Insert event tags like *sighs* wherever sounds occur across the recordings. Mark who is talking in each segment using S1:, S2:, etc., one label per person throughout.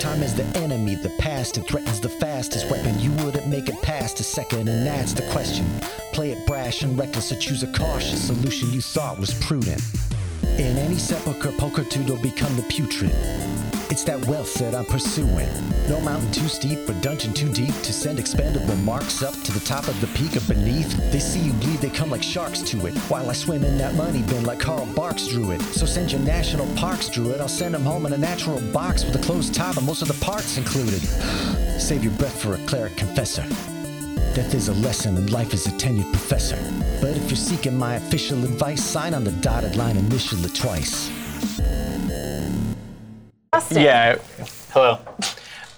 S1: Time is the enemy, the past, it threatens the fastest weapon. You wouldn't make it past a second, and that's the question. Play it brash and reckless, or choose a cautious solution you thought was prudent. In any sepulchre, pulchritude will become the putrid. It's that wealth that I'm pursuing. No mountain too steep or dungeon too deep to send expendable marks up to the top of the peak of beneath. They see you bleed, they come like sharks to it. While I swim in that money bin like Carl Barks drew it. So send your national parks drew it. I'll send them home in a natural box with a closed top and most of the parts included. *gasps* Save your breath for a cleric confessor. Death is a lesson and life is a tenured professor. But if you're seeking my official advice, sign on the dotted line, initial it twice.
S2: Austin.
S3: Yeah.
S4: Hello.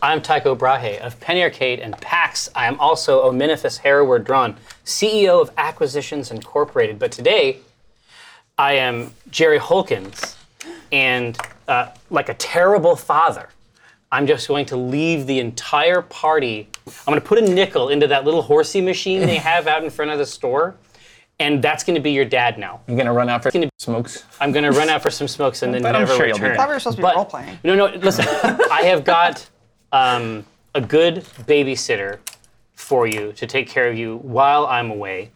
S4: I'm Tycho Brahe of Penny Arcade and PAX. I am also Ominifus Harroward Drawn, CEO of Acquisitions Incorporated. But today, I am Jerry Holkins, and uh, like a terrible father, I'm just going to leave the entire party. I'm going to put a nickel into that little horsey machine they have out in front of the store, and that's going to be your dad now.
S3: I'm gonna run out for smokes.
S4: I'm going to run out for some smokes and then
S3: But *laughs* I'm
S4: never
S3: sure you'll be
S4: return.
S3: back.
S5: Thought we were supposed to be
S4: But-
S5: role playing.
S4: No, no,
S3: *laughs*
S4: listen. I have got um, a good babysitter for you to take care of you while I'm away.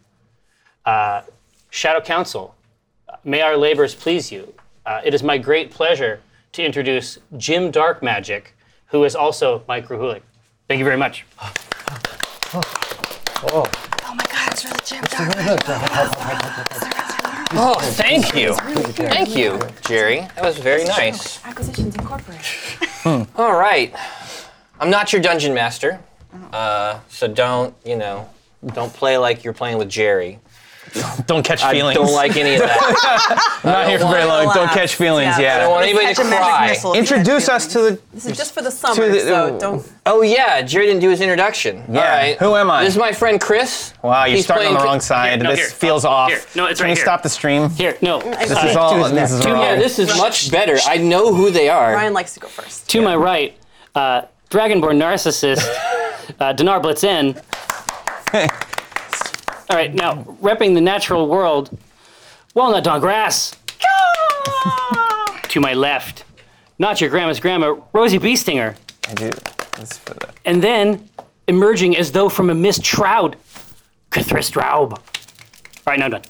S4: Uh, Shadow Council, may our labors please you. Uh, it is my great pleasure to introduce Jim Dark Magic, who is also Mike Ruhulik. Thank you very much.
S5: Oh my god, it's really jammed up.
S3: Oh, thank you. Thank you, Jerry. That was very nice.
S2: Acquisitions Incorporated.
S3: All right. I'm not your dungeon master, uh, so don't, you know, don't play like you're playing with Jerry.
S6: Don't catch feelings.
S3: I don't like any of that.
S6: *laughs* I'm not here for very long. Don't catch feelings.
S3: I
S6: Yeah.
S3: don't want anybody
S5: Catch
S3: to
S5: a magic
S3: cry.
S5: missile if you
S6: Introduce
S5: had
S6: us to the.
S2: This is just for the summer,
S6: the-
S2: so don't.
S3: Oh yeah, Jerry didn't do his introduction.
S6: Yeah.
S3: All right.
S6: Who am I?
S3: This is my friend Chris.
S6: Wow, you're starting on the
S3: playing-
S6: wrong side.
S4: no,
S6: this
S4: here.
S6: feelings
S4: Oh,
S6: off.
S4: here. No, it's
S6: Can
S4: right
S6: we
S4: here.
S6: stop the stream?
S4: Here, no.
S6: This
S2: Uh,
S6: is
S2: to
S6: all.
S2: his
S6: This is wrong.
S3: Yeah, this is much better. I know who they are.
S2: Ryan likes to go first.
S4: To my right, uh, Dragonborn Narcissist, uh, Dinar Blitzen. All right, now, repping the natural world, Walnut Dog Grass. to my left, not your grandma's grandma, Rosie Beestinger.
S6: I do. This for the-
S4: And then, emerging as though from a mist shroud, Cthulhu Straub. All right, now I'm done.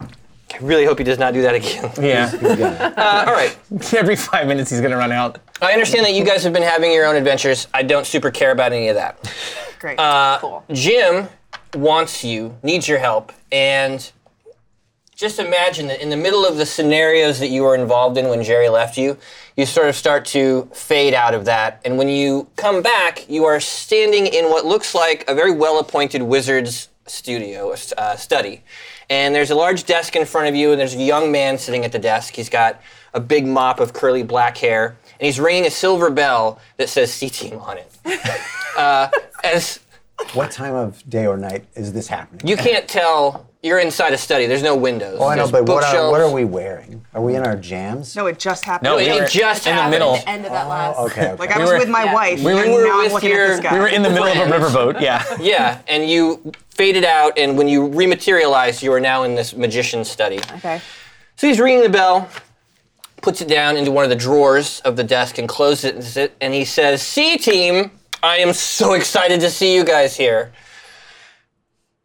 S3: I really hope he does not do that again.
S6: Yeah.
S3: Uh, all right.
S6: *laughs* Every five minutes he's gonna run out.
S3: I understand that you guys have been having your own adventures. I don't super care about any of that.
S5: been. Great. cool.
S3: Uh, Jim wants you, needs your help, and just imagine that in the middle of the scenarios that you were involved in when Jerry left you, you sort of start to fade out of that. And when you come back, you are standing in what looks like a very well appointed wizard's studio, uh, study. And there's a large desk in front of you, and there's a young man sitting at the desk. He's got a big mop of curly black hair, and he's ringing a silver bell that says C Team on it. uh, as
S7: What time of day or night is this happening?
S3: you can't tell. You're inside a study. There's no windows.
S7: oh, I know,
S3: There's
S7: but what are,
S3: bookshelves.
S7: what are we wearing? Are we in our jams?
S5: No, it just happened.
S3: it
S6: we were
S3: just
S6: in the
S3: happened.
S6: middle.
S2: The end of that last.
S7: Okay, okay.
S5: like I was
S6: were-
S5: with my
S2: Yeah.
S5: wife.
S3: We
S5: and
S3: were
S5: now
S3: with
S5: I'm looking
S3: your-
S5: at this guy.
S6: We were in the middle of a riverboat. Yeah.
S3: Yeah, and you faded out, and when you rematerialize, you are now in this magician study.
S2: Okay.
S3: So he's ringing the bell, puts it down into one of the drawers of the desk, and closes it. And he says, "C team, I am so excited to see you guys here.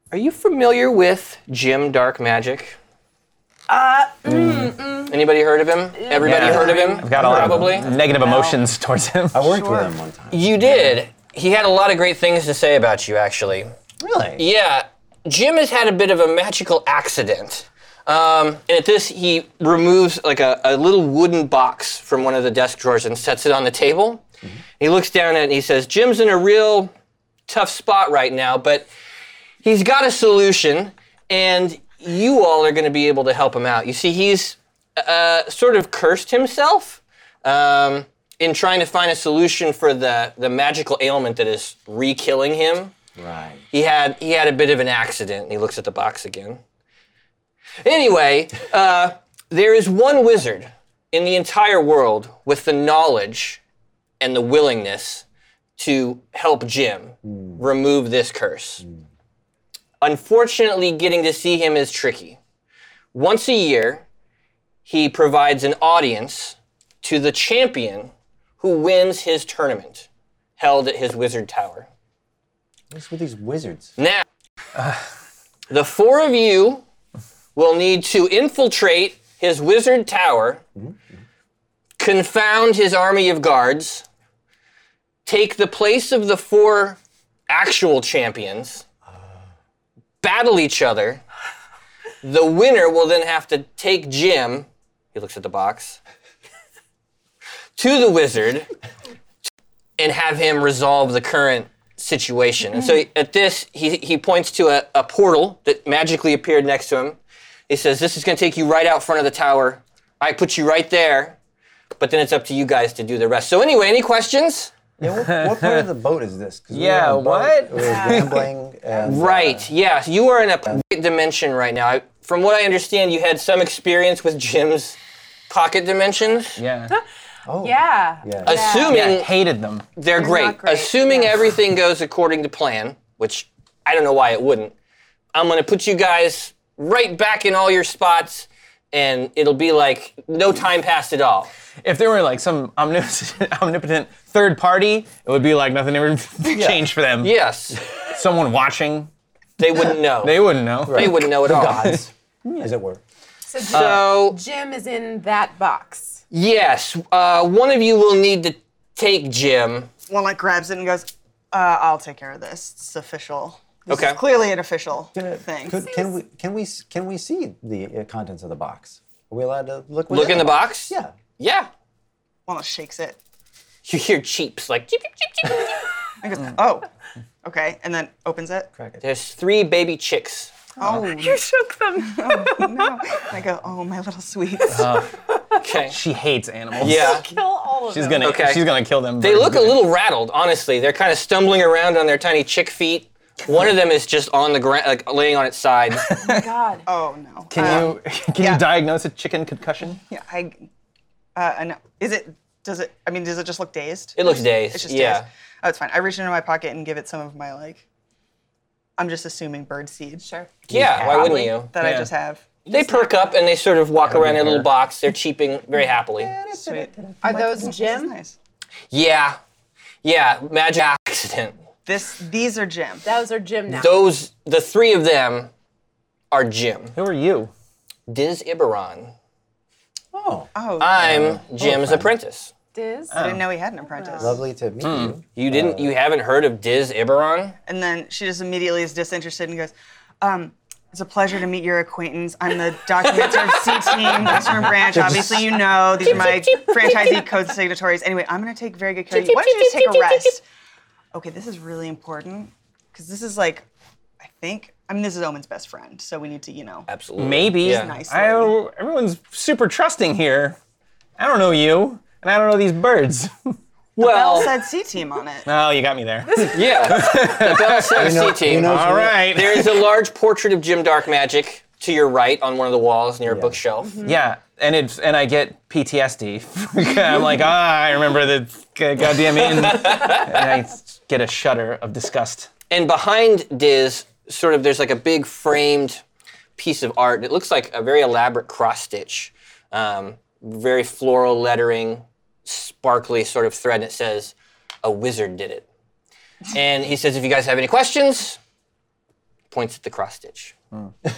S3: Are you familiar with Jim Dark Magic?" Uh, Anybody heard of him? Everybody
S6: Yeah.
S3: heard of him?
S6: I've got a lot
S3: Probably.
S6: of negative emotions towards him.
S7: I worked with him one time.
S3: You did. He had a lot of great things to say about you, actually.
S7: Really?
S3: Yeah, Jim has had a bit of a magical accident. Um, and at this, he removes like a, a little wooden box from one of the desk drawers and sets it on the table. He looks down at it and he says, Jim's in a real tough spot right now, but he's got a solution, and you all are going to be able to help him out. You see, he's uh, sort of cursed himself um, in trying to find a solution for the, the magical ailment that is re killing him.
S7: Right.
S3: He had he had a bit of an accident. And he looks at the box again. Anyway, uh, there is one wizard in the entire world with the knowledge and the willingness to help Jim remove this curse. Unfortunately, getting to see him is tricky. Once a year, he provides an audience to the champion who wins his tournament held at his wizard tower.
S7: What's with these wizards?
S3: Now, the four of you will need to infiltrate his wizard tower, confound his army of guards, take the place of the four actual champions, battle each other. The winner will then have to take Jim, he looks at the box, to the wizard and have him resolve the current situation. And
S6: Mm-hmm.
S3: so at this, he, he points to a, a portal that magically appeared next to him. He says, This is going to take you right out front of the tower. I put you right there, but then it's up to you guys to do the rest. So, anyway, any questions?
S7: what part of the boat is this? 'Cause we were
S6: Yeah,
S7: on a boat,
S6: what?
S7: We were gambling. And,
S3: Right, yeah. so you are in a pocket dimension right now. I, from what I understand, you had some experience with Jim's pocket dimensions.
S6: Yeah.
S2: Yeah.
S7: Yeah.
S3: Assuming
S6: yeah. Hated them.
S3: They're great.
S2: not great,
S3: Assuming
S2: yeah.
S3: everything goes according to plan, which I don't know why it wouldn't, I'm going to put you guys right back in all your spots and it'll be like no time passed at all.
S6: If there were like some omnipotent, *laughs* omnipotent third party, it would be like nothing ever *laughs* changed for them.
S3: Yes,
S6: Someone watching,
S3: they wouldn't know.
S6: they wouldn't know.
S3: They wouldn't know at all.
S7: gods, as it were.
S2: So Jim,
S3: So,
S2: Jim is in that box.
S3: yes, uh, one of you will need to take Jim.
S5: One like grabs it and goes, uh, "I'll take care of this. It's official. This
S3: Okay.
S5: Is clearly an official
S7: Can it-
S5: thing.
S7: could- can we can we s- can we see the uh, contents of the box? Are we allowed to
S3: Look
S7: look? within
S3: in the box?
S7: Yeah.
S3: Yeah.
S5: One shakes it.
S3: You hear cheeps like cheep, cheep, cheep, cheep, cheep.
S5: And
S6: Mm.
S5: goes, "Oh, okay," and then opens it.
S7: Crack it.
S3: There's three baby chicks.
S6: *laughs*
S5: Oh, you shook
S2: *laughs*
S5: them. oh, no. And I go, "Oh, my little sweets."
S3: Okay.
S6: She hates animals.
S3: Yeah.
S2: Kill all of
S6: She's gonna.
S3: Okay.
S6: She's gonna kill them.
S3: They look a little rattled, honestly. They're kind of stumbling around on their tiny chick feet. One of them is just on the ground, like laying on its side.
S2: them. God.
S5: oh no.
S6: Can
S5: Uh,
S6: you *laughs* can you diagnose a chicken concussion?
S5: Yeah, I. Uh, I know. Is it? Does it? I mean, does it just look dazed? *laughs*
S3: It looks dazed.
S5: It's just
S3: yeah.
S5: dazed. Oh, it's fine. I reach into my pocket and give it some of my like. I'm just assuming bird seed.
S2: Sure.
S3: Yeah. Why wouldn't you?
S5: That I
S6: Yeah.
S5: just have.
S3: They perk up and they sort of walk around in a little box. They're cheeping very happily.
S5: Sweet.
S2: Are those
S5: This is
S2: Jim?
S5: nice.
S3: Yeah. Yeah. Magic accident.
S5: This. These are Jim.
S2: Those are Jim now.
S3: Those, the three of them, are Jim.
S6: Who are you?
S3: Diz Ibaron.
S7: Oh,
S5: Oh,
S3: I'm Jim's apprentice.
S2: Diz.
S5: I didn't know he had an apprentice.
S7: lovely to meet
S3: Hmm.
S7: you.
S3: You
S5: Uh,
S3: didn't, you haven't heard of Diz Ibaron?
S5: And then she just immediately is disinterested and goes, um, it's a pleasure to meet your acquaintance. I'm the documenter of C Team, Western Branch. Obviously, you know these are my franchisee code signatories. Anyway, I'm going to take very good care of you. Why don't you just take a rest? Okay, this is really important because this is like, I think, I mean, this is Omen's best friend, so we need to, you know,
S3: Absolutely.
S6: Maybe.
S3: Yeah.
S5: nice.
S6: I, everyone's super trusting here. I don't know you, and I don't know these birds.
S5: Bell
S3: Well,
S5: said C Team on it.
S6: oh, you got me there. *laughs*
S5: *laughs*
S3: yeah. The Bell Sex team.
S7: you know-
S6: All right.
S3: There is a large portrait of Jim Dark Magic to your right on one of the walls near a bookshelf.
S6: Yeah, and it's and I get PTSD. *laughs* I'm like, ah, I remember the g- goddamn inn. and I s- get a shudder of disgust.
S3: And behind Diz, sort of, there's like a big framed piece of art. It looks like a very elaborate cross stitch, um, very floral lettering, sparkly sort of thread. And it says, "A wizard did it." And he says, "If you guys have any questions," points at the cross stitch.
S5: A
S6: Hmm. *laughs*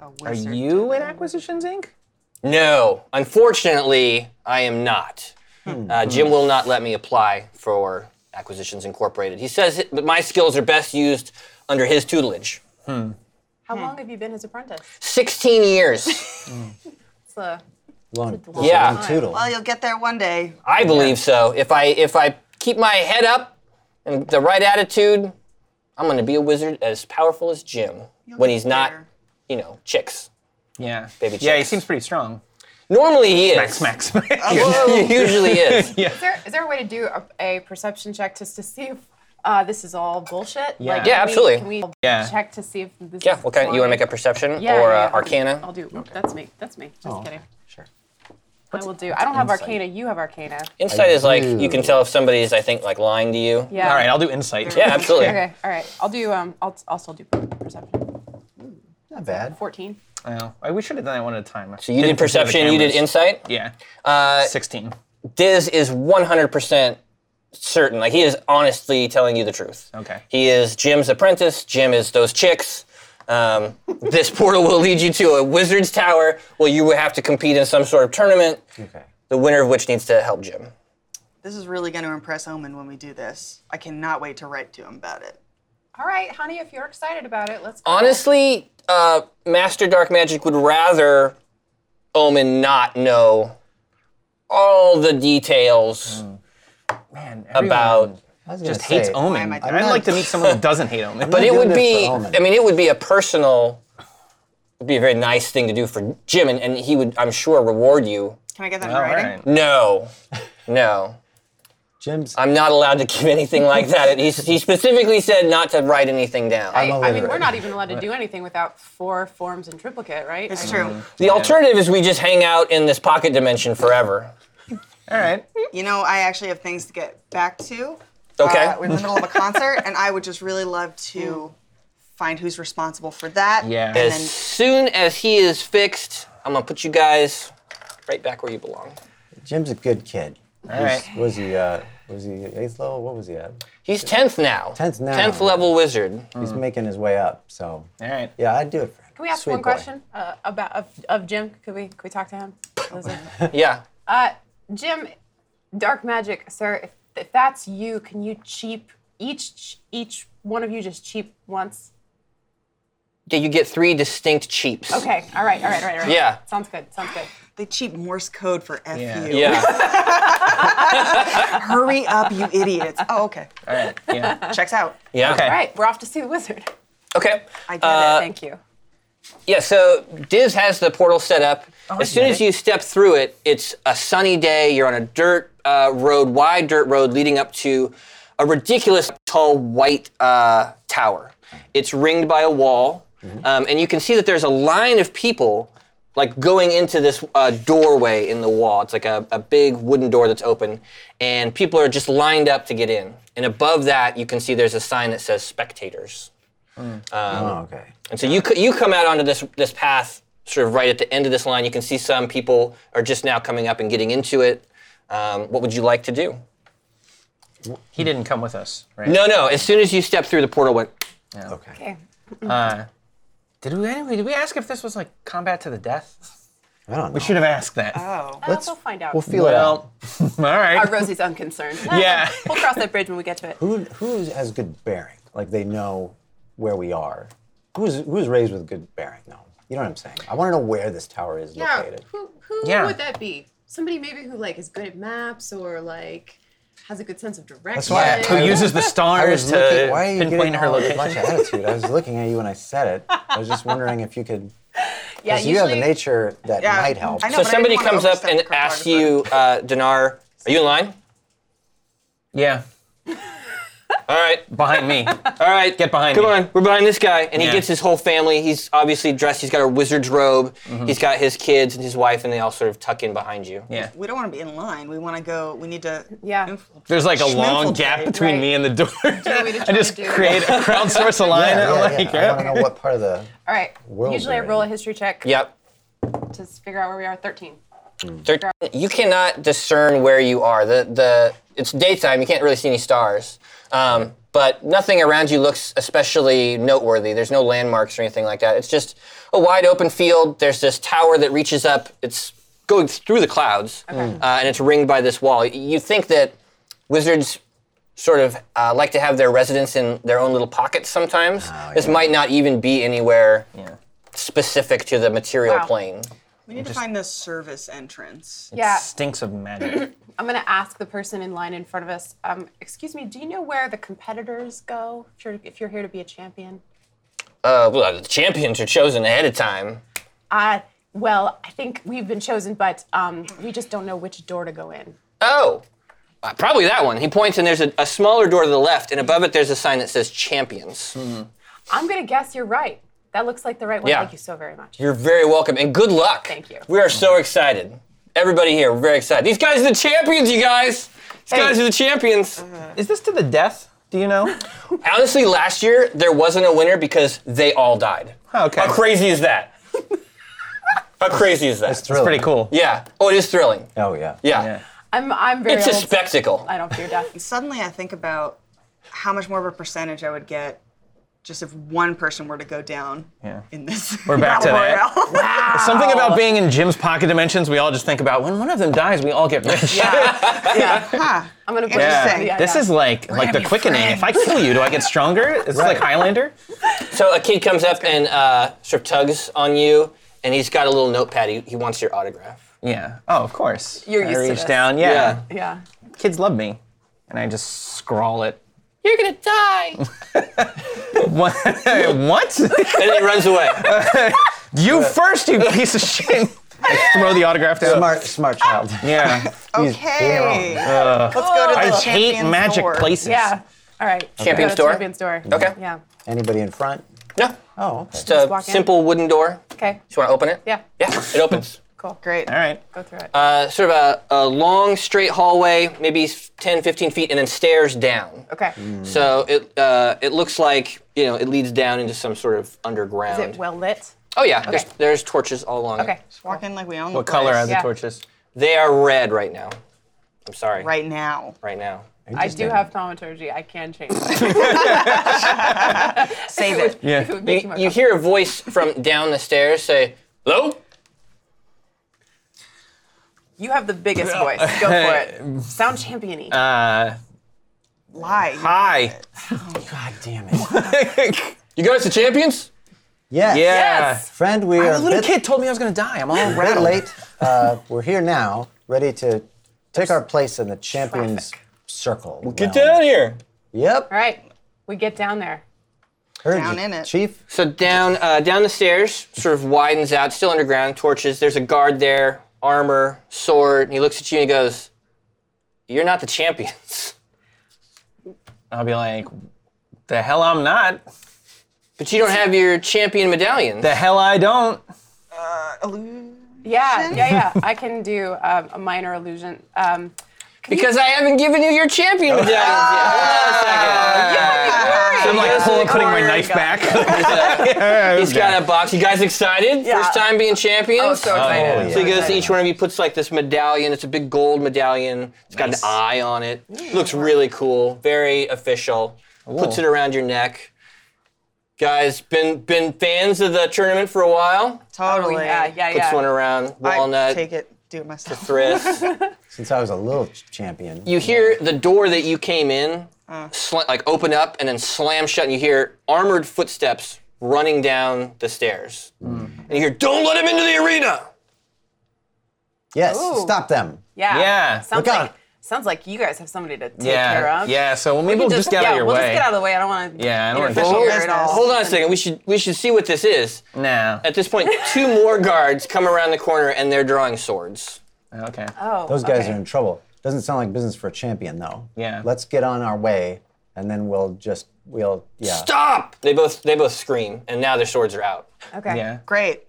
S6: Are
S5: wizard.
S6: you in Acquisitions Inc?
S3: No, unfortunately, I am not. Uh, Jim will not let me apply for Acquisitions Incorporated. He says that my skills are best used under his tutelage.
S2: How long have you been his apprentice?
S3: 16 years.
S2: It's a
S7: Long,
S3: Yeah.
S7: long toodle.
S5: Well, you'll get there one day.
S3: I believe so. If I if I keep my head up and the right attitude, I'm going to be a wizard as powerful as Jim when
S5: get
S3: he's not,
S5: there.
S3: you know, chicks.
S6: Yeah.
S3: Baby
S6: yeah, he
S3: chicks.
S6: seems pretty strong.
S3: Normally he is.
S6: Smack, *laughs* smack.
S3: *laughs* He usually
S2: *laughs*
S3: is.
S2: Is there, is there a way to do a, a perception check just to see if uh, this is all bullshit?
S6: Yeah. Yeah,
S2: Like, can we-
S3: absolutely.
S2: Can we
S6: Yeah.
S2: check to see if this
S3: Yeah,
S2: is
S3: what kind? You want to
S2: lying?
S3: make a perception
S2: Yeah,
S3: or
S2: yeah,
S3: uh,
S2: yeah, I'll do-
S3: arcana?
S2: I'll do. Oop, That's me. That's me. Just kidding.
S7: Oh, Sure.
S2: I will do. I don't have Arcana. You have Arcana.
S3: Insight is like you
S7: do.
S3: can tell if somebody's I think like lying to you.
S2: Yeah.
S6: All right, I'll do insight.
S3: Yeah, absolutely.
S2: Okay. All right. I'll do. Um. I'll. I'll still do perception.
S7: Not bad.
S2: Fourteen.
S6: Oh, I- we should have done that one at a time.
S3: So you did perception, you did insight.
S6: Yeah. 16.
S3: Diz is 100% certain. Like, he is honestly telling you the truth.
S6: Okay.
S3: He is Jim's apprentice. Jim is those chicks. Um, *laughs* this portal will lead you to a wizard's tower where you will have to compete in some sort of tournament,
S7: Okay.
S3: the winner of which needs to help Jim.
S5: This is really going to impress Omen when we do this. I cannot wait to write to him about it.
S8: All right, honey, if you're excited about it, let's go.
S3: Honestly, uh, Master Dark Magic would rather Omen not know all the details.
S6: Man,
S3: About-
S6: everyone
S7: I was gonna
S6: just hates
S7: say,
S6: Omen.
S5: am I
S6: I'd
S5: doing
S7: that?
S6: like to meet someone who doesn't hate Omen.
S3: But
S7: I'm
S3: it
S7: doing
S3: would
S7: this
S3: be,
S7: for Omen.
S3: I mean, it would be a personal, it'd be a very nice thing to do for Jim, and, and he would, I'm sure, reward you.
S5: Can I get that in
S6: all
S5: writing?
S6: right.
S3: No, no.
S7: Jim's.
S3: I'm not allowed to *laughs* give anything like that. He, he specifically said not to write anything down.
S8: I, I mean,
S7: illiterate.
S8: we're not even allowed to do anything without four forms in triplicate, right?
S5: It's
S8: I
S5: true.
S8: mean,
S3: the alternative is we just hang out in this pocket dimension forever.
S6: All right.
S5: You know, I actually have things to get back to.
S3: Okay.
S5: Uh, we're in the middle of a concert, and I would just really love to find who's responsible for that.
S6: Yeah.
S5: And
S3: As
S5: then
S3: soon as he is fixed, I'm gonna put you guys right back where you belong.
S7: Jim's a good kid. All
S6: right.
S7: Was he? Uh, was he eighth level? What was he at?
S3: He's tenth now.
S7: 10th now. Mm-hmm.
S3: Tenth level wizard.
S7: He's making his way up. So.
S6: All right.
S7: Yeah, I'd do it for him.
S8: Can we ask
S7: Sweet
S8: one
S7: boy.
S8: question uh, about of, of Jim? Could we could we talk to
S7: *laughs*
S8: him?
S3: Yeah.
S8: Uh, Jim, dark magic, sir. If, if that's you, can you cheap each each one of you just cheap once?
S3: Yeah, you get three distinct cheaps.
S8: Okay. All right. All right. All right. All right.
S3: Yeah.
S8: Sounds good. Sounds good.
S5: they cheat Morse code for F you.
S3: Yeah.
S5: Hurry up, you idiots. Oh, okay.
S6: All right. Yeah.
S5: Checks out.
S3: Yeah.
S6: Okay.
S8: All right. We're off to see the wizard.
S3: Okay.
S5: I get
S3: Uh,
S5: it.
S8: Thank you.
S3: Yeah, so Diz has the portal set up.
S5: Oh,
S3: as soon as you step through it, it's a sunny day. You're on a dirt uh, road, wide dirt road leading up to a ridiculous tall white uh, tower. It's ringed by a wall,
S5: Mm-hmm.
S3: um, and you can see that there's a line of people like going into this uh, doorway in the wall. It's like a, a big wooden door that's open, and people are just lined up to get in. And above that, you can see there's a sign that says spectators.
S7: Oh, okay.
S3: And so you co- you come out onto this this path sort of right at the end of this line. You can see some people are just now coming up and getting into it. Um, what would you like to do?
S6: He didn't come with us, right?
S3: No, no. As soon as you step through the portal, went.
S7: Okay.
S8: Okay.
S6: Did we anyway? Did we ask if this was like combat to the death?
S7: I don't know.
S6: We should have asked that.
S5: Oh.
S8: Let's go find out.
S7: We'll feel it out.
S6: well, *laughs* all right.
S8: Uh, Rosie's unconcerned.
S6: Yeah.
S8: We'll cross that bridge when we get to it.
S7: Who who has good bearing? Like they know where we are. Who's who's raised with good bearing? though? you know what I'm saying. I want to know where this tower is located.
S8: Who, who
S6: Yeah.
S8: would that be? Somebody maybe who like is good at maps or like has a good sense of direction.
S7: why I-
S6: Who uses the
S7: I
S6: stars
S7: was
S6: to
S7: looking. Why are you
S6: pinpoint
S7: getting
S6: her
S7: all
S6: location?
S7: Much attitude. I was looking at you when I said it. I was just wondering if you could.
S8: yeah,
S7: Because you have a nature that
S5: Yeah,
S7: might help.
S5: I know.
S3: So
S5: but I
S3: somebody
S5: didn't wanna
S3: comes up
S5: overstep
S3: and
S5: the cartographer.
S3: asks you, uh, Dinar, are you in line?
S6: Yeah,
S3: All right,
S6: behind
S5: *laughs*
S6: me.
S3: all right.
S6: Get behind
S3: Come
S6: me.
S3: on, we're behind this guy, and
S6: Yeah.
S3: he gets his whole family. He's obviously dressed. He's got a wizard's robe.
S6: Mm-hmm.
S3: He's got his kids and his wife, and they all sort of tuck in behind you.
S6: Yeah.
S5: We don't want to be in line. We want to go. We need to.
S8: Yeah.
S6: There's like a long
S5: Schminfeld
S6: gap
S5: day,
S6: between
S8: right.
S6: me and the door. *laughs*
S8: we to
S6: I
S8: try
S6: just
S8: to do.
S6: create a crowdsource a line.
S7: Yeah,
S6: and
S7: yeah,
S6: I'm like,
S7: yeah. I want
S6: yeah.
S7: to know what part of the.
S8: All right.
S7: World
S8: Usually I
S7: we're
S8: roll a
S7: in.
S8: history check
S3: Yep.
S8: to figure out where we are. 13.
S3: Thir- You cannot discern where you are. The the it's daytime. You can't really see any stars. Um, but nothing around you looks especially noteworthy. There's no landmarks or anything like that. It's just a wide open field. There's this tower that reaches up. It's going through the clouds, uh, and it's ringed by this wall. You think that wizards sort of uh, like to have their residence in their own little pockets sometimes. This might not even be anywhere specific to the material
S8: Wow.
S3: plane.
S5: We need to find the service entrance.
S8: Yeah.
S6: Stinks of magic.
S8: I'm going to ask the person in line in front of us, um, excuse me, do you know where the competitors go if you're, if you're here to be a champion?
S3: Uh, well, the champions are chosen ahead of time.
S8: Uh, well, I think we've been chosen, but um, we just don't know which door to go in.
S3: Oh, uh, probably that one. He points, and there's a, a smaller door to the left, and above it, there's a sign that says champions.
S8: I'm going to guess you're right. That looks like the right one.
S3: Yeah.
S8: Thank you so very much.
S3: You're very welcome, and good luck.
S8: Thank you.
S3: We are so excited. Everybody here, we're very excited. These guys are the champions, you guys. These guys are the champions.
S8: Mm-hmm.
S6: Is this to the death? Do you know?
S3: Honestly, last year, there wasn't a winner because they all died.
S6: Okay.
S3: How crazy is that? How crazy is that?
S7: It's
S6: Pretty cool.
S3: Yeah. Oh, it is thrilling.
S7: Oh yeah.
S3: Yeah.
S6: Yeah.
S2: I'm I'm very
S3: It's a
S2: old.
S3: spectacle.
S2: I don't fear death.
S5: Suddenly, I think about how much more of a percentage I would get just if one person were to go down
S6: Yeah.
S5: in this. *laughs*
S6: We're back to
S5: battle
S6: that.
S5: royale.
S6: Something about being in Jim's pocket dimensions, we all just think about when one of them dies, we all get rich. *laughs*
S2: I'm gonna put
S5: Yeah.
S2: yeah,
S6: This
S2: yeah.
S6: is like like the quickening. If I kill you, do I get stronger? It's like Highlander.
S3: So a kid comes up and uh, sort of tugs on you, and he's got a little notepad. He, he wants your autograph.
S6: Yeah. Oh, of course.
S2: You're
S6: I
S2: used to
S6: reach
S2: this.
S6: down. Yeah.
S3: Yeah.
S2: yeah.
S6: Kids love me, and I just scrawl it. *laughs*
S3: You're gonna die.
S6: What? *laughs*
S3: *laughs*
S6: what?
S3: and then he runs
S2: *laughs*
S3: away.
S2: Oh.
S6: you first, you piece of shit. *laughs* I throw the autograph down.
S7: Smart, smart child.
S6: *laughs* Yeah.
S7: He's
S5: Oh, Okay.
S7: wrong.
S5: Let's go to the
S6: I just hate
S5: champion's
S6: magic
S5: door.
S6: places.
S2: Oh, Yeah. All right.
S3: Champion
S2: Go to
S3: store?
S2: Champion store.
S3: Okay.
S2: Yeah.
S7: Anybody in front?
S3: No,
S7: Oh, okay.
S3: it's a
S2: walk in.
S3: simple wooden door.
S2: Okay.
S3: Just want to open it?
S2: Yeah.
S3: Yeah, it opens.
S2: Cool.
S5: Great.
S6: All right.
S2: Go through it.
S3: Uh, sort of a, a long, straight hallway, maybe 10, 15 feet, and then stairs down.
S2: okay.
S5: Mm.
S3: So it uh, it looks like you know it leads down into some sort of
S2: Is
S3: underground.
S2: it well lit?
S3: oh yeah, there's, there's torches all along. it.
S2: Okay.
S5: Walk in like we own
S6: What color are the
S2: Yeah.
S6: torches?
S3: They are red right now. I'm sorry.
S5: right now.
S3: Right now.
S2: I do have thaumaturgy. I can
S5: *laughs*
S2: *laughs* change. That.
S5: Save it.
S6: Yeah.
S2: It would make
S3: You,
S2: my-
S3: you hear a voice from down the stairs say, "Hello."
S2: You have the biggest voice. Go for
S6: *laughs*
S2: it. Sound championy.
S6: Uh.
S5: Lie.
S6: Hi.
S7: God damn it.
S3: *laughs* You guys the champions?
S7: Yes.
S6: *laughs* Yeah.
S2: yes.
S7: Friend, we are
S6: The little
S7: bit-
S6: kid told me I was gonna die. I'm all *laughs*
S7: We're
S6: rattled.
S7: late. Uh, we're here now, ready to take our place in the champions
S2: Traffic.
S7: circle.
S6: Get
S7: round.
S6: down here.
S7: Yep.
S2: All right. We get down there.
S7: Heard
S5: Down
S7: you,
S5: in it.
S7: Chief.
S3: So down uh, down the stairs, sort of widens out, still underground. Torches. There's a guard there, armor, sword, and he looks at you and he goes, "You're not the champions, *laughs*
S6: I'll be like, the hell I'm not.
S3: but you don't have your champion medallions."
S6: The hell I don't.
S5: Illu-
S2: Yeah. Yeah. Yeah. I can do um, a minor illusion. Um,
S3: Because I haven't given you your champion medallions
S6: *laughs*
S3: yet. Hold on a second.
S6: So I'm like
S3: goes to
S6: pulling,
S3: the
S6: putting my
S3: corner
S6: knife
S3: and
S6: back.
S3: *laughs*
S6: *laughs*
S2: *laughs*
S3: He's got a box. You guys excited?
S2: Yeah.
S3: First time being champions?
S2: Oh, so excited.
S3: So he
S2: So
S3: goes to each one of you, puts like this medallion. It's a big gold medallion. It's got an eye on it. Looks really cool. Very official. Puts it around your neck. Guys, been been fans of the tournament for a while.
S5: Totally.
S2: Oh, yeah. Yeah.
S3: Puts
S2: Yeah.
S3: one around
S5: I
S3: walnut.
S5: take it. Do it myself.
S2: *laughs*
S3: wrist.
S7: Since I was a little ch- champion.
S3: you hear the door that you came in, sla- like open up and then slam shut, and you hear armored footsteps running down the stairs, and you hear, "Don't let him into the arena."
S7: Yes.
S2: Ooh.
S7: Stop them.
S2: Yeah.
S6: Yeah,
S2: Sounds
S7: look
S2: like
S7: out.
S2: sounds like you guys have somebody to take care
S6: yeah,
S2: of.
S6: yeah. So well, maybe
S2: We
S6: we'll just, get
S2: yeah,
S6: out of your
S2: we'll
S6: way.
S2: just get out of the way. I don't want to.
S6: Yeah, I don't wanna
S2: interfere
S5: interfere.
S2: here at all.
S3: Hold on a second. We should we should see what this is.
S6: Nah. *laughs*
S3: At this point, two more guards come around the corner and they're drawing swords.
S6: Okay.
S2: Oh,
S7: Those guys
S2: okay.
S7: are in trouble. Doesn't sound like business for a champion, though.
S6: Yeah.
S7: Let's get on our way, and then we'll just we'll yeah.
S3: Stop! They both they both scream and now their swords are out.
S2: Okay.
S6: Yeah.
S5: Great.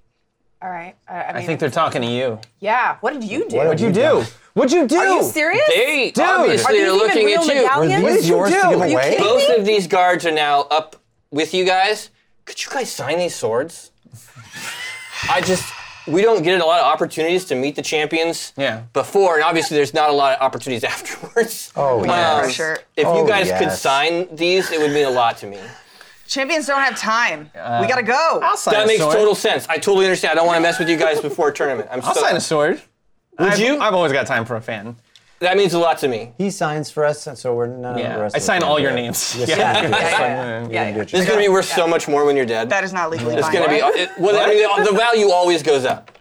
S2: All right. Uh, I, I,
S6: I
S2: mean,
S6: think they're talking to you.
S2: Yeah. What did you do?
S7: What
S6: What'd you do? What'd you do?
S2: Are you serious?
S3: They
S6: Dude.
S2: Are
S3: obviously
S2: these
S3: are,
S2: even
S3: looking
S2: real
S3: at you.
S8: Oh,
S2: medallions?
S7: Were
S6: did
S7: these
S6: you
S7: yours
S6: do?
S7: to give
S6: Are you
S7: away?
S3: Both of these guards are now up with you guys. Could you guys sign these swords? I just we don't get a lot of opportunities to meet the champions
S6: Yeah.
S3: before, and obviously there's not a lot of opportunities *laughs* afterwards.
S7: Oh
S3: Um,
S7: yeah.
S5: Pressure.
S3: If
S7: Oh,
S3: you guys could
S7: yes.
S3: sign these, it would mean a lot to me.
S5: Champions don't have time.
S6: Uh,
S5: we gotta go.
S6: I'll sign
S3: That
S6: a
S3: makes
S6: sword.
S3: total sense. I totally understand. I don't want to mess with you guys before a tournament. I'm
S6: I'll
S3: so,
S6: sign a sword.
S3: Would
S6: I've,
S3: you?
S6: I've always got time for a fan.
S3: that means a lot to me.
S7: He signs for us, and so we're none of the
S6: Yeah.
S7: rest.
S6: I
S7: of us
S6: sign
S7: can
S6: all
S7: do
S6: your
S7: it.
S6: names.
S7: Just
S6: *laughs* Yeah.
S7: sign it. Just sign it.
S2: Yeah,
S7: You
S2: yeah,
S7: can do
S2: yeah.
S7: it.
S3: This is gonna be worth so much more when you're dead.
S5: that is not legally
S3: It's gonna
S5: binding.
S3: be it, well. I mean, the value always goes up.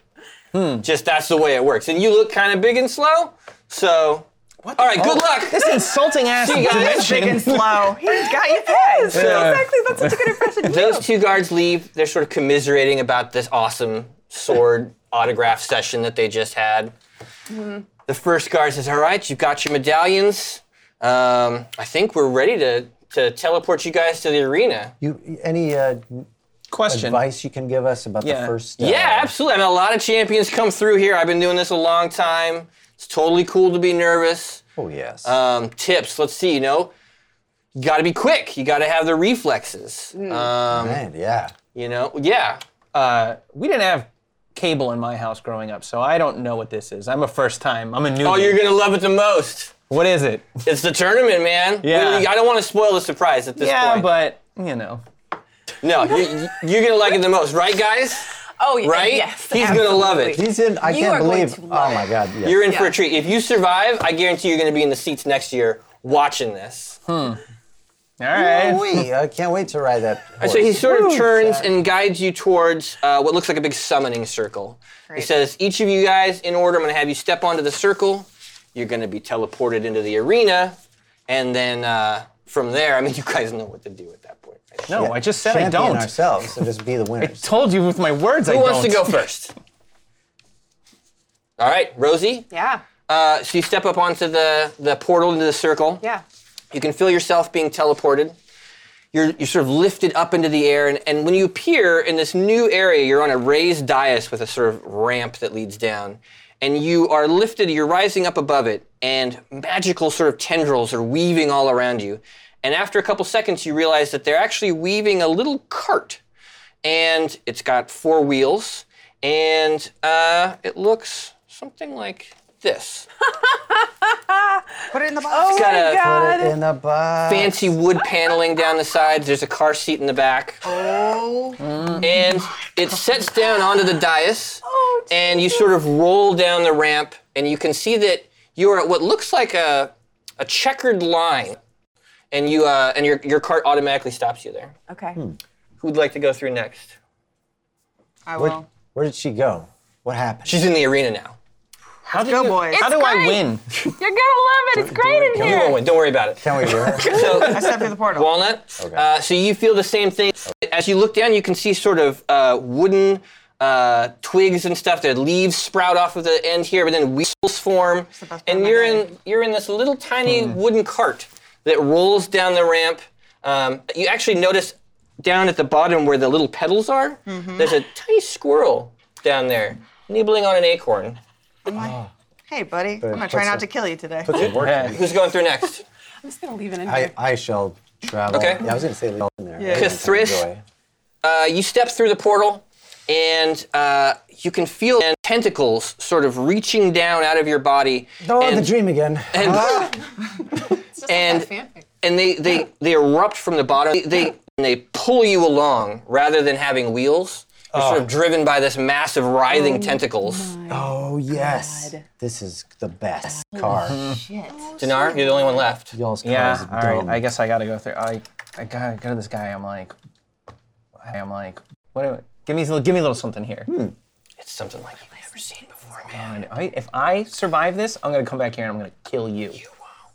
S3: Hmm. Just that's the way it works. And you look kind of big and slow. So, all right. Good luck.
S6: Oh, This insulting ass
S3: See you guys.
S5: big and
S6: dimension.
S5: slow. He's got you pegged.
S2: Exactly. That's such a good
S3: *laughs*
S2: impression.
S3: Those two guards leave. They're sort of commiserating about this awesome sword autograph session that they just had.
S2: Mm-hmm.
S3: The first guard says, "All right, you've got your medallions. Um, I think we're ready to to teleport you guys to the arena."
S7: You any uh,
S6: *laughs* Question.
S7: advice you can give us about
S6: Yeah.
S7: the first? uh,
S3: Yeah, absolutely. I mean, a lot of champions come through here. I've been doing this a long time. It's totally cool to be nervous.
S7: Oh yes.
S3: Um, tips. Let's see. You know, you got to be quick. You got to have the reflexes. Um,
S7: Man, yeah.
S3: you know, yeah.
S6: Uh, we didn't have cable in my house growing up, so I don't know what this is. I'm a first time. I'm a new.
S3: Oh, you're gonna love it the most.
S6: What
S3: *laughs*
S6: is it?
S3: It's the tournament, man.
S6: Yeah.
S3: We- I don't want to spoil the surprise at this
S6: yeah,
S3: point.
S6: but you know.
S3: no, you, you're gonna like it the most, right, guys?
S2: Oh, yeah,
S3: Right?
S2: yes.
S3: He's gonna love it.
S2: absolutely.
S7: He's in. I
S2: You
S7: can't
S2: are going
S7: believe.
S2: to
S7: Oh
S2: love
S7: my
S2: it.
S7: god. Yeah.
S3: You're in for a
S2: Yeah.
S3: treat. If you survive, I guarantee you're gonna be in the seats next year watching this.
S6: All right.
S7: Wait, I can't wait to ride that. Horse.
S3: So he sort of turns and guides you towards uh, what looks like a big summoning circle. He
S5: Great.
S3: says, Each of you guys, in order, I'm going to have you step onto the circle. You're going to be teleported into the arena. And then uh, from there, I mean, *laughs* you guys know what to do at that point. Right?
S6: No, I just said I
S7: Champion
S6: don't.
S7: ourselves and just be
S6: *laughs*
S7: the winners.
S6: Told you with my words I
S3: Who
S6: don't.
S3: wants to go
S6: *laughs*
S3: first? All right, Rosie.
S2: Yeah.
S3: Uh, so you step up onto the, the portal into the circle.
S2: Yeah.
S3: You can feel yourself being teleported. You're, you're sort of lifted up into the air, and, and when you appear in this new area, you're on a raised dais with a sort of ramp that leads down. And you are lifted, you're rising up above it, and magical sort of tendrils are weaving all around you. And after a couple seconds, you realize that they're actually weaving a little cart. And it's got four wheels, and uh, it looks something like this.
S5: Put it in the
S2: Oh,
S5: box.
S3: It's got a
S7: Put it in the box.
S3: fancy wood paneling down the sides. There's a car seat in the back. And it sets down onto the dais. and you sort of roll down the ramp, and you can see that you are at what looks like a, a checkered line. And you uh, and your, your cart automatically stops you there.
S2: Okay.
S3: Who'd like to go through next?
S5: I
S7: Where,
S5: will.
S7: where did she go? What happened?
S3: She's in the arena now.
S6: How did
S5: Go,
S6: you-
S5: boys.
S6: How
S5: It's
S6: do I
S5: great.
S6: win?
S2: You're gonna love it. It's great in
S3: You
S2: here.
S3: won't win. Don't worry about it.
S7: Can we hear her?
S3: So
S5: I stepped through the portal.
S3: walnut. Uh, so you feel the same thing. As you look down, you can see sort of uh, wooden uh, twigs and stuff. Their leaves sprout off of the end here, but then wheels form,
S5: best part
S3: and
S5: of my
S3: you're
S5: day.
S3: in you're in this little tiny wooden cart that rolls down the ramp. Um, you actually notice down at the bottom where the little petals are.
S5: Mm-hmm.
S3: There's a tiny squirrel down there nibbling on an acorn.
S5: Hey, buddy. I'm gonna
S7: puts
S5: try not
S7: a-
S5: to kill you today.
S3: Who's going through next?
S2: I'm just gonna leave it in
S7: I,
S2: here.
S7: I shall travel.
S3: Okay.
S7: Yeah, I was going to say leave in there.
S5: Yeah.
S7: I don't
S3: Cthrish.
S7: enjoy.
S3: Uh, you step through the portal, and uh, you can feel tentacles sort of reaching down out of your body.
S7: Don't let
S3: and,
S7: Oh, the dream again.
S3: and-
S2: It's just
S3: and-
S2: like that fanfic.
S3: and they, they, they erupt from the bottom. They, they, and they pull you along rather than having wheels. You're sort of driven by this massive writhing tentacles.
S7: oh, yes. This is the best car.
S3: Mm. Dinar, you're the only one left.
S7: Y'all's car
S6: Yeah.
S7: is
S6: All right.
S7: dumb.
S6: I guess I gotta go through. I I gotta go to this guy. I'm like, I'm like, what? do- Give me a little, give me a little something here.
S3: Hmm. It's something like you've never seen before, man.
S6: And I, if I survive this, I'm gonna come back here and I'm gonna kill you.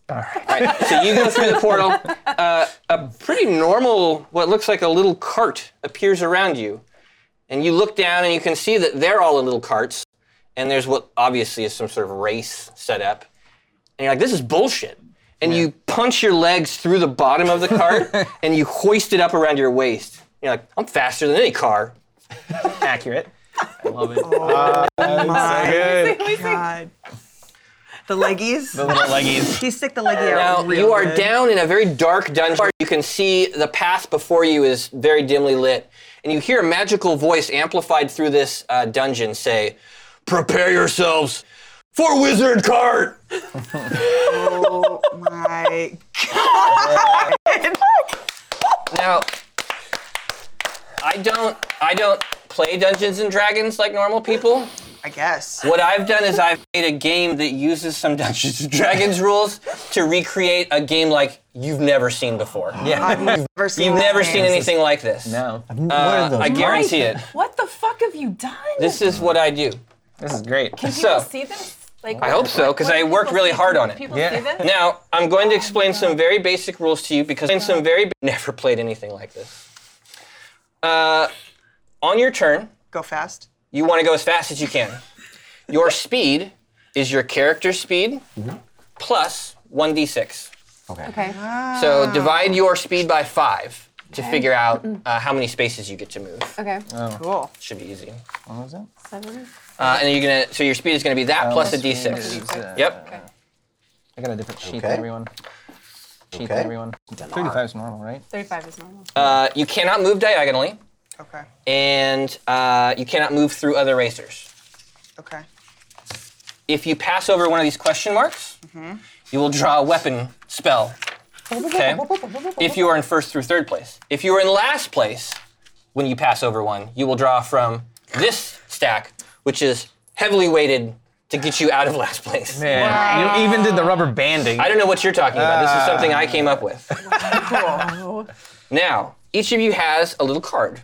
S3: All right, so you go through the portal. Uh, a pretty normal, what looks like a little cart appears around you. And you look down and you can see that they're all in little carts. And there's what obviously is some sort of race set up. And you're like, this is bullshit. And you punch your legs through the bottom of the cart and you hoist it up around your waist. You're like, I'm faster than any car.
S6: Accurate. I love
S3: *laughs*
S6: it.
S5: My
S6: good.
S5: God. *laughs* The leggies.
S6: The little leggies.
S5: He stick the leggy
S3: Now,
S5: out. real
S3: you are
S5: good.
S3: down in a very dark dungeon. You can see the path before you is very dimly lit, and you hear a magical voice amplified through this uh, dungeon say, Prepare yourselves for Wizard Cart!
S5: Oh my
S3: Now, I don't, I don't play Dungeons and Dragons like normal people.
S5: I guess.
S3: What I've done is I've made a game that uses some *laughs* Dungeons and Dragons rules to recreate a game like you've never seen before. Yeah.
S5: I've never seen
S3: You've
S5: this
S3: never seen
S5: game.
S3: anything like this.
S6: No,
S7: What are
S3: Uh,
S7: those?
S3: I guarantee it.
S2: What the fuck have you done?
S3: This is what I do.
S6: this is great.
S3: So,
S2: see this? Like,
S3: I hope so, 'cause I worked really hard on it.
S2: People
S6: Yeah.
S2: see this?
S3: now I'm going to explain some very basic rules to you because I've some very never played anything like this. Uh, on your turn,
S5: Go fast.
S3: you want to go as fast as you can. Your speed is your character speed plus 1d6.
S2: Okay.
S3: So divide your speed by five to figure out uh, how many spaces you get to move.
S2: Okay.
S5: Cool.
S3: Should be easy.
S2: Seven.
S3: Uh, and you're gonna so your speed is gonna be that plus a
S6: let's
S3: d6.
S6: use, uh,
S3: Yep.
S6: I got a different sheet
S7: Okay.
S6: than everyone. Sheet
S7: Okay.
S6: than everyone. 35 is normal, right?
S2: Thirty-five is normal.
S3: Uh, you cannot Uh, move diagonally.
S5: Okay.
S3: and uh, you cannot move through other racers.
S5: Okay.
S3: If you pass over one of these question marks, you will draw a weapon spell. Okay. if you are in first through third place, if you are in last place, when you pass over one, you will draw from this stack, which is heavily weighted to get you out of last place.
S6: Man, you even did the rubber banding.
S3: I don't know what you're talking about. This is something I came up with. Now, each of you has a little card.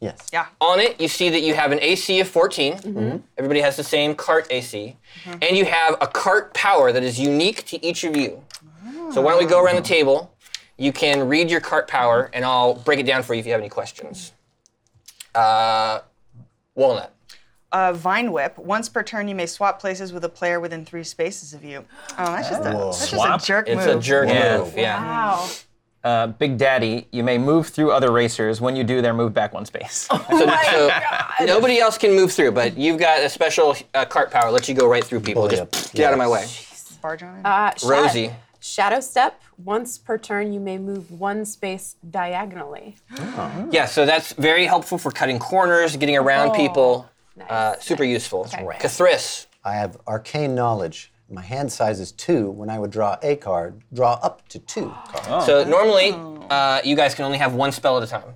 S7: Yes.
S5: Yeah.
S3: On it, you see that you have an AC of 14. Everybody has the same cart AC. And you have a cart power that is unique to each of you. So why don't we go around the table? You can read your cart power, and I'll break it down for you if you have any questions. Uh, Walnut.
S5: Uh, Vine Whip. Once per turn, you may swap places with a player within three spaces of you. Oh, that's just a, that's
S6: Swap?
S5: just a jerk
S3: It's
S5: move.
S3: a jerk
S6: Whoa.
S3: move. Yeah.
S5: Wow.
S6: Uh, Big Daddy, you may move through other racers. When you do, they're moved back one space.
S3: So, so nobody else can move through, but you've got a special uh, cart power. Lets you go right through people.
S7: Bully
S3: Just
S7: up.
S3: get out of my way.
S5: Barge on it.
S3: Uh-huh.
S2: Uh, sha-
S3: Rosie.
S2: Shadow step. Once per turn, you may move one space diagonally.
S3: Yeah, so that's very helpful for cutting corners, getting around people. uh,
S2: nice,
S3: super useful.
S2: Right.
S3: Kathris.
S7: I have arcane knowledge. My hand size is two. When I would draw a card, draw up to two cards.
S3: So normally, uh, you guys can only have one spell at a time.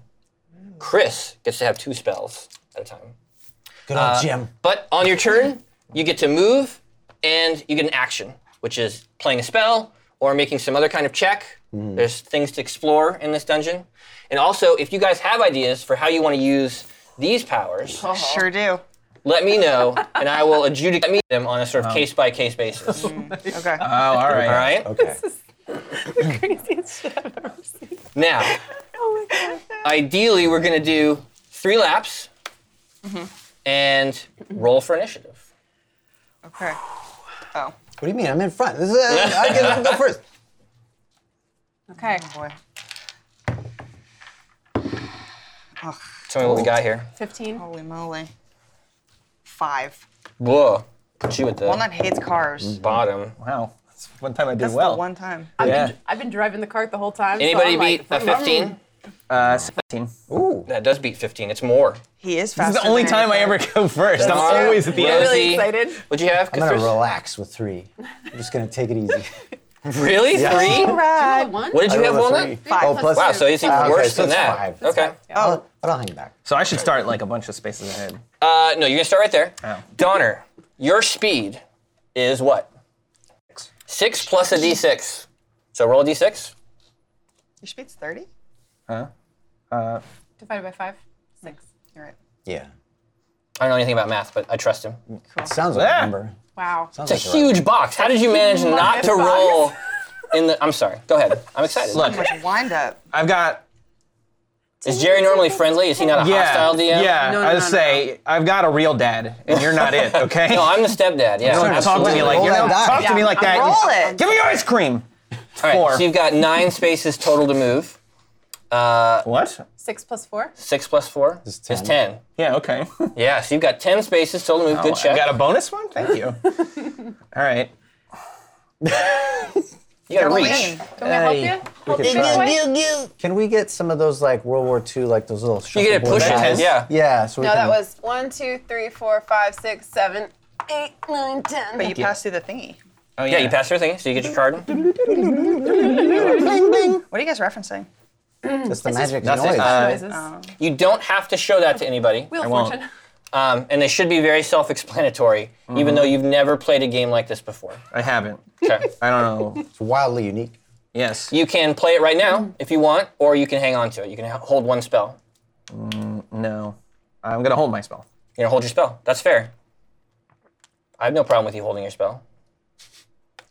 S3: Chris gets to have two spells at a time. Uh,
S7: Good old Jim.
S3: But on your turn, you get to move and you get an action, which is playing a spell or making some other kind of check. There's things to explore in this dungeon. And also, if you guys have ideas for how you want to use these powers,
S5: Sure do.
S3: let me know and I will adjudicate them on a sort
S6: Um,
S3: of case by case
S6: *laughs*
S3: basis.
S5: Okay.
S6: oh, all right.
S3: All right?
S7: Okay.
S2: Craziest shit I've ever seen.
S3: Now,
S2: *laughs* Oh my god.
S3: ideally, we're going to do three laps
S2: Mm-hmm.
S3: and roll for initiative.
S5: Okay. Oh.
S7: What do you mean? I'm in front. This is, uh, I get to go
S3: *laughs*
S7: first.
S5: Okay. Oh, boy.
S3: Tell me what we got here.
S2: 15.
S5: Holy moly. Five.
S3: Whoa. Put you at the
S5: Walnut hates cars.
S3: bottom.
S6: Wow. That's one time I did
S5: That's
S6: well.
S5: the one time.
S6: yeah.
S2: I've been driving the cart the whole time. so
S3: Anybody
S2: I'm like,
S3: beat a 15?
S6: Uh, 17.
S7: Ooh.
S3: That does beat 15. It's more.
S5: He is
S6: This
S5: fast.
S6: is the only time I ever go first. I'm
S3: Tomorrow,
S6: always at the
S3: Rosie,
S6: end.
S2: Really excited.
S3: What'd you have?
S7: I'm gonna
S3: Chris?
S7: relax with three. I'm just gonna take
S3: *laughs*
S7: it easy.
S3: Really? Three?
S2: Roll a
S5: Right.
S2: one?
S3: What did
S7: I
S3: you have,
S7: rolled a
S3: Walnut?
S7: three. Oh, plus
S3: Wow, so it's even
S7: Ah, okay,
S3: worse
S7: so
S3: than
S7: it's
S3: that.
S7: five. That's
S3: Okay.
S7: I'll, but I'll hang back.
S6: So I should start like a bunch of spaces ahead.
S3: Uh, no, you're gonna start right there.
S6: Oh.
S3: Donner, your speed is what? Six plus a d6. So roll a d6.
S5: Your speed's 30?
S6: Uh,
S2: Divided by five. Six.
S5: You're right.
S7: Yeah.
S3: I don't know anything about math, but I trust him.
S7: Sounds like
S6: Yeah.
S7: a number.
S2: Wow.
S7: Sounds
S3: It's a
S7: like
S3: huge box. How did you manage not to
S2: box.
S3: roll in the? I'm sorry. Go ahead. I'm excited.
S6: Look,
S5: Much wind up.
S6: I've got
S3: is Jerry normally friendly? Is he not a
S6: yeah,
S3: hostile DM?
S6: yeah.
S2: No, no,
S6: I
S2: no,
S6: just
S2: no,
S6: say I've got a real dad, and you're
S3: *laughs*
S6: not it. Okay.
S3: No, I'm the stepdad. Yeah.
S6: You don't talk to me
S3: absolutely.
S6: like you
S7: Roll
S6: don't
S7: that die.
S6: talk to me like that.
S5: Roll
S6: You-
S5: it.
S6: Give me your ice cream.
S3: All right,
S6: four.
S3: So you've got nine spaces total to move.
S6: What?
S2: Six plus four.
S3: Six plus four
S7: Is
S3: is
S7: 10.
S3: ten.
S6: Yeah.
S3: *laughs*
S6: Okay.
S3: Yeah. So you've got ten spaces total to move. Good
S6: Oh, I
S3: check.
S6: got a bonus one. Thank you. All right.
S3: Oh, you got to reach.
S5: Lean.
S2: Can we help
S6: Hey,
S2: you? Help
S7: could
S2: you this
S7: try.
S2: way?
S7: a- Can we get some of those like World War II, like those little
S3: You get to
S7: shuffleboard
S3: push it.
S7: guys?
S3: Yeah.
S7: Yeah. So we
S8: No,
S7: can,
S8: that was one, two, three, four, five, six, seven, eight, nine, ten.
S5: But you passed through the thingy.
S6: Oh
S3: Yeah. You pass your thing, so you get your card.
S6: *laughs*
S5: What are you guys referencing?
S7: That's the magic
S6: Nothing.
S7: noise.
S6: Uh,
S2: Noises.
S3: You don't have to show that to anybody.
S2: Wheel of
S6: won't.
S2: Fortune.
S3: Um, and they should be very self-explanatory,
S6: Mm-hmm.
S3: even though you've never played a game like this before.
S6: I haven't.
S3: Okay.
S6: I don't know.
S7: it's wildly unique.
S3: *laughs*
S6: Yes.
S3: You can play it right now if you want, or you can hang on to it. You can h- hold one spell.
S6: No. I'm gonna hold my spell.
S3: You're gonna hold your spell. That's fair. I have no problem with you holding your spell.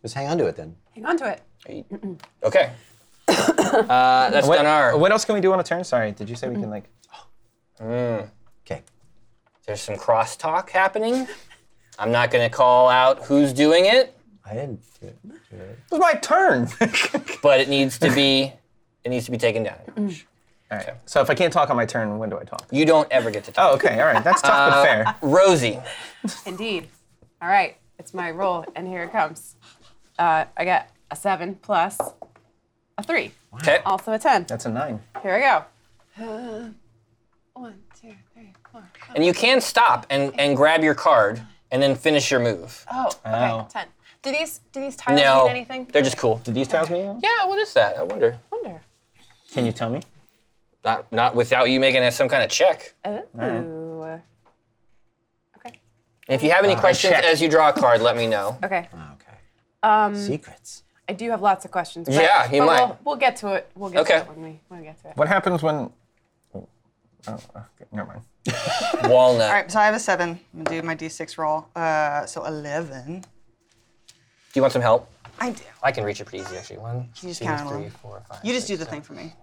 S7: Just hang on to it then.
S2: Hang on to it.
S6: *coughs*
S3: Okay. uh, that's
S6: What,
S3: Donar.
S6: what else can we do on a turn? Sorry, did you say we can like?
S7: Okay.
S3: There's some crosstalk happening. I'm not gonna call out who's doing it,
S7: I didn't. do it.
S6: It was my turn.
S3: but it needs to be it needs to be taken down.
S6: all right. *laughs* So if I can't talk on my turn, when do I talk?
S3: You don't ever get to talk.
S6: Oh, okay. All right. That's tough
S3: Uh,
S6: but fair.
S3: Rosie.
S2: Indeed. All right. It's my roll, and here it comes. Uh, I got a seven plus a three.
S3: Okay.
S2: Also a ten.
S6: That's a nine.
S8: *sighs*
S2: Here we go. Uh, one,
S3: And you can stop and, and grab your card and then finish your move.
S8: Oh, okay.
S6: Oh.
S8: Ten. Do these do these tiles
S3: no,
S8: mean anything?
S3: they're just cool.
S6: Did these tiles mean anything?
S3: Yeah, what is that? I wonder.
S2: Wonder.
S6: Can you tell me?
S3: Not not without you making some kind of check.
S2: Ooh. Oh.
S3: And if you have any questions
S6: Uh, check.
S3: as you draw a card, let me know.
S2: Okay.
S6: Oh,
S7: Okay. Secrets.
S2: I do have lots of questions. But,
S3: Yeah, you
S2: but
S3: might.
S2: We'll, we'll get to it. We'll get
S3: Okay.
S2: to it when we when we get to it.
S6: What happens when? Oh, okay, never mind.
S3: Walnut.
S5: All right, so I have a seven. I'm gonna do my d6 roll. Uh, so 11.
S3: Do you want some help?
S5: I do.
S3: I can reach it pretty easy actually. One, two,
S5: just count on
S3: three,
S5: them.
S3: four, five,
S5: You just do
S3: six,
S5: the
S3: seven.
S5: thing for me.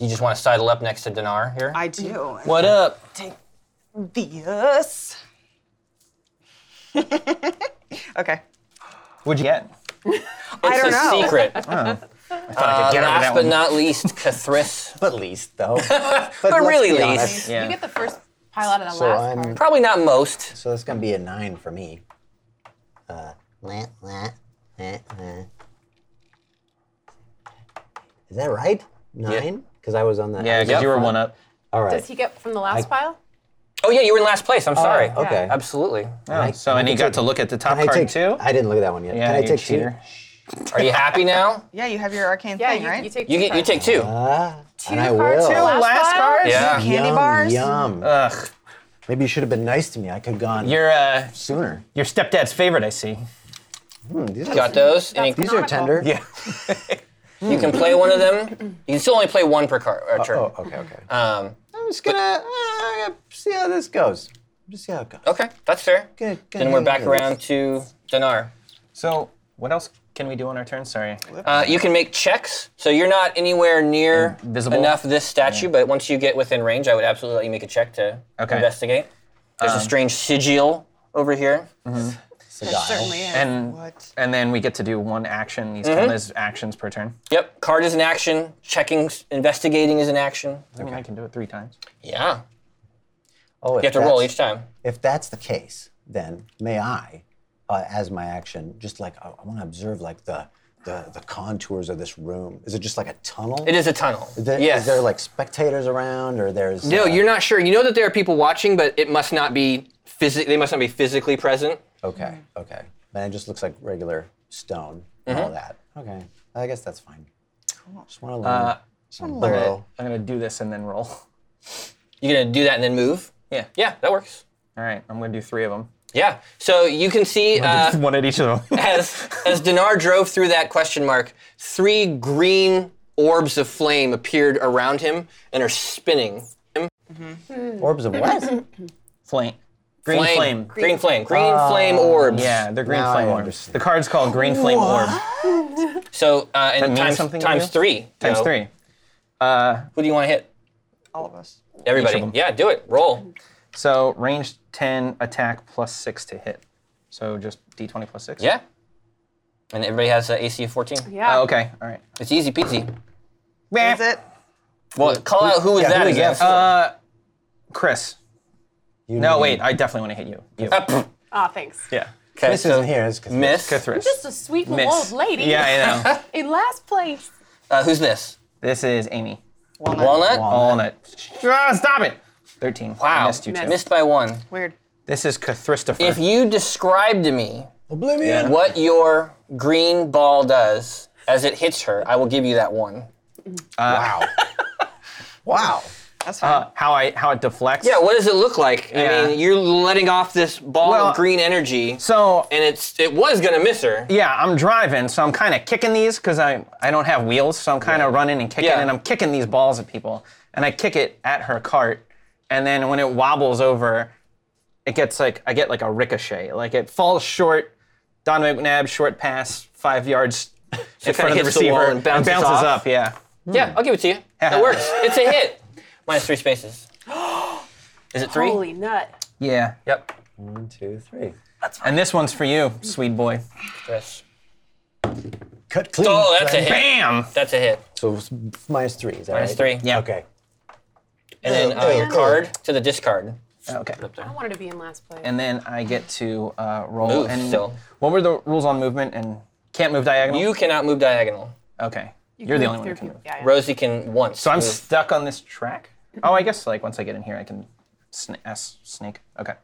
S3: You just want to sidle up next to Dinar here?
S5: I do.
S6: What up?
S5: This. *laughs* okay.
S6: What'd you get?
S5: I
S3: it's
S5: don't
S3: a
S5: know. *laughs*
S3: secret.
S6: Oh. I thought I could get
S3: Uh,
S6: over
S3: last
S6: that
S3: but
S6: one.
S3: not least, Cathris.
S7: But
S6: *laughs*
S7: least though. but
S3: But
S7: let's
S3: really
S7: be
S3: least.
S7: honest.
S6: Yeah.
S2: You get the first pile out of the
S7: So
S2: last
S7: I'm-
S2: card.
S3: Probably not most.
S7: So that's gonna be a nine for me. Uh, wah, wah, wah, wah. Is that right? Nine? Because I was on the.
S6: yeah, because you were one up.
S7: All right.
S2: Does he get from the last pile?
S3: Oh yeah, you were in last place. I'm sorry.
S7: okay.
S3: Absolutely.
S6: Oh, so and he got to look at the top
S7: Can I
S6: card
S7: take
S6: too.
S7: I didn't look at that one yet.
S6: yeah,
S7: Can I
S6: you
S7: take
S6: cheater.
S3: Are you happy now?
S5: Yeah, you have your arcane
S2: Yeah,
S5: thing,
S2: you,
S5: right?
S2: you take
S3: You
S2: two
S3: get you
S2: cards.
S3: take two.
S7: two? Ah, and I
S2: cards,
S7: will.
S2: two last
S6: Last
S2: pile?
S6: cards?
S3: Yeah.
S5: Candy
S7: yum,
S5: bars?
S7: Yum.
S6: Ugh,
S7: Maybe you should have been nice to me. I could have gone
S6: your uh,
S7: sooner.
S6: your stepdad's favorite, I see.
S7: Hmm, these are,
S3: Got those? And you,
S7: these are tender.
S6: Yeah.
S3: you can play one of them. You can still only play one per card or turn.
S7: Oh, okay, okay.
S3: Um,
S7: I'm just gonna uh, see how this goes. Just see how it goes.
S3: okay, that's fair.
S7: Good, good,
S3: Then we're
S7: good,
S3: back
S7: good.
S3: around to Dinar.
S6: So what else can we do on our turn? Sorry.
S3: Uh, you can make checks, so you're not anywhere near
S6: Visible?
S3: enough this statue. But once you get within range, I would absolutely let you make a check to
S6: Okay.
S3: investigate. There's a strange sigil over here.
S5: Oh,
S2: Certainly is.
S6: And
S5: What?
S6: and then we get to do one action. These count as actions per turn.
S3: Yep, card is an action. Checking, investigating is an action.
S6: I mean, I can do it three times.
S3: Yeah,
S7: Oh,
S3: you have to roll each time.
S7: If that's the case, then may I, uh, as my action, just like I, want to observe like the, the the contours of this room. Is it just like a tunnel?
S3: It is a tunnel.
S7: Is there,
S3: yes.
S7: is there like spectators around, or there's
S3: No,
S7: uh,
S3: you're not sure. You know that there are people watching, but it must not be physic. They must not be physically present.
S7: uh, okay, okay. Then it just looks like regular stone and
S3: Mm-hmm.
S7: all that. Okay, I guess that's fine. Cool. Just want to learn.
S3: Uh,
S5: Alert.
S7: Hello.
S6: I'm gonna do this and then roll. *laughs*
S3: You're gonna do that and then move.
S6: Yeah.
S3: Yeah, that works.
S6: All right. I'm gonna do three of them.
S3: Yeah. So you can see uh,
S6: *laughs* one at each of
S3: *laughs*
S6: them.
S3: as as Dinar drove through that question mark, three green orbs of flame appeared around him and are spinning.
S7: Orbs of what?
S6: Flame. Green flame. Ah,
S3: Green flame. Green flame orbs.
S6: Yeah, they're green
S7: Now
S6: flame
S7: I
S6: orbs.
S7: understand.
S6: The card's called Green Flame Orb.
S3: So uh, and
S6: means
S3: times
S6: something to
S3: times
S6: you?
S3: three.
S6: Times
S3: So
S6: three.
S3: Who do you want to hit?
S5: All of us.
S3: Everybody. Yeah, do it. Roll.
S6: So range 10, attack plus six to hit. So just d20 plus six?
S3: Yeah. And everybody has an AC of 14.
S2: Yeah.
S6: Oh, okay. All right.
S3: It's easy peasy.
S5: Is it?
S3: Well, call out who was
S7: yeah,
S3: that
S7: who was
S3: against.
S7: that?
S6: Uh, Chris.
S7: You
S6: No,
S7: mean-
S6: wait. I definitely want to hit you. You.
S2: Ah, thanks.
S6: Yeah.
S3: Okay,
S7: This
S3: so
S7: isn't here. It's 'cause-
S3: Miss.
S6: Kithris.
S2: Just a sweet little old
S6: Miss.
S2: lady
S6: Yeah, I know.
S2: in last place.
S3: Uh, who's this?
S6: this is Amy.
S5: Walnut.
S3: Walnut?
S6: Walnut. Ah, stop it. 13.
S3: Wow.
S6: I missed you two.
S3: Missed by one.
S5: Weird.
S6: This is Cathristopher.
S3: If you describe to me
S7: Oblivion.
S3: what your green ball does as it hits her, I will give you that one.
S7: *laughs* Wow. wow.
S5: That's fine.
S6: Uh, how I how it deflects.
S3: Yeah, what does it look like? I
S6: Yeah.
S3: mean, you're letting off this ball
S6: Well,
S3: of green energy.
S6: So
S3: and it's it was gonna miss her.
S6: yeah, I'm driving, so I'm kind of kicking these because I I don't have wheels, so I'm kind of running and kicking,
S3: Yeah.
S6: and I'm kicking these balls at people, and I kick it at her cart, and then when it wobbles over, it gets like I get like a ricochet, like it falls short. Don McNabb short pass five yards
S3: *laughs*
S6: in front of the
S3: hits the wall
S6: receiver
S3: and bounces off.
S6: up. Yeah,
S3: Yeah, I'll give it to you. That works. It's a hit. Minus three *gasps* spaces. Is it three?
S2: Holy nut.
S6: yeah,
S3: Yep.
S7: One, two, three.
S6: and this one's for you, sweet boy.
S3: Chris.
S7: Cut clean.
S3: Oh, that's a hit.
S6: Bam!
S3: That's a hit.
S7: So it's minus three. Is that
S3: Minus
S7: right?
S3: three.
S6: Yeah.
S7: Okay.
S3: And then uh, your card to the discard.
S6: Okay.
S2: I wanted to be in last place.
S6: And then I get to uh, roll.
S3: Move
S6: and
S3: still.
S6: what were the rules on movement and can't move diagonal?
S3: You cannot move diagonal.
S6: Okay. You are the only one who
S2: Through
S6: can
S2: people.
S6: move.
S2: Yeah, yeah.
S3: Rosie can once.
S6: So I'm
S3: move.
S6: stuck on this track? Oh, I guess like once I get in here, I can Sn- S snake. Okay.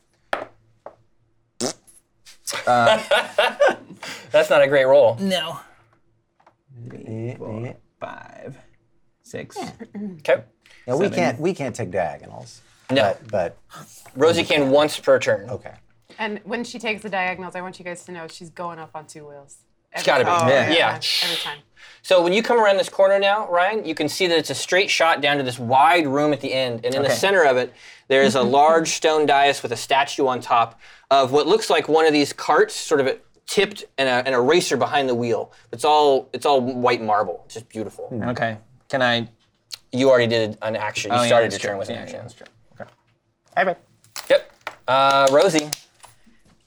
S3: That's not a great roll.
S6: No.
S7: Eh,
S6: Three, four, five, six.
S3: Okay.
S7: Now we
S6: Seven.
S7: can't we can't take diagonals.
S3: No.
S7: But, but
S3: Rosie can once per turn.
S7: okay.
S2: And when she takes the diagonals, I want you guys to know she's going up on two wheels. It's
S3: gotta be. Oh,
S6: Yeah.
S3: yeah.
S2: Every time.
S3: So when you come around this corner now, Ryan, you can see that it's a straight shot down to this wide room at the end, and in the
S6: Okay.
S3: center of it, there
S6: *laughs*
S3: is a large stone dais with a statue on top of what looks like one of these carts, sort of tipped, and a, and a racer behind the wheel. It's all it's all white marble, It's just beautiful.
S6: Okay. Can I?
S3: You already did an action. You
S6: Oh, yeah,
S3: started
S6: that's
S3: your turn
S6: true.
S3: with an
S6: Yeah,
S3: action.
S6: yeah, that's true. Okay.
S3: Yep. Uh, Rosie.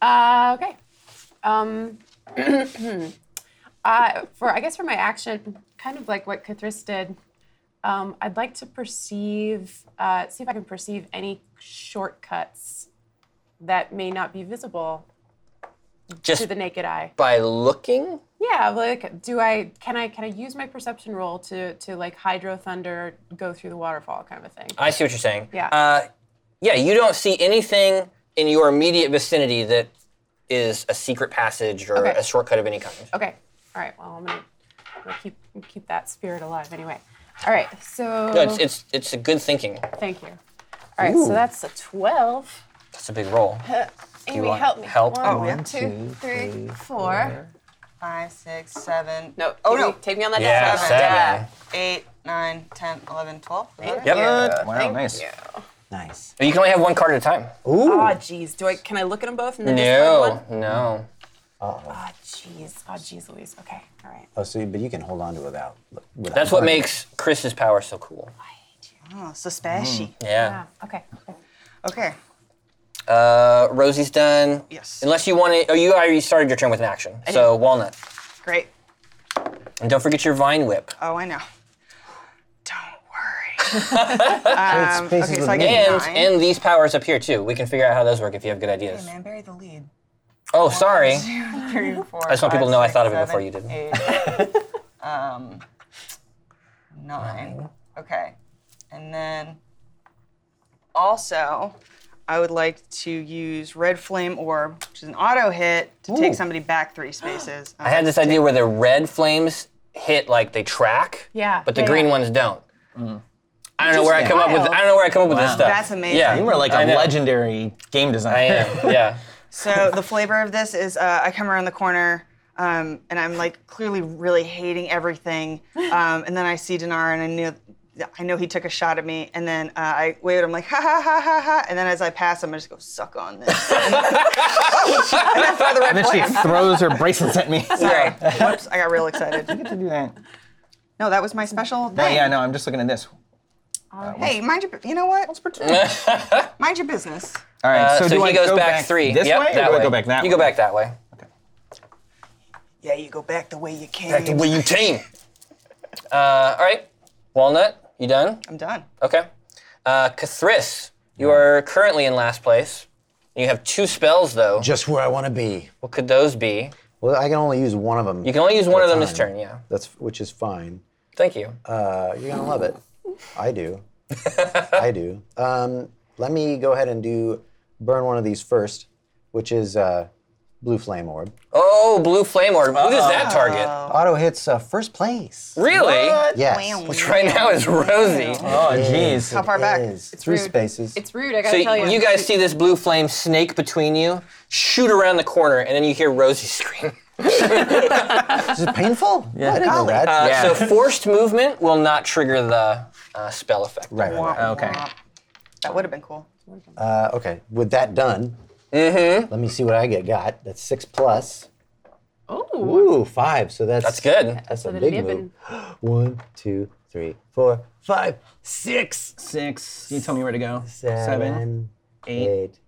S2: Uh, okay. Um, *clears throat* uh, for I guess for my action, kind of like what Kathris did, um, I'd like to perceive, uh, see if I can perceive any shortcuts that may not be visible
S3: Just
S2: to the naked eye.
S3: by looking,
S2: Yeah, like do I can I can I use my perception roll to to like hydro thunder go through the waterfall kind of a thing?
S3: I see what you're saying.
S2: Yeah.
S3: Uh, yeah, you don't see anything in your immediate vicinity that is a secret passage or
S2: Okay.
S3: a shortcut of any kind.
S2: Okay. All right. Well, I'm gonna, I'm gonna keep keep that spirit alive anyway. All right. So
S3: No, it's, it's it's a good thinking.
S2: thank you. All right. So that's a twelve.
S3: That's a big roll.
S8: Amy,
S3: want
S8: help me.
S3: help?
S8: One,
S5: yeah.
S8: two, three, four.
S5: Five, six, seven.
S2: No.
S5: Oh,
S2: take me-
S5: no.
S2: Take me on that.
S3: Yeah,
S2: seven.
S3: seven.
S5: Eight, nine, ten, eleven, twelve. Alright.
S8: Yep.
S6: Uh, Wow, nice.
S7: Nice.
S3: Uh, You can only have one card at a time.
S2: Oh, jeez. Do I? Can I look at them both and then just
S3: No,
S2: find one?
S3: no.
S2: Oh, jeez. Oh, jeez, Louise. Okay. All right.
S7: Oh, so you, but you can hold on to it without. without
S3: That's what makes Chris's power so cool.
S5: Oh, so spashy.
S3: Yeah.
S2: Yeah. Okay. okay.
S3: Mm.
S5: Okay.
S3: Uh, Rosie's done.
S5: Yes.
S3: Unless you want to, oh, you already started your turn with an action. So walnut,
S5: Great.
S3: and don't forget your vine whip.
S5: Oh, I know. Don't worry.
S7: Um,
S5: okay, so I get
S3: And
S5: nine.
S3: and these powers up here too. We can figure out how those work if you have good ideas.
S5: Man, bury the lead.
S3: Oh, sorry.
S5: Three, four,
S3: just want people to know I thought of it before you did. *laughs*
S5: um, nine. Okay. And then also, I would like to use Red Flame Orb, which is an auto hit, to take somebody back three spaces.
S3: I had this idea where the red flames hit like they track.
S2: Yeah,
S3: But the
S2: yeah,
S3: green
S2: yeah.
S3: ones don't. I don't know where I come up with.
S2: wild.
S3: I don't know where I come up with this
S6: Mm. Wow.
S3: stuff.
S5: That's amazing.
S3: Yeah,
S6: You were like
S3: I
S6: a
S3: know.
S6: legendary game designer.
S3: I am. Yeah.
S5: So the flavor of this is uh, I come around the corner um, and I'm like clearly really hating everything, um, and then I see Dinar and I knew. I know he took a shot at me, and then uh, I waved. I'm like, ha ha ha ha ha, and then as I pass him, I just go, "Suck on this." and then for the red
S6: *laughs* And then she
S5: flame.
S6: throws her bracelets at me. *laughs*
S5: Sorry. Whoops, I got real excited.
S6: Get to do that.
S5: No, that was my special thing.
S6: No, yeah, no, I'm just looking at this.
S5: Hey, mind your, you know what? Let's pretend. *laughs* mind your business.
S6: All right,
S3: Uh, so
S6: do
S3: he
S6: I
S3: goes
S6: go
S3: back, three.
S6: this
S3: Yep,
S6: way, or
S3: that
S6: do
S3: way.
S6: I go back that
S3: You
S6: way?
S3: go back that way.
S5: Yeah, you go back the way you came.
S3: Back the way you came. Uh, all right. Walnut, you done?
S5: I'm done.
S3: Okay. Uh, Kathris, you are currently in last place. You have two spells though.
S7: Just where I want to be.
S3: What could those be?
S7: Well, I can only use one of them.
S3: You can only use one of them this turn. Yeah.
S7: That's which is fine.
S3: Thank you.
S7: Uh, you're gonna love it.
S3: *laughs*
S7: I do. I do. Um, let me go ahead and do burn one of these first, which is uh, blue flame orb.
S3: oh, blue flame orb. Who does that target?
S7: Auto hits uh, first place.
S3: Really?
S7: Yes.
S5: Which
S3: Right
S5: *laughs*
S3: now *laughs* it's Rosie.
S6: Oh, jeez.
S5: How far back?
S7: Is. Three
S2: rude.
S7: spaces.
S2: It's rude. I
S3: So
S2: gotta tell you.
S3: you guys see this blue flame snake between you, shoot around the corner, and then you hear Rosie scream. *laughs*
S7: Is it painful? Yeah. I didn't know that.
S3: Uh,
S6: Yeah.
S3: So forced movement will not trigger the uh, spell effect.
S7: right. right, right.
S6: Okay.
S5: That would have been cool.
S7: Uh, okay. With that done,
S3: Mm-hmm.
S7: let me see what I get. Got that's six plus. Ooh, five. So that's
S3: That's good.
S7: That's a
S2: So
S7: big
S2: that'd be a
S7: move. One, two, three, four, five, six,
S6: Six. You tell me where to go.
S7: seven,
S6: eight,
S7: eight,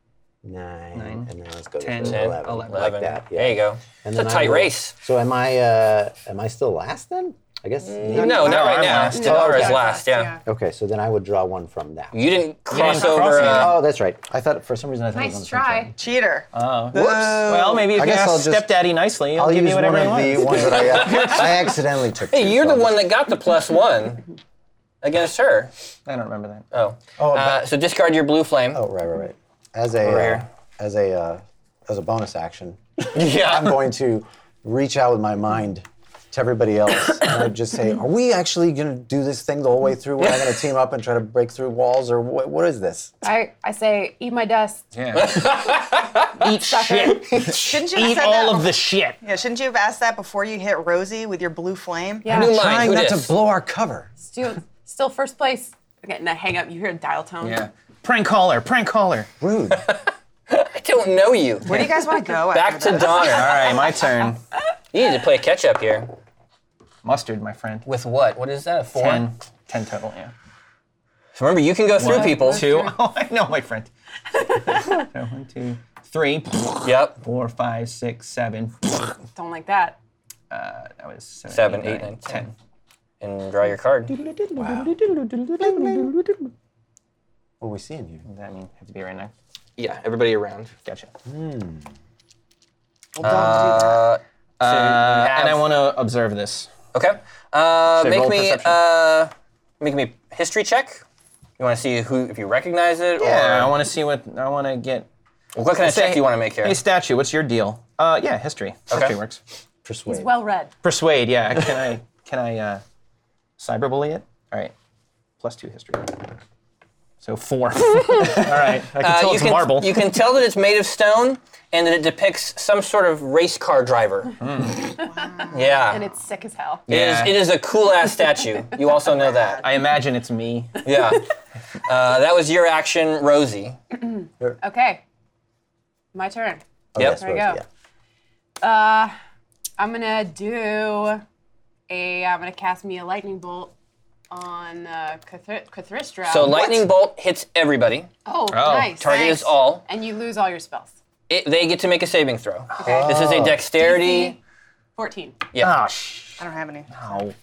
S7: nine, and then let's go
S6: ten,
S7: to
S6: ten,
S7: 11,
S6: eleven.
S7: like that. Yeah.
S3: There you go.
S7: And
S3: it's a
S7: then I
S3: tight
S7: roll.
S3: race.
S7: So am I? Uh, am I still last then? I guess.
S3: No, not right
S6: I'm
S3: now.
S6: last.
S3: Stellara is last, yeah.
S7: Okay, so then I would draw one from that.
S3: You didn't cross
S6: cross
S3: over.
S6: it.
S3: uh,
S7: Oh, that's right. I thought for some reason I thought it was on
S2: Nice
S7: the front side.
S2: try.
S5: Cheater.
S6: Oh. Whoops. Well, maybe if
S7: I
S6: you
S7: guess
S6: ask
S7: I'll just-
S6: stepdaddy nicely, he'll
S7: I'll
S6: give
S7: use
S6: you whatever
S7: one
S6: he
S7: of the
S6: wants.
S7: ones that I got. I uh, accidentally took. two,
S3: hey, you're
S7: so
S3: the
S7: I'll
S3: one that got the plus one. against her.
S6: I don't remember that.
S3: Oh. Oh. Uh, so discard your blue flame.
S7: Oh, right, right, right. As a uh,
S3: here.
S7: as a uh, as a bonus action, *laughs* I'm
S3: Yeah.
S7: going to reach out with my mind to everybody else and I just say, "Are we actually going to do this thing the whole way through? We're not going to team up and try to break through walls, or what, what is this?"
S2: I, I say, eat my dust.
S6: *laughs* Yeah.
S3: Eat shit.
S5: Shouldn't you have
S4: Eat
S5: said
S4: all
S5: that
S4: of the shit.
S5: Yeah, shouldn't you have asked that before you hit Rosie with your blue flame?
S2: Yeah.
S3: New
S7: Trying
S3: mind. Who
S7: not to
S3: dis?
S7: blow our cover.
S2: Still, still first place. I'm getting a hang up. You hear a dial tone.
S6: yeah. Prank caller. Prank caller.
S7: Rude.
S3: I don't know you.
S5: Where do you guys want to go?
S3: Back
S5: after *laughs*
S3: to
S5: this?
S6: All
S3: Donner.
S6: right, my *laughs* turn.
S3: You need to play catch up here.
S6: Mustard, my friend.
S3: With what? What is that? A four?
S6: Ten. Ten total. Yeah.
S3: So remember, you can go through people.
S6: Two. *laughs* Oh, I know, my *laughs* friend. So one, two, three,
S3: Yep.
S6: four, five, six, seven.
S2: Don't like that.
S6: That was seven,
S3: Seven,
S6: eight,
S3: eight,
S6: nine,
S3: nine,
S6: ten.
S3: ten. And draw your card.
S7: what are we seeing here?
S6: Does that mean have to be right now?
S3: Yeah, everybody around.
S6: Gotcha.
S3: Uh, so you
S6: Uh,
S3: have-
S6: and I want to observe this.
S3: Okay. Uh,
S6: Should I
S3: make
S6: roll
S3: me
S6: perception?
S3: uh, make me history check. You want to see who if you recognize it
S6: Yeah, I
S3: or
S6: want to see what I want to get.
S3: what kind of check
S6: Say,
S3: do you want to make here?
S6: Hey, statue, what's your deal? Uh, yeah, history. History works.
S7: Persuade.
S2: Well read.
S6: Persuade. Yeah, can I can I uh, cyberbully it? All right, plus two history. So four. *laughs* All right, I can
S3: Uh,
S6: tell
S3: you,
S6: it's
S3: can,
S6: marble.
S3: you can tell that it's made of stone and that it depicts some sort of race car driver.
S6: Hmm.
S3: Yeah.
S2: And it's sick as hell.
S3: It is-
S6: Yeah.
S3: it is a cool ass statue. You also know that.
S6: I imagine it's me.
S3: Yeah. Uh, that was your action, Rosie.
S2: Okay. My turn.
S7: Oh,
S3: Yep.
S7: yes,
S2: There we
S7: Rosie,
S2: go.
S7: yeah.
S2: Uh, I'm gonna do a. I'm gonna cast me a lightning bolt on uh, Cathri- Cathristra.
S3: So lightning bolt hits everybody.
S2: Oh, nice.
S3: Target
S2: Thanks.
S3: is all.
S2: And you lose all your spells.
S3: It, they get to make a saving throw.
S6: Oh.
S2: Okay.
S3: This is a dexterity.
S2: 14.
S6: Ah, sh.
S5: I
S6: oh,
S5: don't have any.
S6: Ow.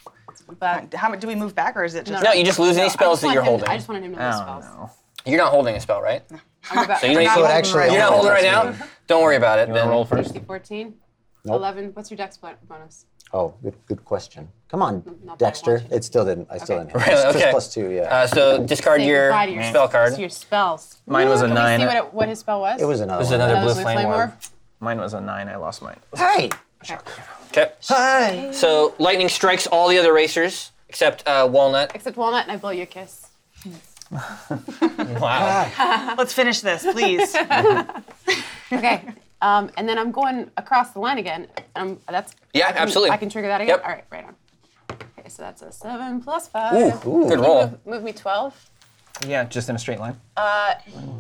S2: But
S5: How do we move back, or is it just?
S3: No, you just lose any spells that
S2: I
S3: you're
S2: just wanted him-
S3: holding.
S2: I just wanted him to
S6: Oh.
S2: lose spells.
S3: You're not holding a spell, right?
S2: I'll go back.
S3: So you don't
S5: not
S3: so it
S5: holding
S3: actually.
S5: right
S3: You're
S5: now.
S3: not holding right now. Don't worry about it.
S6: Wanna
S3: then.
S6: roll first.
S2: 14.
S7: Nope.
S2: 11. What's your dex bo- bonus?
S7: Oh, good, good question. Come on,
S2: not that I
S7: Dexter.
S2: want you to.
S7: It still didn't. I still
S2: Okay.
S7: didn't. hit. It's just
S3: okay.
S7: plus two. Yeah.
S3: Uh, so discard
S2: Say
S3: your
S2: goodbye to your
S3: spell card.
S2: To your spells.
S6: Mine was a
S2: Can
S6: nine.
S2: We see what, it, what his spell was?
S7: it was another.
S3: There's
S7: one.
S3: another blue
S2: blue
S3: flame
S2: flame
S3: orb.
S6: Mine was a nine. I lost *laughs* mine.
S7: Hey.
S3: Okay.
S7: Hi.
S3: So lightning strikes all the other racers except uh, Walnut.
S2: Except Walnut and I blow you a kiss.
S3: Wow.
S5: Let's finish this, please.
S2: Okay. um, and then I'm going across the line again. Um, that's
S3: Yeah,
S2: I can-
S3: absolutely.
S2: I can trigger that again.
S3: Yep.
S2: All right, right on. Okay, so that's a seven plus five.
S3: Good roll.
S2: Move, move me twelve.
S6: Yeah, just in a straight line.
S2: Uh,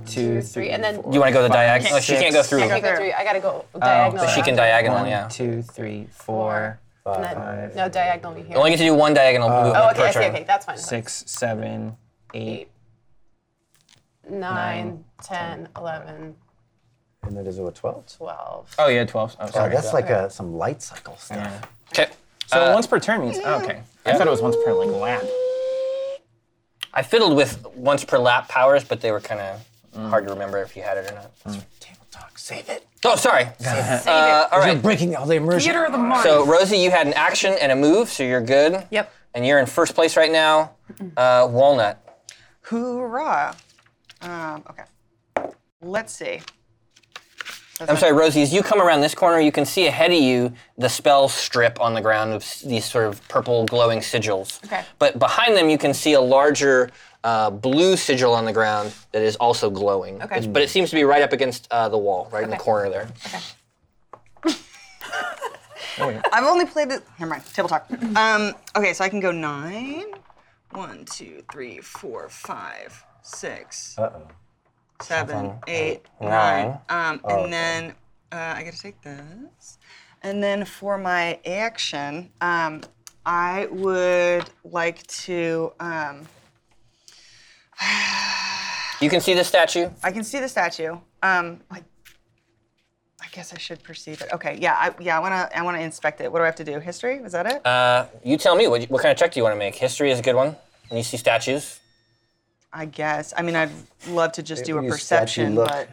S6: Two,
S2: three, and then
S3: You want to go the diagonal? she can't go through.
S2: I gotta go
S5: Six.
S2: three. I gotta go diagonal.
S3: But Oh, she can
S2: diagonal.
S3: diagonal,
S6: One,
S3: yeah.
S6: two, three, four,
S2: And then-
S6: five,
S2: No diagonal me here.
S3: You only get to do one diagonal movement
S2: oh, okay,
S3: per
S2: I see.
S3: turn.
S2: Okay, that's fine.
S6: six, seven, eight.
S2: Nine, ten, eleven,
S7: And it is a twelve.
S2: twelve.
S3: Um,
S6: Oh yeah, twelve. Oh,
S7: Oh,
S6: sorry.
S7: that's like uh some light cycle stuff.
S3: Okay.
S6: so once per turn means oh, okay. I thought it was once per like lap.
S3: I fiddled with once per lap powers, but they were kind of hard to remember if you had it or not.
S7: Table talk. Save it.
S3: Oh, *laughs* sorry. Uh, all
S7: You're
S3: right.
S7: breaking all the immersion.
S2: Theater of the mind.
S3: So Rosie, you had an action and a move, so you're good.
S2: Yep.
S3: And you're in first place right now. Uh, Walnut.
S5: Hoorah! Um, okay. Let's see.
S3: I'm sorry, Rosie. As you come around this corner, you can see ahead of you the spell strip on the ground of s- these sort of purple glowing sigils.
S2: Okay.
S3: But behind them, you can see a larger uh, blue sigil on the ground that is also glowing. Okay. but it seems to be right up against uh, the wall, right in the
S2: Okay.
S3: corner there.
S5: I've only played it. Never mind. Table talk. Um, okay, so I can go nine. One, two, three, four, five, six,
S7: Uh-oh.
S5: seven, eight,
S3: nine.
S5: nine. Um, and then uh, I get to take this. And then for my action, um, I would like to. Um,
S3: You can see the statue.
S5: I can see the statue. Um, I, I guess I should perceive it. Okay, yeah, I, yeah. I wanna, I wanna inspect it. What do I have to do? History? Is that it?
S3: Uh, you tell me what, what kind of check do you want to make? History is a good one. And you see statues. *laughs*
S5: I guess. I mean, I'd love to just do a
S7: you statue
S5: perception,
S7: look.
S5: but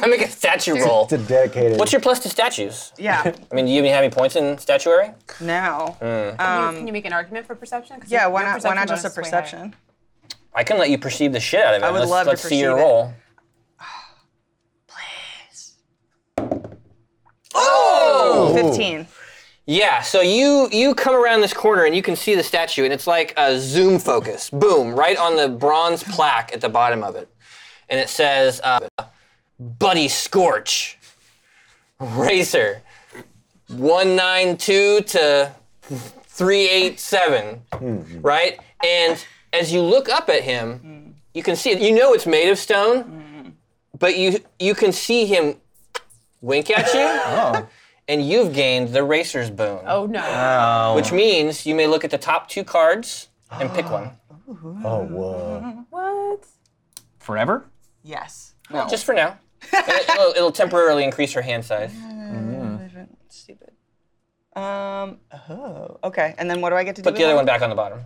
S3: I make a statue roll.
S7: It's a dedicated.
S3: What's your plus to statues? *laughs*
S5: yeah,
S3: I mean, do you have any points in statuary?
S5: now.
S3: Uh,
S2: Can you- can you make an argument for perception? 'Cause
S5: yeah,
S2: your-
S5: why
S2: your
S5: not? Why not
S2: perception
S5: just a
S2: bonus is way higher.
S5: perception?
S3: I can let you perceive the shit out of it.
S5: I would
S3: let's
S5: love to
S3: let's see your
S5: perceive it.
S3: roll.
S5: Fifteen.
S3: Yeah, so you you come around this corner and you can see the statue, and it's like a zoom focus. Boom, right on the bronze plaque at the bottom of it. And it says, uh, Buddy Scorch, Racer, 192 to 387, right? And as you look up at him, you can see it. You know it's made of stone, but you you can see him wink at you. And you've gained the Racer's Boon.
S2: Oh no.
S3: Which means you may look at the top two cards and pick one.
S7: Oh, whoa.
S2: what?
S6: Forever?
S5: Yes.
S3: Just for now. And it- it'll, it'll temporarily increase your hand size.
S5: Stupid. Um. Oh. Okay. And then what do I get to do?
S3: Put
S5: with
S3: the other
S5: that?
S3: one back on the bottom.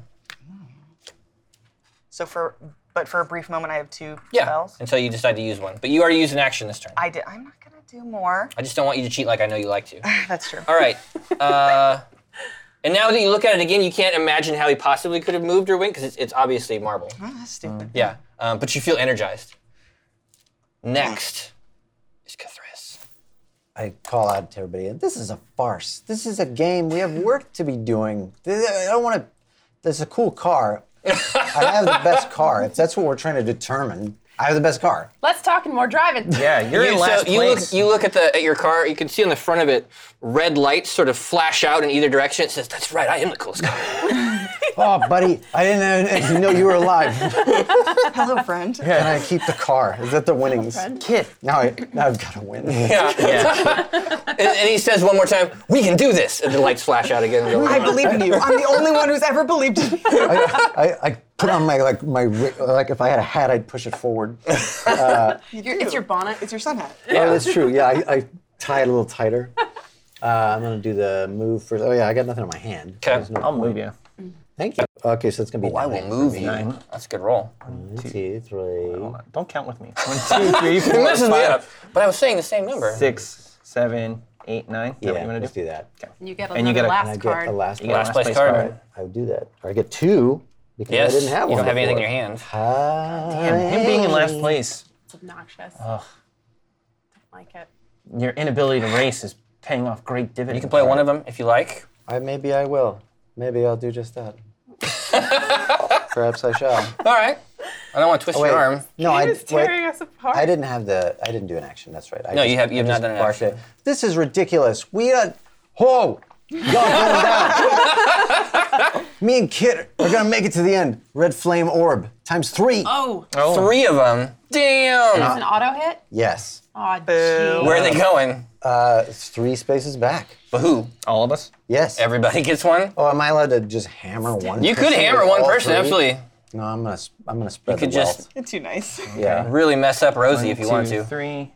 S5: So for, but for a brief moment, I have two
S3: Yeah.
S5: spells.
S3: Until you decide to use one. But you already used an action this turn. I,
S5: I did. I'm not gonna do more. *laughs*
S3: just don't want you to cheat like I know you like to.
S5: That's true.
S3: All right. Uh, and now that you look at it again, you can't imagine how he possibly could have moved or went because it's, it's obviously marble.
S5: Oh, that's stupid.
S3: Yeah. Um, but you feel energized. Next is Cathris.
S7: I call out to everybody, and this is a farce. This is a game. We have work to be doing. Th- I don't want to. There's a cool car. I have the best car. If that's what we're trying to determine, I have the best car.
S2: Let's talk and more driving.
S6: Yeah, you're
S3: You-
S6: in
S3: so
S6: last
S3: you look,
S6: place.
S3: you look at the at your car. You can see on the front of it, red lights sort of flash out in either direction. It says, "That's right, I am the coolest car." *laughs*
S7: Oh, buddy, I didn't know- *laughs* I didn't know you were alive.
S5: Hello, friend.
S3: *laughs*
S7: Can I keep the car? Is that the winnings? Kid. Now, I, now I've got to
S3: *laughs*
S7: win. *laughs*
S3: and, and he says one more time, "We can do this." And the lights flash out again. And go, *laughs*
S5: I believe in you. I'm the only one who's ever believed in you.
S7: I, I, I put on my like my ri- like if I had a hat, I'd push it forward. Uh,
S2: *laughs* Your- it's your bonnet.
S5: It's your sun hat.
S7: Oh, that's true. Yeah, I, I tie it a little tighter. Uh, I'm gonna do the move first. Oh yeah, I got nothing on my hand.
S3: Okay.
S7: There's no-
S6: I'll move you.
S7: Thank you. Okay, so it's gonna be.
S3: Oh, I will move you. That's a good roll.
S7: One, two, three.
S6: Hold on, Don't count
S7: *laughs*
S6: with me. One, two, three, four,
S3: It messes me
S6: five,
S3: up. But I was saying the same number.
S6: six, seven, eight, nine. Is that
S7: Yeah,
S6: what you want to
S7: let's
S6: do?
S7: do that.
S2: You get
S6: And you
S2: another
S6: get a-
S2: last
S7: And I get
S2: card.
S7: the last.
S6: You got
S7: one.
S3: last place card.
S7: All right, I would do that. Or I get two because
S3: Yes.
S7: I didn't have
S3: you
S7: one.
S3: don't have anything in
S7: before.
S3: your hand.
S7: Ah,
S6: Him being in last place,
S2: It's obnoxious. Don't like it.
S6: your inability to race is paying off great dividends.
S3: You can play one of them if you like.
S7: I, maybe I will. Maybe I'll do
S3: *laughs*
S7: just that. Perhaps I shall.
S3: All right. I don't want to twist
S7: Wait,
S3: your arm.
S7: No, I
S2: It's
S7: wait.
S2: tearing us apart.
S7: I didn't have the. I didn't do an action. That's right. I
S3: No, you have- you
S7: I
S3: have not
S7: just
S3: done an
S7: barked
S3: action.
S7: it. This is ridiculous. We are. Whoa! Y'all going down.
S3: *laughs*
S7: Me and Kit are gonna make it to the end. Red flame orb times three.
S2: Oh,
S3: Three of them. Damn.
S2: it's an auto hit.
S7: Yes,
S2: Aw, jeez.
S3: Where are they going?
S7: it's three spaces back.
S3: But who?
S6: All of us.
S7: Yes.
S3: Everybody gets one.
S7: oh, am I allowed to just hammer one?
S3: You could
S7: person
S3: hammer
S7: with
S3: one
S7: all
S3: person.
S7: three?
S3: Absolutely.
S7: No, I'm gonna. s- I'm gonna spread
S3: could
S7: the wealth.
S3: just-
S5: It's too nice.
S7: yeah.
S3: *laughs* Really mess up Rosie if you
S6: One,
S3: want
S6: two,
S3: to.
S6: Three.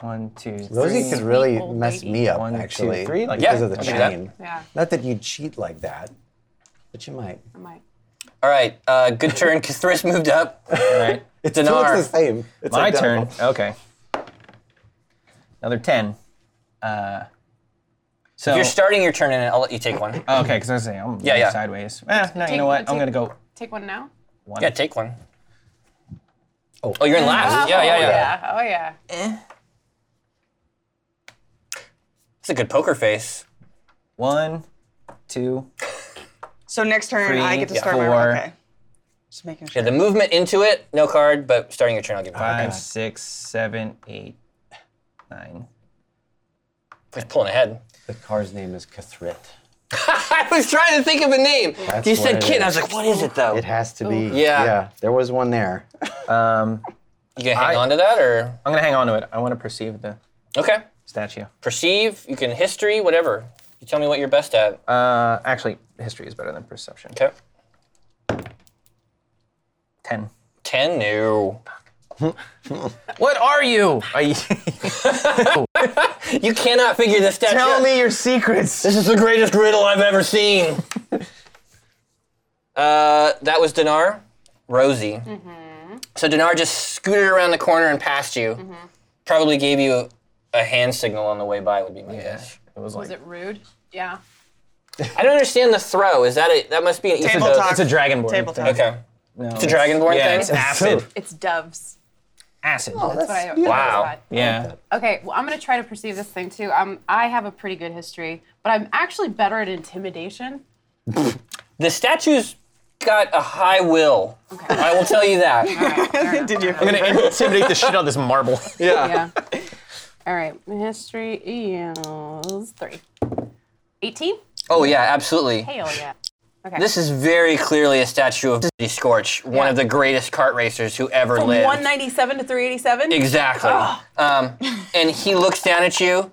S6: One, two, three.
S7: Rosie could really
S2: old
S7: mess
S2: lady.
S7: me up
S6: One, two,
S7: actually
S6: three, like
S7: because
S3: that.
S7: of the
S3: I'll do that.
S7: chain.
S2: Yeah.
S7: Not that you'd cheat like that, but you might.
S2: I might.
S3: All right. Uh,
S7: *laughs*
S3: good turn. Kathris moved up.
S6: All right.
S7: It still looks
S3: Dinar.
S7: the same. *laughs* It's
S6: My
S7: identical.
S6: turn. Okay. Another ten. Uh, so
S3: You're starting your turn in it. I'll let you take one.
S6: Oh, okay, because I was saying I'm
S3: Yeah, yeah.
S6: sideways. Eh, no, you
S2: Take-
S6: know what? I'm
S2: take-
S6: gonna go.
S2: Take one now.
S3: Yeah, take one. Oh, you're in last. Yeah, yeah, yeah,
S2: Yeah. Oh yeah.
S3: That's a good poker face.
S6: One, two.
S5: So next turn, I get to
S6: Three,
S5: start my
S6: four.
S5: round. Okay. Just making sure.
S3: Yeah, the movement into it, no card, but starting your turn, I'll give you a
S6: Five, six, seven, eight, nine.
S3: He's pulling ahead. *laughs*
S7: The car's name is Kathrit.
S3: I was trying to think of a name.
S7: That's
S3: you said
S7: what it
S3: kid. I was
S7: is.
S3: like, what is it though?
S7: It has to be.
S3: Yeah.
S7: There was one there.
S3: you gonna hang
S6: I-
S3: on to that or
S6: I'm gonna hang on to it. I want to perceive the
S3: okay?
S6: statue.
S3: Perceive. You can history, whatever. You tell me what you're best at.
S6: Uh, actually, history is better than perception.
S3: okay.
S6: Ten.
S3: Ten. No.
S6: What are you? Are you
S3: You cannot figure this out.
S6: Tell me *laughs* your secrets.
S3: This is the greatest
S6: *laughs*
S3: riddle I've ever seen. uh, that was Dinar. Rosie. So Dinar just scooted around the corner and passed you. Probably gave you a, a hand signal on the way by. Would be my guess.
S6: It was like
S2: Was it rude? Yeah.
S3: I don't understand the throw. Is that a that must be an East
S5: Table
S3: Coast-
S5: talk.
S6: it's a dragonborn.
S5: Table
S6: thing.
S5: talk.
S3: Okay,
S6: No,
S3: it's a dragonborn
S6: Yeah,
S3: thing.
S6: it's acid. *laughs*
S2: It's doves.
S6: Acid.
S2: Oh, That's what I
S7: beautiful.
S3: *laughs* Wow.
S2: that's what
S6: Yeah.
S2: I- Okay, well, I'm going to try to perceive this thing too. Um, I have a pretty good history, but I'm actually better at intimidation.
S3: The statue's got a high will. I will tell you that.
S6: *laughs*
S5: Did you?
S6: I'm gonna intimidate the shit out of this marble. Yeah.
S2: Yeah. All right, my history is three. 18?
S3: oh yeah, absolutely.
S2: Hell yeah. Okay.
S3: This is very clearly a statue of Dizzy Scorch, one of the greatest cart racers who ever
S2: From
S3: lived.
S2: 197 to 387?
S3: Exactly. Um, and he looks down at you,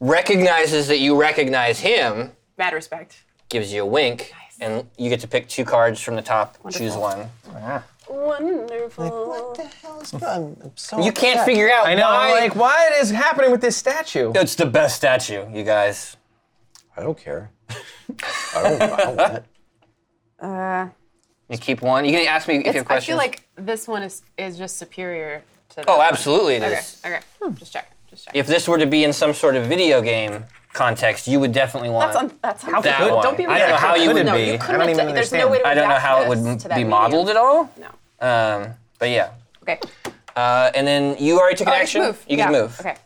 S3: recognizes that you recognize him,
S2: Mad respect.
S3: gives you a wink, and you get to pick two cards from the top, choose one.
S2: Wonderful.
S7: What the hell is going on? I'm so
S3: You can't
S7: upset.
S3: figure out
S6: I know.
S3: why.
S6: Like, what is happening with this statue?
S3: it's the best statue, you guys.
S7: I don't care. I don't, I don't want it. *laughs*
S3: You keep one. You can ask me if you have
S2: I
S3: questions.
S2: feel like this one is, is just superior to that
S3: oh,
S2: one.
S3: absolutely it is.
S2: Okay, okay.
S3: Hmm.
S2: Just check. Just check.
S3: If this were to be in some sort of video game context, you would definitely want.
S2: That's on. That's on.
S3: that
S6: could-
S3: one.
S2: Don't be.
S3: I don't know
S2: ridiculous.
S3: how you would
S6: couldn't
S2: no,
S6: be.
S2: You
S6: I
S2: couldn't
S6: don't even
S2: have done- There's no
S6: understand.
S2: way to.
S3: I don't know
S2: adapt
S3: how it
S2: this
S3: would m-
S2: to that
S3: be
S2: medium.
S3: modeled at all.
S2: No.
S3: Um, but yeah.
S2: Okay.
S3: Uh, and then you already took an
S2: I just
S3: action.
S2: Oh, move.
S3: You
S2: yeah.
S3: can move. *laughs*
S2: Okay.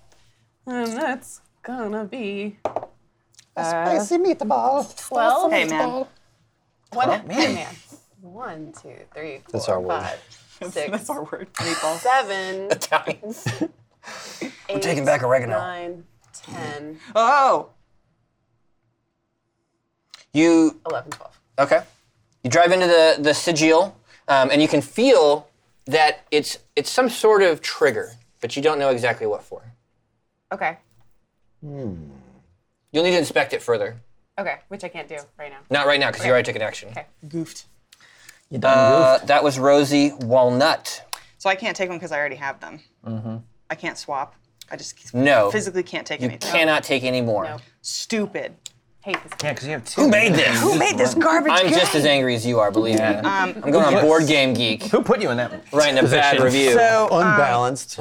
S2: And that's gonna be
S7: A spicy meatball.
S2: twelve.
S5: Hey man,
S2: One man. man. One, two, three, four,
S7: That's our word.
S2: five, six,
S5: that's our word. Meatballs.
S2: seven, *laughs*
S3: Italians. *laughs*
S2: eight,
S3: taking back oregano.
S2: nine, ten,
S5: Oh,
S3: You
S2: eleven, twelve.
S3: okay? You drive into the the sigil, um, and you can feel that it's it's some sort of trigger, but you don't know exactly what for.
S2: Okay.
S3: You'll need to inspect it further.
S2: Okay. Which I can't do right now.
S3: Not right now, because you already took an action.
S5: goofed.
S6: You done
S3: Uh, that was Rosie Walnut.
S5: So I can't take them because I already have them. I can't swap. I just
S3: Mm-hmm. No.
S5: physically can't take
S3: You
S5: anything.
S3: cannot take any more.
S2: No.
S5: Stupid.
S2: Hate this.
S6: Yeah,
S2: game.
S6: because you have two.
S3: Who made this?
S5: Who made this garbage?
S3: I'm just as angry as you are, believe me.
S2: Um,
S3: I'm going on Board Game Geek,
S6: Who put you in that?
S3: writing a bad
S6: Position.
S3: review.
S5: So uh, um,
S7: Unbalanced.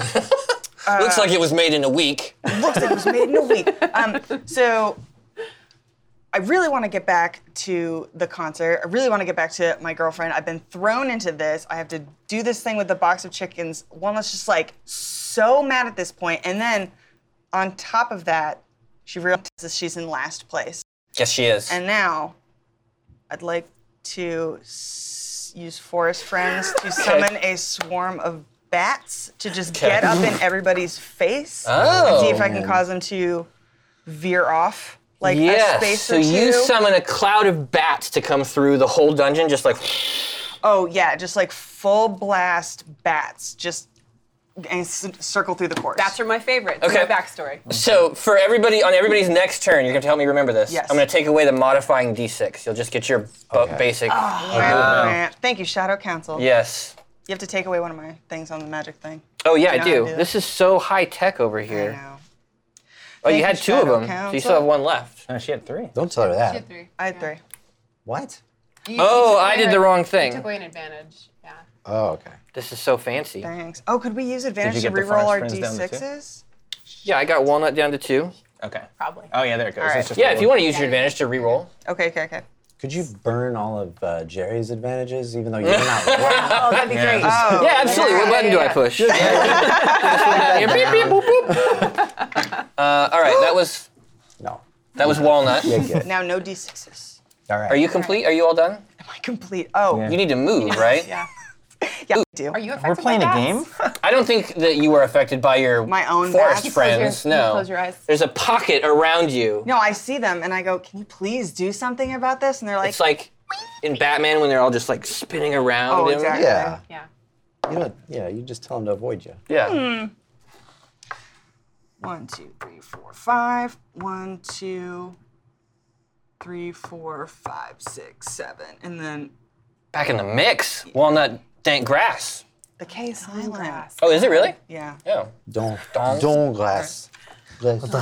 S3: Looks like it was made in a week.
S5: looks like it was made in a week. Um, so I really want to get back to the concert. I really want to get back to my girlfriend. I've been thrown into this. I have to do this thing with the box of chickens. Walnut's just like so mad at this point. And then on top of that, she realizes she's in last place.
S3: Yes, she is.
S5: And now I'd like to s- use forest friends to summon a swarm of bats to just get up in everybody's face and see if I
S6: Oh.
S5: can cause them to veer off like a
S3: yes.
S5: space
S3: So
S5: or two.
S3: you summon a cloud of bats to come through the whole dungeon, just like
S5: oh yeah, just like full blast bats just and c- circle through the course.
S2: That's from my favorite. It's
S3: Okay.
S2: My backstory.
S3: So for everybody on everybody's next turn, you're gonna have to help me remember this.
S5: Yes.
S3: I'm gonna take away the modifying d6. You'll just get your bo- basic.
S5: Ah. Oh,
S6: Oh,
S5: Thank you, Shadow Council.
S3: Yes.
S5: You have to take away one of my things on the magic thing.
S3: Oh yeah,
S5: know
S3: I
S5: how
S3: do.
S5: to do that.
S3: This is so high tech over
S5: I
S3: here.
S5: know.
S3: Oh, you
S5: Thank
S3: had
S5: you,
S3: two of
S5: Shadow
S3: them, so you
S5: Council.
S3: still have one left.
S6: No, Oh, she had three.
S7: *laughs* Don't tell her that.
S2: Three.
S5: I had three.
S7: What?
S3: Oh, I did the wrong
S2: Took
S3: thing.
S2: away an advantage. Yeah.
S7: Oh, okay.
S3: This is so fancy.
S5: Thanks. Oh, could we use advantage to
S6: get the
S5: reroll our
S6: forest friends down to two?
S5: d6s?
S3: Yeah, I got walnut down to two.
S6: Okay.
S2: Probably.
S6: Oh yeah, there it goes.
S5: right.
S6: It's just
S3: Yeah,
S6: a
S3: if you
S6: little-
S3: want to use your advantage to reroll.
S5: Okay, okay, okay.
S7: Could you burn all of uh, Jerry's advantages, even though you're not right?
S2: Oh, that'd be great.
S5: Oh,
S3: Yeah, absolutely. What button do I *laughs* push? *laughs* Yeah, beep, beep, boop, boop. Uh, all right, that was
S7: No.
S3: that was walnut.
S7: Yeah, get it.
S5: Now no d6s.
S7: All right.
S3: Are you complete? Are you all done?
S5: Am I complete? Oh,
S3: You need to move, right?
S5: yeah. Yeah, I do.
S2: Are you affected
S6: We're playing
S2: by
S6: a
S2: bats?
S6: game.
S3: I don't think that you were affected by your
S5: My own
S3: forest
S5: bats?
S3: friends.
S2: Close your-
S3: no,
S2: close your eyes.
S3: There's a pocket around you.
S5: No, I see them and I go, can you please do something about this? And they're like,
S3: It's like in Batman when they're all just like spinning around.
S5: Oh,
S3: him.
S5: exactly.
S7: Yeah.
S2: Yeah.
S7: You know, yeah, you just tell him to avoid you.
S3: Yeah.
S5: one, two, three, four, five. One, two, three, four, five, six, seven. And then,
S3: Back in the mix. Walnut dank grass.
S5: the K is silent.
S3: Oh, is it really?
S5: Yeah.
S3: Yeah.
S7: Don't.
S3: Don't.
S7: Don't glass. Glass.
S3: Uh,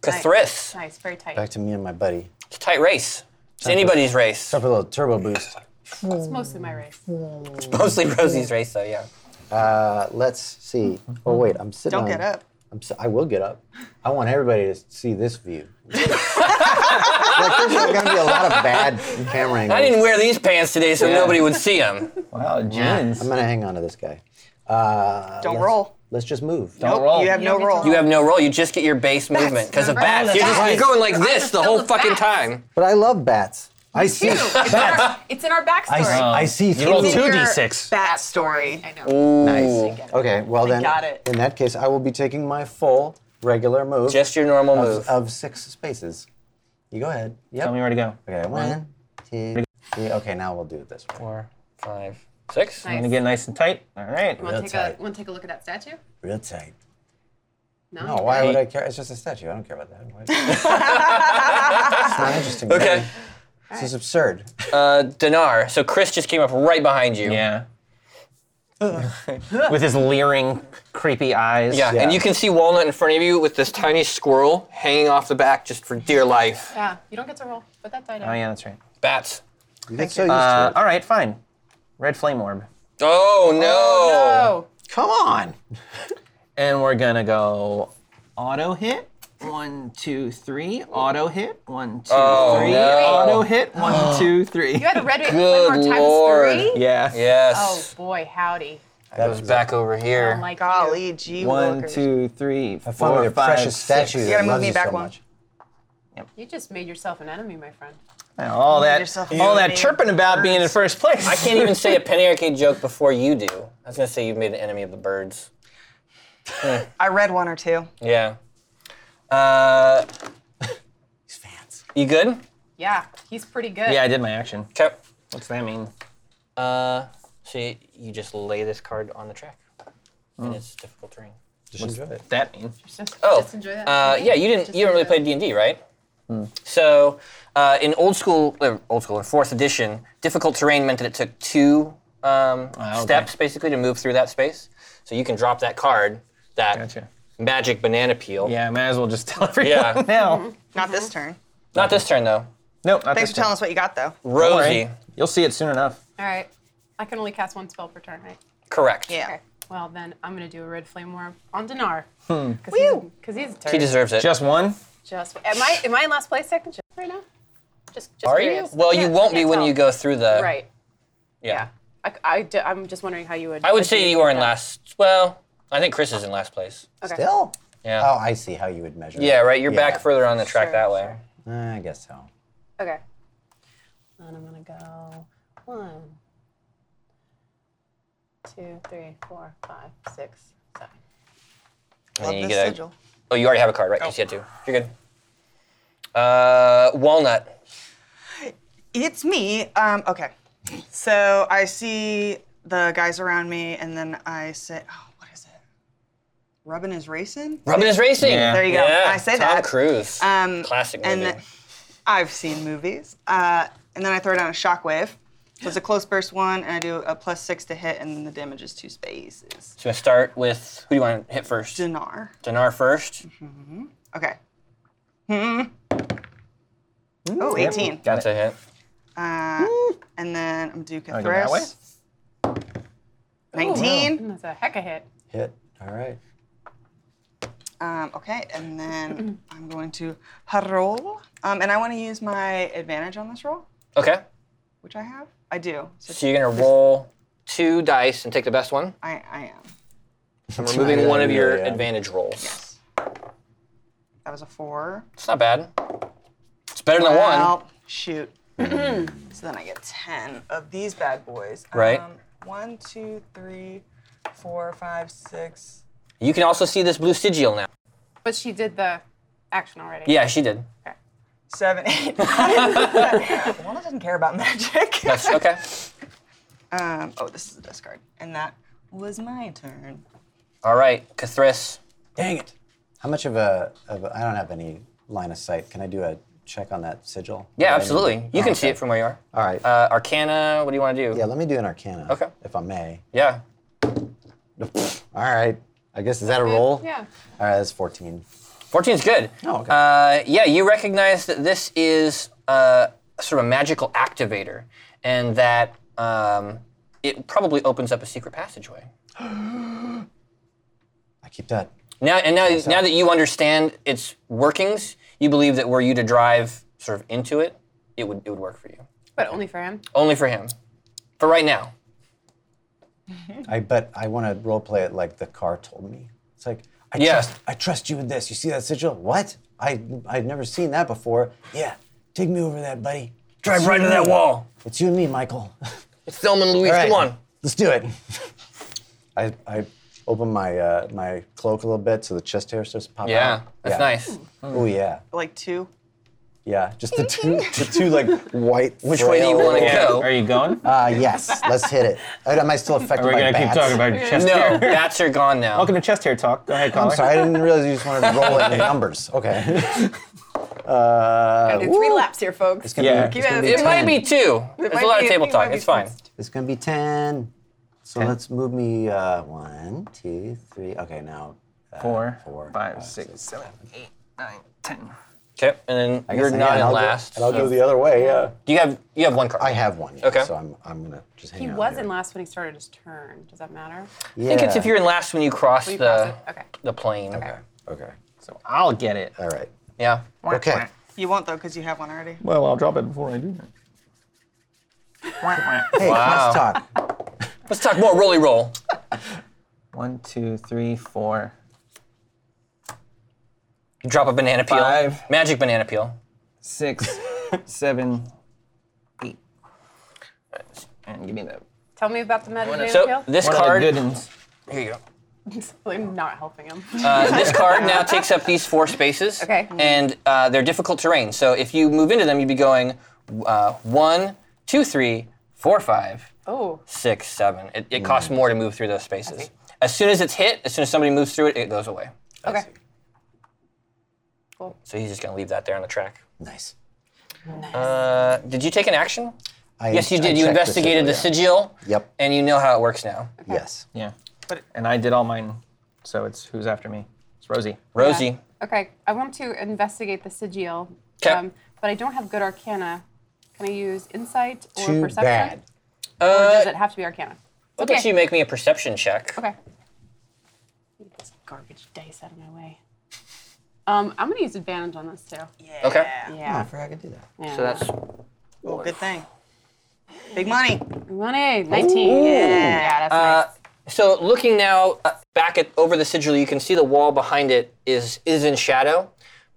S3: Cthulhu.
S2: Nice. Very tight.
S7: Back to me and my buddy.
S3: It's a tight race. It's anybody's race.
S7: Up a little turbo boost.
S2: It's mostly my
S6: *laughs*
S2: race.
S3: Mostly Rosie's race, though, yeah.
S7: Uh, let's see. Oh wait, I'm sitting.
S5: Don't
S7: on-
S5: get up.
S7: I'm si I will get up. I want everybody to see
S5: *laughs*
S7: this view. like there's going to be a lot of bad camera angles.
S3: I didn't wear these pants today so nobody would see *laughs* them.
S6: Wow, jeans.
S7: I'm going to hang on to this guy. Uh,
S5: Don't
S7: let's-
S5: roll.
S7: Let's just move.
S6: Don't roll.
S5: Oh, You have no
S2: don't get to
S5: roll.
S3: You have no roll. You just get your base movement because of
S8: remember?
S3: bats. You're, just, you're going like this the whole
S8: of
S3: fucking
S8: bats.
S3: time.
S7: But I love bats. I see.
S2: It's, in
S6: Ah!
S2: our, it's in our
S7: I, see-
S2: backstory.
S7: I see
S6: You rolled
S7: through
S6: two
S7: it.
S6: d6.
S5: Bat story.
S2: I know.
S7: Nice. Okay, well then.
S5: got it.
S7: In that case, I will be taking my full regular move.
S3: Just your normal
S7: of,
S3: move.
S7: of six spaces. You go ahead.
S6: Tell me
S7: Yep.
S6: where to go.
S7: Okay, one, two, three. Okay, now we'll do it this way.
S6: Four.
S3: Five, six.
S6: I'm gonna get nice and tight. All right.
S2: Want to
S7: That's
S2: take a
S7: right.
S2: want to take a look at that statue?
S7: Real tight.
S2: No.
S7: No, why would I care? It's just a statue. I don't care about that. Why- it's not interesting.
S3: Okay.
S7: This is absurd.
S3: Uh, Dinar. So Chris just came up right behind you.
S6: Yeah. *laughs* With his leering, creepy eyes.
S3: Yeah,
S7: Yeah.
S3: and you can see Walnut in front of you with this tiny squirrel hanging off the back just for dear life.
S2: Yeah, you don't get to roll, but that died.
S6: Oh yeah, that's right.
S3: Bats.
S7: You get so used
S6: Uh,
S7: to it.
S6: all right, fine. Red flame orb,
S3: Oh no!
S2: Oh,
S7: Come on.
S6: and we're gonna go auto hit. One, two, three. Auto hit. One, two, three.
S3: Oh, no.
S6: Auto hit. One, two, three.
S2: you had a red
S3: Good
S2: one more times
S3: lord.
S2: three.
S6: *laughs* Yeah.
S2: Oh
S3: Yes.
S2: boy, howdy!
S3: that was back over here.
S2: I'm like
S5: Golly gee
S6: One,
S5: willikers.
S6: two, three,
S7: I found
S6: four,
S7: a
S6: five,
S7: precious
S6: six.
S7: statue. You
S5: gotta move
S7: loves
S5: me
S7: you
S5: back
S7: so
S5: one.
S7: Much.
S2: you just made yourself an enemy, my friend.
S6: All that,
S5: yourself
S6: all that
S5: a
S6: chirping about being in first place.
S3: I can't even say a penny arcade joke before you do. I was gonna say you made an enemy of the birds.
S5: I read one or two.
S3: Yeah. Uh,
S7: *laughs* These fans.
S3: you good?
S2: Yeah, he's pretty good.
S6: Yeah, I did my action.
S3: Okay.
S6: What's that mean?
S3: Uh, so you, you just lay this card on the track, and it's difficult terrain.
S7: Just enjoy it.
S6: That means.
S2: Just,
S3: Oh,
S2: just enjoy that.
S3: Uh, yeah, you didn't.
S2: Just
S3: You didn't really
S2: enjoy
S3: play D and D, right?
S6: Hmm.
S3: So, uh, in old school, uh, old school, in fourth edition, difficult terrain meant that it took two um,
S6: Ah, okay.
S3: steps basically to move through that space. So you can drop that card, that
S6: Gotcha.
S3: magic banana peel.
S6: Yeah, I might as well just *laughs* tell everyone
S3: Yeah.
S6: now.
S5: Not this turn.
S3: Not this turn though,
S6: Nope, not
S5: Thanks
S6: this
S5: for telling
S6: time.
S5: us what you got though.
S6: Don't worry.
S3: Rosie.
S6: You'll see it soon enough.
S2: All right, I can only cast one spell per turn, right?
S3: Correct.
S5: Yeah.
S2: Okay. Well, then I'm gonna do a red flame war on Dinar. Because he's, 'cause he's a turd.
S3: He deserves it.
S6: Just one.
S2: Just am I am I in last place second right now? Just, just
S3: Are you?
S2: curious. I
S3: Well, you
S2: can't-
S3: won't
S2: I
S3: be
S2: can't
S3: when
S2: tell.
S3: you go through the.
S2: Right.
S3: Yeah.
S2: I, I d- I'm just wondering how you would.
S3: I would say you are in
S2: that.
S3: last. Well, I think Chris is in last place.
S6: Oh.
S2: Okay.
S7: Still?
S3: Yeah.
S7: Oh, I see how you would measure
S3: Yeah.
S7: it.
S3: Right. You're
S7: Yeah.
S3: back further on the track
S2: Sure,
S3: that way.
S2: sure.
S7: Uh, I guess so.
S2: Okay. And I'm gonna go one, two, three, four, five, six, seven.
S3: And then
S5: Love
S3: you
S5: this
S3: get a-
S5: sigil.
S3: Oh, you already have a card, right? Yes, you had two. You're good. Uh, walnut.
S5: It's me. Um, okay. So I see the guys around me, and then I say, oh, what is it? Rubbin is racing?
S3: Robin is racing.
S5: There you go.
S3: Yeah,
S5: I say
S3: Tom
S5: that.
S3: Cruise.
S5: Um,
S3: Classic
S5: and
S3: movie.
S5: the- I've seen movies. Uh, and then I throw down a shockwave. So it's a close burst one, and I do a plus six to hit, and then the damage is two spaces.
S3: so I start with who do you want to hit first?
S5: Dinar.
S3: Dinar first.
S5: Okay. Hmm. Oh, 18.
S6: Got
S3: That's a
S6: it.
S3: hit.
S5: Uh, and then I'm going to do
S6: I go that way?
S5: Cthulhu. 19.
S2: That's a heck of a hit.
S7: Hit. All right.
S5: Um, okay, and then I'm going to roll, um, and I want to use my advantage on this roll,
S3: Okay.
S5: which I have. I do. So
S3: So you're gonna roll two dice and take the best one.
S5: I, I am.
S3: I'm removing
S7: Yeah,
S3: one of your
S7: yeah.
S3: advantage rolls.
S5: That was a four.
S3: It's not bad. It's better than one.
S5: Well,
S3: *clears throat*
S5: shoot. so then I get ten of these bad boys.
S3: Right.
S5: Um, one, two, three, four, five, six.
S3: You can also see this blue sigil now.
S2: But she did the action already.
S3: Yeah, she did.
S5: Seven, *laughs* eight.
S3: *laughs*
S5: Walnut doesn't care about magic. *laughs*
S3: That's okay.
S5: Um, oh, this is a discard. And that was my turn.
S3: All right, Kathris.
S7: Dang it. How much of a, of a, I don't have any line of sight. Can I do a check on that sigil?
S3: Yeah,
S7: What I
S3: absolutely. You
S7: need?
S3: can
S7: Oh,
S3: see
S7: okay.
S3: it from where you are.
S7: All right.
S3: Uh, Arcana. What do you want to do?
S7: yeah, let me do an arcana.
S3: Okay.
S7: If I may.
S3: Yeah.
S7: All right. I guess, is that a roll?
S2: Yeah.
S7: All right, that's 14.
S3: 14 is good.
S7: Oh, okay.
S3: Uh, yeah, you recognize that this is uh, sort of a magical activator, and that um, it probably opens up a secret passageway.
S7: I keep that.
S3: Now, and now, now that you understand its workings, you believe that were you to drive sort of into it, it would it would work for you.
S2: but only for him.
S3: Only for him, for right now.
S7: I but I want to role play it like the car told me. It's like I
S3: Yeah.
S7: trust I trust you with this. You see that sigil? What? I I've never seen that before. Yeah, take me over that, buddy.
S3: Drive right to
S7: you and
S3: that
S7: me.
S3: wall.
S7: It's you and me, Michael. *laughs*
S3: It's Thelma and Louise.
S7: All right,
S3: Come on.
S7: let's do it. I I open my uh, my cloak a little bit so the chest hair starts popping.
S3: Yeah,
S7: out.
S3: that's nice.
S7: Oh yeah,
S5: Like two.
S7: yeah. Just
S3: *laughs*
S7: the two the two like white.
S3: Which way do you
S7: frail-
S3: want to go?
S6: Are you *laughs* going?
S7: Uh, yes, let's hit it. Uh, Am I still affected
S6: We're
S7: by
S6: gonna
S7: bats?
S6: keep talking about your chest
S3: No,
S6: hair.
S3: bats are gone now.
S6: Welcome to chest hair talk. Go ahead, caller.
S7: I'm sorry, I didn't realize you just wanted to roll in the numbers.
S3: *laughs*
S7: Okay. Uh,
S8: Gotta do three laps here, folks.
S7: It's gonna
S6: Yeah.
S7: be-
S8: You
S7: it's gonna
S8: guys-
S7: be
S3: It might
S7: 10.
S3: be two. There's
S8: might
S3: a lot
S8: be-
S3: of table
S8: it might
S3: talk.
S8: be
S3: It's fine.
S8: fixed.
S7: It's gonna be ten. So let's move me uh, one, two, three. Okay, now uh,
S6: Four,
S7: four,
S6: five, six, seven, eight, nine, ten.
S3: Okay, and then you're
S7: guess-
S3: not
S7: yeah,
S3: in
S7: I'll
S3: last.
S7: Go, and I'll
S3: so-
S7: go the other way. Yeah.
S3: Do you have you have one card?
S7: I have one. yeah,
S3: Okay.
S7: So I'm I'm gonna just hang
S2: He
S7: out.
S2: was
S7: here.
S2: in last when he started his turn. Does that matter?
S3: I think it's if you're in last when you cross
S2: We
S3: the
S2: cross it? Okay.
S3: the plane.
S7: Okay. Okay.
S6: So I'll get it.
S7: All right.
S3: Yeah.
S7: Okay.
S5: You won't though, because you have one already.
S6: Well, I'll drop it before I do that.
S7: Hey,
S3: Wow.
S7: let's talk.
S3: Let's talk more rolly roll.
S6: One, two, three, four.
S3: You drop a banana peel.
S6: Five.
S3: Magic banana peel.
S6: *laughs* six, seven, eight. And give me the
S2: Tell me about the meditation
S3: So this
S6: one
S3: card.
S6: of the good ones.
S3: Here you go.
S2: *laughs* I'm not helping him.
S3: Uh, this card now takes up these four spaces.
S2: Okay.
S3: And uh, they're difficult terrain. So if you move into them, you'd be going uh, one, two, three, four, five,
S2: oh,
S3: six, seven. It, it
S7: Hmm.
S3: costs more to move through those spaces. As soon as it's hit, as soon as somebody moves through it, it goes away.
S2: okay.
S3: So he's just going to leave that there on the track.
S7: Nice.
S3: Uh, did you take an action?
S7: I,
S3: yes, you
S7: I
S3: did. you
S7: checked the
S3: investigated the
S7: sigil,
S3: sigil.
S7: Yep.
S3: And you know how it works now.
S7: yeah. Yes.
S6: Yeah. and I did all mine, so it's who's after me? It's Rosie.
S3: Rosie.
S2: Okay, I want to investigate the sigil, um,
S3: 'Kay.
S2: but I don't have good arcana. Can I use insight or
S7: Too
S2: perception?
S7: bad.
S2: Or does it have to be arcana?
S3: Why don't Uh, you make me a perception check?
S2: Okay. Get This garbage dice out of my way. Um, I'm gonna use advantage on this too.
S3: Okay.
S7: Oh, I
S2: Yeah.
S7: forgot I could do that.
S2: yeah.
S3: So that's
S5: Well, good thing. Big money.
S2: money. 19. Yeah. yeah, that's nice.
S3: So looking now uh, back at over the sigil, you can see the wall behind it is is in shadow,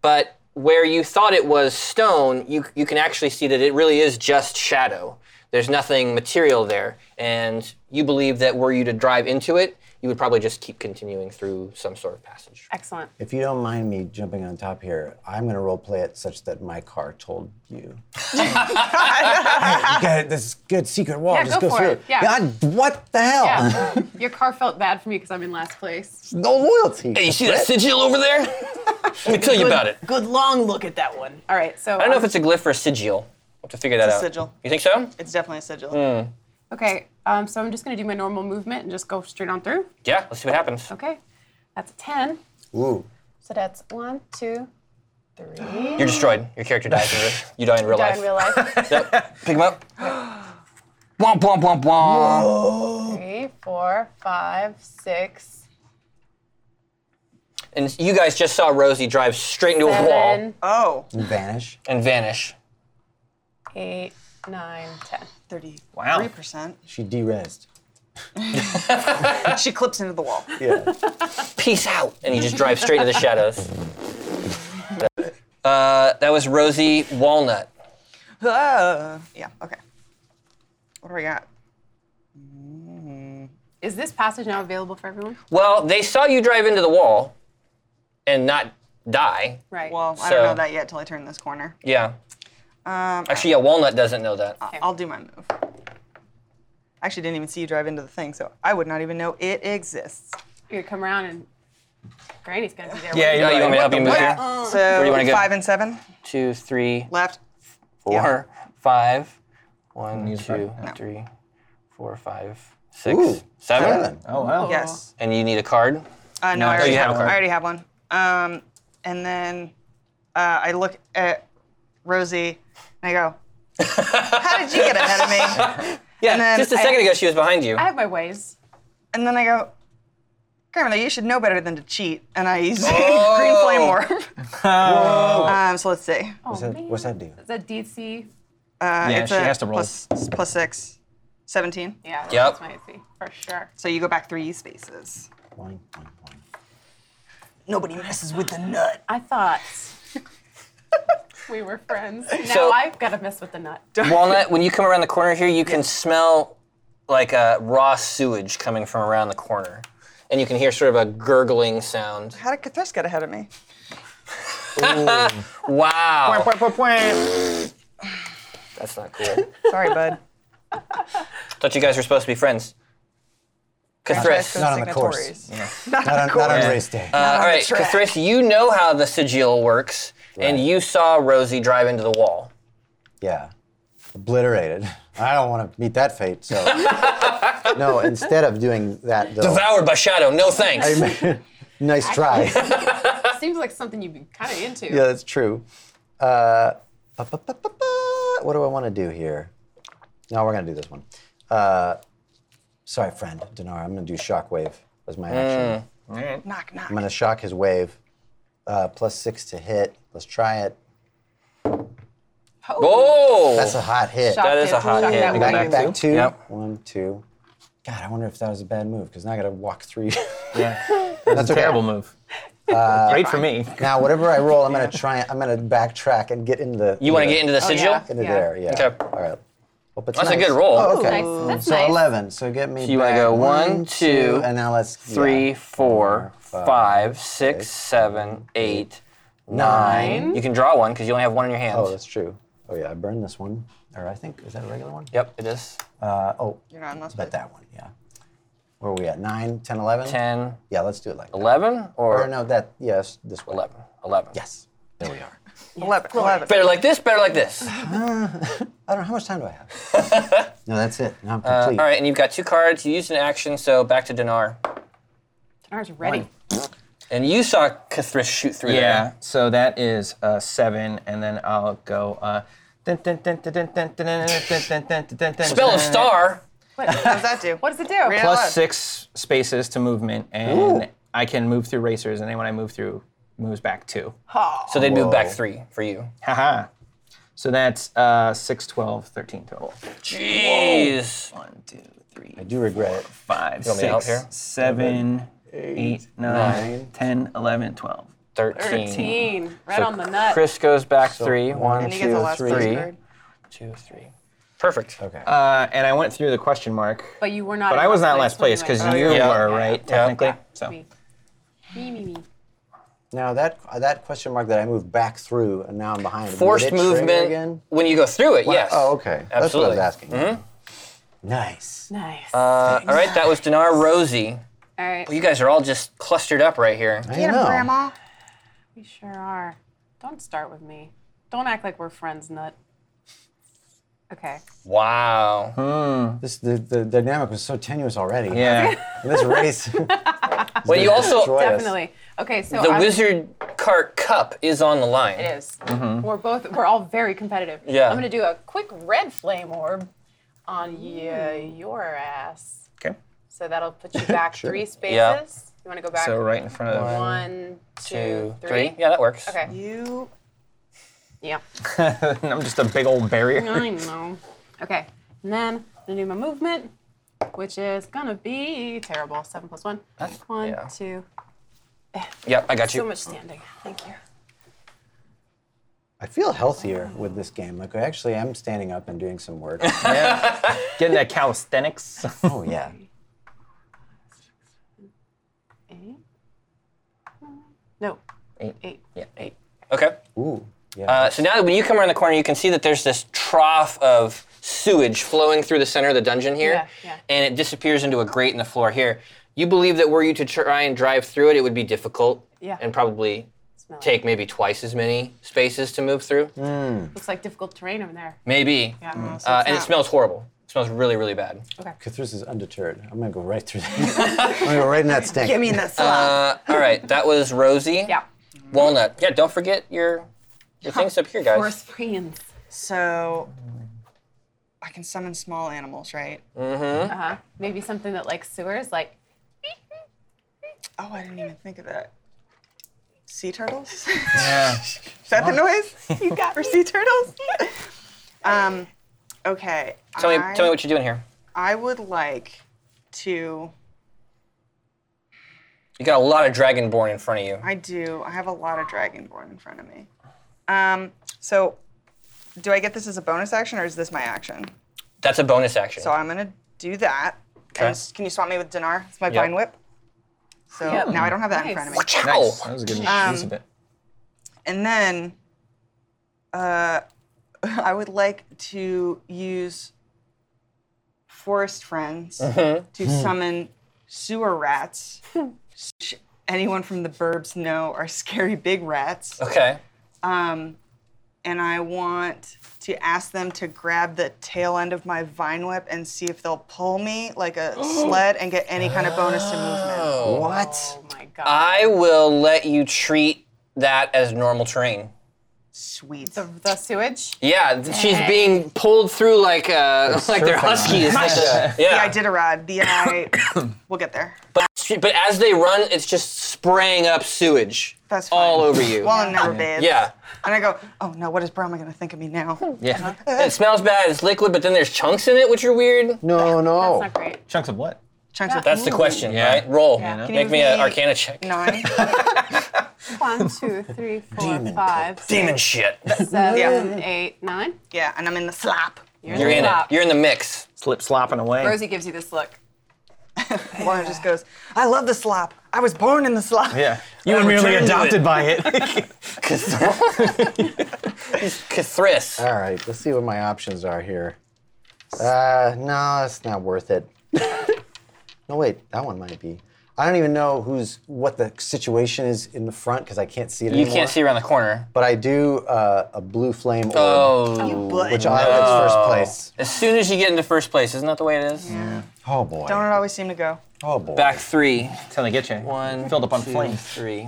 S3: but where you thought it was stone, you you can actually see that it really is just shadow. There's nothing material there, and you believe that were you to drive into it, you would probably just keep continuing through some sort of passage.
S2: Excellent.
S7: If you don't mind me jumping on top here, I'm gonna role play it such that my car told
S2: *laughs*
S7: you. hey, you got this good secret wall.
S2: Yeah,
S7: just
S2: go
S7: go
S2: for
S7: through
S2: it. Yeah.
S7: God, what the hell?
S2: Yeah. *laughs* Your car felt bad for me because I'm in last
S7: *laughs*
S2: place.
S7: no loyalty.
S3: Hey, you see that sigil
S5: *laughs*
S3: over there? Let me tell you about it.
S9: Good long look at that one.
S2: All right, so
S3: I don't know if it's a glyph or a sigil. I'll have to figure that
S5: It's a
S3: out.
S5: sigil.
S3: You think so?
S5: It's definitely a sigil.
S2: okay. Um, so I'm just gonna do my normal movement and just go straight on through.
S3: Yeah. Let's see what happens.
S2: Okay, that's a 10.
S7: Ooh.
S2: So that's one, two, three.
S3: You're destroyed. Your character dies. in real- you die in real
S8: Die
S3: life.
S8: in real
S3: *laughs*
S8: life.
S3: Yep. Pick him up. Womp womp womp womp.
S8: Three, four, five, six,
S3: And you guys just saw Rosie drive straight into a wall
S2: seven,
S5: Oh.
S7: Vanish.
S3: and vanish.
S8: eight, nine, ten.
S5: 33%.
S6: Wow.
S7: She de-rezzed.
S5: She clips into the
S3: *laughs*
S5: wall.
S2: *laughs*
S7: Yeah.
S3: Peace out. And you just drive straight into the shadows. Uh, that was Rosie Walnut.
S5: Ah. yeah, okay. What do we got?
S2: Is this passage now available for everyone?
S3: Well, they saw you drive into the wall and not die.
S2: Right.
S5: Well, I
S3: So-
S5: don't know that yet till I turn this corner.
S3: Yeah.
S8: Um,
S3: Actually, yeah, Walnut doesn't know that.
S5: I'll do my move. I actually didn't even see you drive into the thing, so I would not even know it exists.
S2: You're gonna come around and Granny's gonna be there.
S6: Yeah,
S3: Yeah, you want me to help you move here?
S9: Uh-uh.
S5: So
S3: you wanna go?
S5: five and seven
S3: Two, three,
S5: left.
S3: four, five. One,
S6: Use
S3: two,
S6: that. No.
S3: three, four, five, six,
S7: Ooh,
S3: seven.
S7: Seven.
S6: Oh wow.
S5: Yes.
S3: And you need a card?
S5: Uh, no, I
S6: you
S5: already
S3: have
S5: have.
S3: a
S5: One.
S3: card.
S5: I already have one. Um,
S6: *laughs*
S5: and then uh, I look at Rosie and I go, How did you get ahead of me?
S3: Yeah,
S5: And then
S3: just a
S5: I-
S3: second ago she was behind you.
S2: I have my ways.
S5: And then I go, Grandmother, you should know better than to cheat. And I use *laughs* green flame orb. um, so let's see.
S2: Oh,
S7: What's that,
S2: man.
S7: what's that do?
S2: It's a DC.
S5: Uh,
S6: Yeah,
S5: it's
S6: she
S5: a
S6: has to roll.
S5: Plus, plus six, 17.
S2: Yeah, that's
S3: Yep.
S2: my AC for sure.
S5: So you go back three spaces.
S7: One, one, one.
S5: Nobody messes with the nut.
S2: I thought *laughs* we were friends. Now
S3: So-
S2: I've got to mess with the nut.
S3: Walnut, when you come around the corner here, you can smell like a raw sewage coming from around the corner. And you can hear sort of a gurgling sound.
S5: How did Cathres get ahead of me?
S3: Wow.
S6: Wah-wah-wah-wah.
S3: That's not cool. *laughs*
S5: Sorry,
S2: *laughs*
S5: bud.
S3: Thought you guys were supposed to be friends. Cathris.
S5: Francisco
S7: Not on the course.
S5: Signatories.
S3: *laughs*
S7: Not on, not on race day.
S3: Uh, all right,
S5: track.
S3: Cathris, you know how the sigil works, and you saw Rosie drive into the wall.
S7: yeah. Obliterated. I don't want to meet that fate.
S3: *laughs*
S7: So no. Instead of doing that, though,
S3: Devoured by shadow, no thanks.
S7: *laughs* nice try.
S3: *laughs*
S2: Seems like something you'd be kind of into.
S7: yeah, that's true. Uh, ba- ba- ba- ba- ba. What do I want to do here? No, we're gonna do this one. Uh, sorry, friend Dinar. I'm gonna do shockwave as my action.
S3: Mm,
S5: Knock, knock.
S7: I'm gonna shock his wave. Uh, plus six to hit. Let's try it.
S3: Whoa!
S7: That's a hot hit.
S2: Shock
S3: That is
S2: it.
S3: a hot
S2: Shock
S3: hit.
S2: that
S3: You
S7: Back,
S3: got
S2: one.
S7: back,
S3: Back two?
S7: two.
S3: Yep.
S7: One, two. God, I wonder if that was a bad move because now I gotta walk
S3: *laughs*
S7: three.
S6: Yeah.
S7: That's okay.
S6: Terrible move. Great for me.
S7: Now, whatever I roll, I'm gonna try. I'm gonna backtrack and get into the.
S3: You want to get into the sigil?
S2: yeah.
S7: into
S2: Yeah.
S7: there? Yeah.
S3: Okay.
S7: All right. Well, but
S3: That's a
S7: nice.
S3: good roll.
S7: Oh, okay.
S2: Nice. That's
S7: So
S2: nice.
S7: eleven. So get me.
S3: you wanna
S7: back.
S3: go one, two,
S7: and now let's
S3: Three,
S7: yeah. Oh,
S3: four, five, six, seven, eight, nine. You can draw one because you only have one in your hand.
S7: Oh, that's true. Oh yeah, I burned this one. Or I think is that a regular one?
S3: yep, it is.
S7: Uh, oh,
S5: You're not in this
S7: but
S5: place.
S7: that one. Yeah. Where are we at? Nine, ten, eleven.
S3: 10,
S7: Yeah, let's do it like. that.
S3: 11, or,
S7: Or no, that yes, this way.
S3: 11. 11.
S7: Yes. There we are.
S5: 11, 11.
S3: Better like this, better like
S7: *sighs*
S3: this.
S7: I don't know how much time do I have.
S3: *laughs*
S7: no, that's it. Now I'm
S3: Uh, All
S7: complete.
S3: right, and you've got two cards. You used an action, so back to Dinar.
S2: Dinar's ready.
S3: And you saw Kathris shoot through
S6: Yeah.
S3: there.
S6: So that is uh, seven, and then I'll go. Uh, Spell
S3: Spell of Star.
S5: What does that do?
S2: What does it do?
S5: Really?
S6: Plus six spaces to movement, and I can move through racers, and then when I move through, moves back two.
S3: So they move back three for you.
S6: Haha. So that's uh, 6, 12, 13 total.
S3: Jeez.
S6: One, two, three,
S7: I do regret it.
S6: five,
S3: me to help
S6: six,
S3: here?
S6: seven, eight, nine, ten, eleven, twelve.
S3: 13.
S2: 13. Right on the nut.
S3: Chris goes back three. One,
S5: And he gets the
S3: two,
S5: last
S3: three.
S5: person card.
S3: Two, three. Perfect.
S7: Okay.
S6: Uh, and I went through the question mark,
S2: But you were not.
S6: but
S2: in
S6: I was not last
S2: when
S6: place because
S2: went.
S6: you
S3: yeah.
S6: were, right? Technically. So.
S2: Me. Me, me, me.
S7: Now that that question mark that I moved back through and now I'm behind. would it
S3: Forced
S7: trigger
S3: movement
S7: again.
S3: when you go through it, yes.
S7: Oh, okay. That's what I
S3: Absolutely. Mm-hmm.
S7: was asking. Nice.
S2: Nice.
S3: Uh, all right, that was Dinar Rosie.
S2: All right.
S3: You guys are all just clustered up right here.
S7: I
S5: Get him,
S7: know.
S5: Grandma.
S2: We sure are. Don't start with me. Don't act like we're friends, nut. Okay.
S3: Wow.
S7: Hmm. This the, the dynamic was so tenuous already.
S2: *laughs*
S6: Yeah.
S7: And this race.
S3: *laughs* Well, you also,
S7: Destroy us.
S2: Definitely. Okay, so
S3: the
S2: I'm-
S3: Wizard Cart Cup is on the line.
S2: It is. We're both. We're all very competitive.
S3: Mm-hmm. Yeah.
S2: I'm gonna do a quick red flame orb on you, your ass.
S6: Okay.
S2: So that'll put you
S3: *laughs*
S2: back three spaces.
S3: Yeah.
S2: You want to go back?
S6: So right in front of.
S2: One, two, three.
S3: Yeah, that works.
S2: Okay.
S5: You.
S2: Yeah.
S6: *laughs* I'm just a big old barrier.
S2: *laughs* I know. Okay. And then I'm gonna do my movement, which is gonna be terrible. Seven plus one. One,
S3: yeah.
S2: two.
S3: Yep, I got you.
S2: So much standing. Thank you.
S7: I feel healthier with this game. Like I actually am standing up and doing
S3: *laughs*
S7: some work.
S6: Getting that calisthenics. *laughs*
S7: oh yeah.
S2: Eight. No.
S6: Eight.
S2: Eight.
S6: Yeah, eight.
S3: Okay.
S7: Ooh. Yeah.
S3: Uh, so now when you come around the corner, you can see that there's this trough of sewage flowing through the center of the dungeon here,
S2: Yeah, yeah.
S3: and it disappears into a grate in the floor here. You believe that were you to try and drive through it, it would be difficult,
S2: Yeah.
S3: and probably
S2: Smell it.
S3: take maybe twice as many spaces to move through.
S2: Looks like difficult terrain over there.
S3: Maybe.
S2: Yeah.
S3: Uh, and it smells horrible. It smells really, really bad.
S7: Cthulhu is undeterred. I'm gonna go right
S3: *laughs*
S7: through that. I'm gonna go right in that stink.
S5: Give me that
S6: Oh,
S5: slot.
S3: Uh, all right, that was Rosie.
S2: Yeah.
S3: Walnut. Yeah, don't forget your your things up here, guys.
S2: Force friends.
S5: so I can summon small animals, right?
S2: Maybe something that likes sewers, like
S5: Oh, I didn't even think of that. Sea turtles? *laughs*
S6: Yeah.
S5: Is that the noise you got for *laughs* sea turtles? um, okay.
S3: Tell me,
S5: I,
S3: tell me what you're doing here.
S5: I would like to.
S3: You got a lot of dragonborn in front of you.
S5: I do. I have a lot of dragonborn in front of me. Um, so, do I get this as a bonus action or is this my action?
S3: That's a bonus action.
S5: So I'm gonna do that.
S3: Okay.
S5: And s- can you swap me with Dinar? It's my vine whip. So
S2: Yeah.
S5: now I don't have that in front of me.
S3: Chow!
S6: Nice. That was a good
S2: Um,
S6: use of it.
S5: And then, uh, *laughs* I would like to use forest friends
S3: Uh-huh.
S5: to summon sewer
S3: *laughs*
S5: rats. which Anyone from the burbs know are scary big rats.
S3: Okay.
S5: And I want to ask them to grab the tail end of my vine whip and see if they'll pull me like
S3: *gasps*
S5: a sled and get any kind of bonus to movement.
S3: Oh.
S7: What?
S2: my god,
S3: I will let you treat that as normal terrain.
S5: Sweet.
S2: the sewage. *laughs*
S3: Yeah, th- she's being pulled through like uh, *laughs* like they're
S6: surfing.
S3: huskies. like a- yeah,
S5: The Iditarod,
S3: *coughs*
S5: the I. we'll get there.
S3: but but as they run, it's just spraying up sewage
S5: That's fine.
S3: all over you.
S5: Well, it never bathes.
S3: yeah,
S5: And I go, oh no, what is Brahma gonna think of me now?
S6: Yeah.
S5: Uh-huh.
S3: it smells bad. It's liquid, but then there's chunks in it, which are weird.
S7: No, no.
S2: That's not great.
S6: Chunks of what?
S5: Chunks of
S3: That's the question, right? Roll.
S5: Can you
S3: Make me an
S5: make-
S3: Arcana check.
S5: nine.
S2: One, two, three, four,
S7: Demon
S2: five,
S3: Demon shit.
S2: six, seven,
S7: *laughs*
S5: Yeah.
S2: eight, nine.
S5: yeah, and I'm in the slap.
S3: You're in it. You're in the mix.
S6: Slip slopping away.
S8: Rosie gives you this look.
S5: Laura just goes, I love the slap. I was born in the slap.
S6: yeah. You were merely
S3: returned to
S6: adopted
S3: it.
S6: by
S3: *laughs*
S6: it.
S3: Kathris.
S7: All right, let's see what my options are here. Uh, no, it's not
S3: *laughs*
S7: worth it. no, wait, that one might be. I don't even know who's what the situation is in the front because I can't see it
S3: You
S7: anymore.
S3: can't see around the corner.
S7: But I do uh, a blue flame orb,
S3: Oh.
S7: which I have first place.
S3: As soon as you get into first place, isn't that the way it is?
S7: Oh boy.
S5: Don't it always seem to go?
S7: oh boy.
S3: Back three.
S6: Till they get you.
S3: One.
S6: Filled up on
S3: two,
S6: flames.
S3: Three.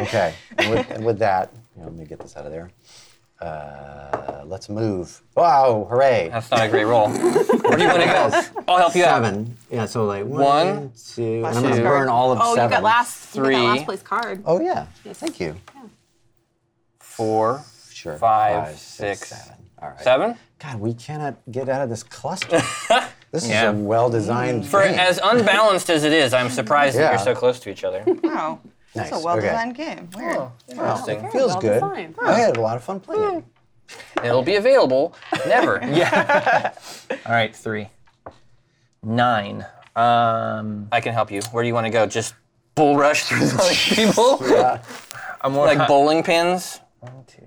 S7: Okay. And with, and with that, you know, let me get this out of there. Uh, let's move. Wow! Hooray!
S3: That's not a great
S6: *laughs*
S3: roll. Where do you want to go? I'll help you out.
S7: Seven. Yeah. So like one,
S3: One,
S7: two, and I'm gonna burn all of
S8: Oh,
S7: seven.
S8: you got last you got that
S3: Three.
S8: last place card.
S7: Oh yeah. Thank you.
S3: Four.
S7: Sure.
S3: Five,
S7: six,
S3: six,
S7: seven. All right.
S3: Seven.
S7: God, we cannot get out of
S3: *laughs*
S7: this cluster. this
S6: Yeah.
S7: is a well-designed
S3: For
S7: game.
S3: as unbalanced as it is, I'm surprised that
S7: Yeah.
S3: you're so close to each
S6: *laughs*
S3: other.
S5: Wow. "Oh, That's
S7: Nice,
S5: a well designed game.
S2: Oh.
S5: Weird.
S3: Interesting.
S7: okay. feels
S2: well
S7: good.
S2: designed.
S7: I had a lot of fun playing. it.
S3: Hmm. It'll be available.
S6: *laughs*
S3: Never.
S6: All right, three. Nine. Um,
S3: I can help you. Where do you want to go? Just bull rush through those
S6: *laughs*
S3: *laughs* people?
S6: I'm more
S3: Like
S6: hu-
S3: bowling pins?
S6: One, two.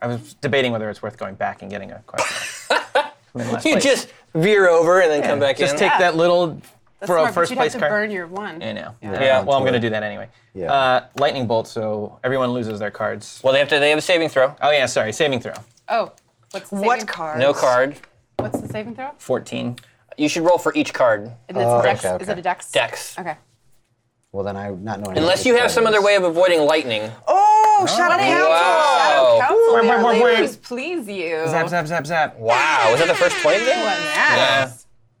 S6: I was debating whether it's worth going back and getting a question.
S3: *laughs*
S6: I'm in last
S3: You
S6: place.
S3: just veer over and then come back
S6: just
S3: in.
S6: take that little for a
S2: Smart, but
S6: first
S2: you'd
S6: place
S2: have to
S6: card.
S2: burn your one.
S6: I know. Yeah.
S7: Yeah.
S6: well, I'm gonna do that anyway.
S7: Yeah.
S6: Uh, lightning bolt, so everyone loses their cards.
S3: well, they have to. They have a saving throw.
S6: Oh yeah, sorry. Saving throw.
S2: Oh, what's the saving,
S5: What card?
S3: No card.
S2: What's the saving throw?
S6: Fourteen.
S3: You should roll for each card.
S2: And it's a dex.
S7: Oh, okay, okay.
S2: Is it a dex?
S3: Dex.
S2: Okay.
S7: Well, then I not knowing.
S3: Unless you have some other way of avoiding lightning.
S5: Oh, shout out
S3: Wow.
S2: Council,
S6: Wait, wait, wait, wait.
S2: ladies, Oh, please you.
S6: Zap, zap, zap, zap.
S3: Wow. Was that the first point there? Yeah.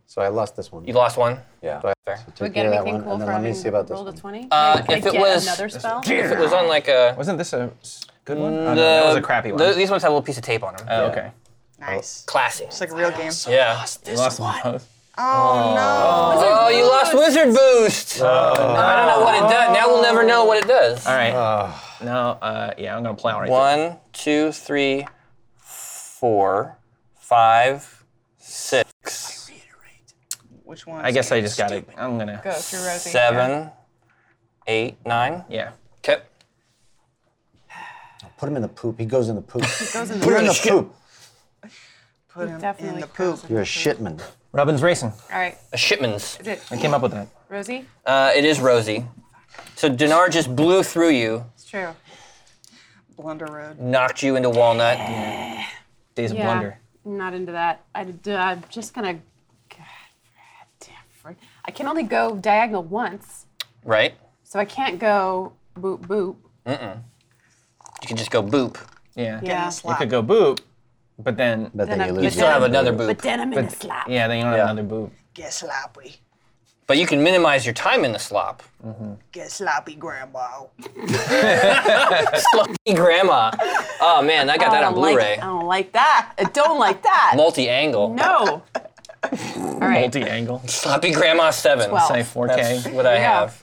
S7: So I lost this one.
S3: You lost one.
S7: yeah.
S3: So fair.
S7: Take
S2: Would get
S7: care of that
S2: anything
S7: one,
S2: cool
S7: and then
S2: for
S7: let me
S2: having
S7: see about this
S2: rolled a
S7: one.
S2: 20?
S3: Uh,
S2: I
S3: if it
S2: get
S3: was-
S2: another spell?
S3: If it was on like a. uh,
S6: Wasn't this a s- good one? Oh, no, that was a crappy one.
S3: Mm, th- these ones have a little piece of tape on them.
S6: oh, okay.
S5: Nice.
S3: Classy.
S5: It's like a real game.
S3: yeah.
S6: Lost one.
S5: Oh,
S3: Oh, you lost Wizard Boost. I don't know what it does. Now we'll never know what it does.
S6: Oh. All right. no. Uh, yeah, I'm gonna play on right.
S3: One, two, three, four, five, six,
S5: no. Which one?
S6: I guess I just got it. I'm gonna.
S2: Go through Rosie.
S3: seven, eight, nine.
S6: Yeah.
S3: Okay.
S7: Put him in the poop. He goes in the poop.
S2: Goes in
S7: Put him in
S2: the-
S7: the poop.
S5: put him in
S2: Definitely
S5: the
S2: goes
S5: poop.
S2: in
S7: You're a
S2: the-
S7: shitman.
S6: Robin's racing.
S2: All right.
S3: A shipments.
S2: Is
S6: I
S2: it
S6: came up with that.
S2: Rosie?
S3: Uh, it is Rosie. So Dinar just blew through you,
S2: It's true.
S5: Blunder Road.
S3: knocked you into Walnut.
S6: Days of
S2: Yeah.
S6: Blunder.
S2: I'm not into that. I, am just gonna. God, damn, frig. I can only go diagonal once,
S3: Right?
S2: so I can't go boop boop.
S3: You can just go boop.
S6: Yeah.
S5: Yeah,
S2: Yeah.
S5: slap.
S6: Could go boop, But then,
S7: But then,
S2: Then
S7: you
S2: I'm-
S7: lose.
S2: but
S3: You still have another boob.
S2: But then I'm in a slap.
S6: yeah, then you don't
S7: Yeah.
S6: have another boob.
S5: Get sloppy.
S3: But you can minimize your time in the slop.
S5: Get sloppy, Grandma.
S3: Sloppy grandma. Oh man, I got that on
S2: don't Um, like-
S3: Blu-ray.
S2: I don't like that. I don't
S3: *laughs*
S2: like that. Oh,
S3: Multi-angle.
S2: No. All right.
S6: Multi-angle.
S3: Sloppy grandma seven.
S2: Twelve.
S6: Say 4K.
S3: That's what I have.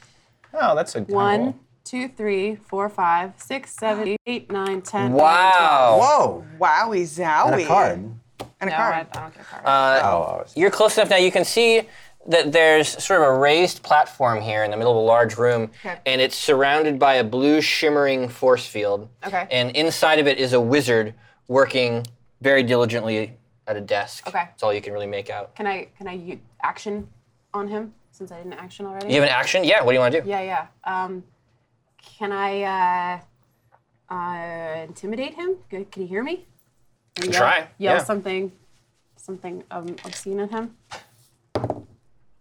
S6: oh, that's a good
S2: One, two, three, four, five, six, seven, eight, nine, ten.
S3: Wow.
S7: Whoa!
S5: Wowie zowie.
S7: And a card.
S5: And a
S2: No, I,
S5: card.
S2: I don't get card.
S7: Oh,
S3: You're close enough now. Uh, You can see that there's sort of a raised platform here in the middle of a large room,
S5: Okay.
S3: and it's surrounded by a blue shimmering force field.
S2: Okay.
S3: And inside of it is a wizard working very diligently at a desk.
S2: Okay.
S3: That's all you can really make out.
S2: can I can I u- action on him since I didn't action already?
S3: You have an action? Yeah. What do you want to do?
S2: Yeah, yeah. Um, can I uh, uh, intimidate him? Good. Can he hear me? Or yell-
S3: try,
S2: Yell
S6: yeah.
S2: something, something um, obscene at him.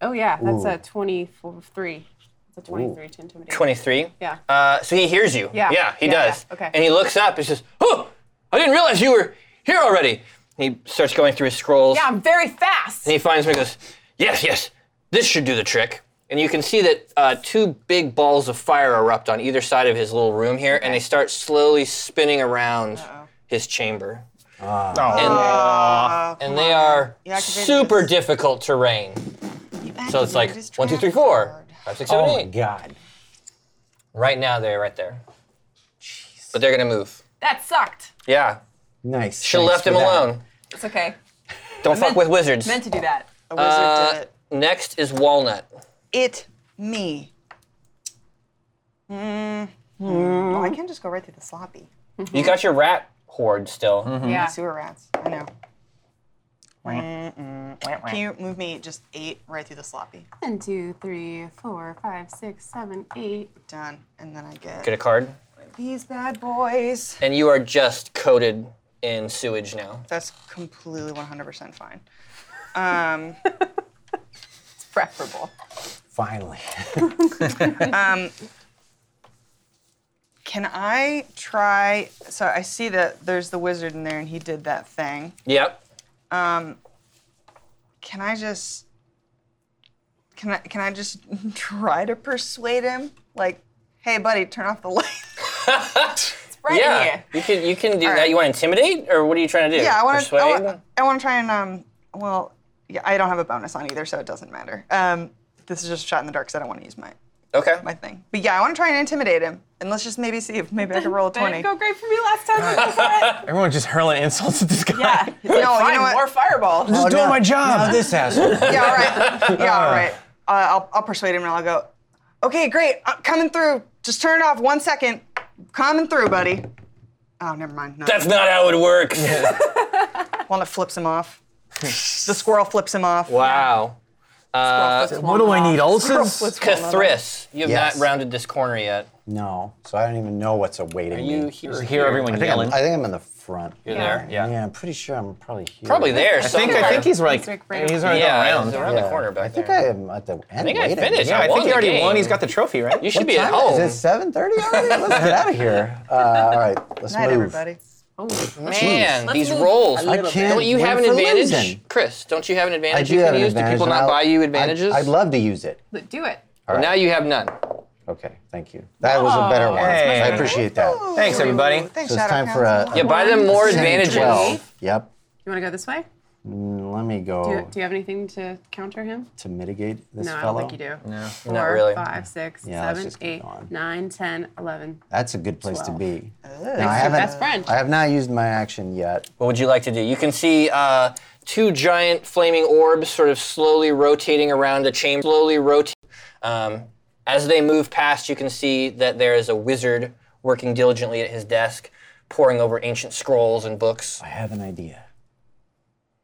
S2: Oh yeah, that's a twenty-three. That's a twenty-three to intimidate.
S3: 23.
S2: Yeah.
S3: Uh, so he hears you.
S2: Yeah.
S3: Yeah, he
S2: Yeah,
S3: does.
S2: yeah. Okay.
S3: And he looks up and says, Oh, I didn't realize you were here already. And he starts going through his scrolls.
S2: yeah, I'm very fast.
S3: And he finds me and goes, Yes, yes, this should do the trick. And you can see that uh, two big balls of fire erupt on either side of his little room here, and they start slowly spinning around his chamber.
S6: call.
S3: And, and they are
S5: You activated
S3: super
S5: this.
S3: difficult terrain. So it's like one, two, three, four, five, six, seven,
S7: oh
S3: eight.
S7: my God!
S3: Right now, they're right there. But they're gonna move.
S2: That sucked.
S3: Yeah.
S7: Nice.
S3: Should have left him alone.
S2: It's okay.
S3: Don't fuck with wizards.
S2: Meant to
S3: *laughs*
S2: do that.
S5: A wizard
S3: Uh,
S5: did it.
S3: Next is Walnut.
S5: It me. Mm. Well, I can't just go right through the sloppy.
S3: You
S5: Mm-hmm.
S3: got your rat horde still.
S7: Mm-hmm.
S2: Yeah.
S5: Sewer rats. I know. Can you move me just eight right through the sloppy?
S2: One, two, three, four, five, six, seven, eight.
S5: Done. And then I get
S3: Get a card.
S5: these bad boys.
S3: And you are just coated in sewage now.
S5: That's completely 100% fine. Um,
S2: It's preferable.
S7: Finally. *laughs*
S5: can I try? So I see that there's the wizard in there and he did that thing.
S3: Yep.
S5: Can I just. Can I, can I just *laughs* try to persuade him? Like, hey, buddy, turn off the light.
S2: Right in
S3: yeah.
S2: here.
S3: You can you can do that. You want to intimidate or what are you trying to do?
S5: Yeah, I want to.
S3: persuade.
S5: I want, I want to try and um. Well, yeah, I don't have a bonus on either, so it doesn't matter. Um, this is just a shot in the dark because I don't want to use my
S3: okay.
S5: my thing. But yeah, I want to try and intimidate him, and let's just maybe see if maybe I can
S2: *laughs*
S5: roll a
S2: That
S5: twenty.
S2: didn't go great for me last time.
S6: Everyone just hurling insults at this guy. *laughs*
S2: yeah. No,
S5: you know what?
S2: More fireball.
S6: Just doing
S7: now-
S6: my job.
S7: Now this asshole.
S5: yeah, all right. Yeah,
S7: *laughs*
S5: all right. Uh, I'll I'll persuade him, and I'll go. Okay, great. I'm coming through. Just turn it off. One second. Coming through, buddy. Oh, never mind. No.
S3: That's not how it works.
S5: Walnut flips him off. the squirrel flips him off.
S3: *laughs* Wow.
S6: what do I need? Ulcers?
S3: Cathris, you have
S7: Yes.
S3: not rounded this corner yet.
S7: No, so I don't even know what's awaiting
S3: You
S7: me.
S3: hear,
S6: Hear everyone
S7: I think
S6: yelling.
S7: I'm- I think I'm in the front.
S3: You're there. Yeah.
S7: Yeah, I'm pretty sure I'm probably here.
S3: Probably there.
S6: I think I
S3: somewhere.
S6: think he's like
S2: Quick break.
S6: he's already
S3: yeah,
S6: around.
S3: he's around the corner back
S7: I think
S3: there.
S7: I am at the end. I
S3: think I finished.
S6: Yeah, I
S3: won
S6: think he
S3: the
S6: already
S3: game.
S6: won. He's got the trophy, right?
S3: you should be at
S7: Is
S3: home.
S7: it 7:30
S3: *laughs*
S7: already? Let's get out of here. Uh, all right, let's
S5: Night,
S7: move.
S5: everybody.
S3: Man, these rolls.
S7: I can't.
S3: Don't you
S7: win
S3: have an
S7: for
S3: advantage,
S7: losing.
S3: Chris? Don't you have an
S7: I
S3: advantage
S7: do
S3: you
S7: have
S3: can
S7: an
S3: use?
S7: advantage.
S3: do people
S7: and
S3: not
S7: I'll-
S3: buy you
S7: I-
S3: advantages?
S7: I'd love to use it.
S2: Do it.
S3: Well, Now you have none.
S7: Okay, thank you. That was a
S3: Oh,
S7: better one.
S6: Hey.
S7: I appreciate that. So
S6: Thanks, everybody.
S5: Thanks,
S7: it's
S5: Shadow
S7: time for uh,
S5: Council.
S7: a,
S3: Yeah,
S7: a
S3: buy them more advantages.
S7: 12. Yep.
S2: You want to go this way?
S7: Let me
S2: Do you,
S7: go
S2: do you have anything to counter him?
S7: to mitigate Oh. this
S2: No, I
S7: fellow.
S2: don't think you do. No,
S3: Not really.
S2: Five, six,
S7: Yeah, let's
S2: seven,
S7: just keep
S2: eight,
S7: going.
S2: nine, ten, eleven.
S7: That's a good place to be. Now, I
S2: That's your
S7: haven't-
S2: best friend.
S7: I have not used my action yet.
S3: What would you like to do? You can see uh, two giant flaming orbs sort of slowly rotating around the chamber, slowly rotate. Um, as they move past, you can see that there is a wizard working diligently at his desk, poring over ancient scrolls and books.
S7: I have an idea,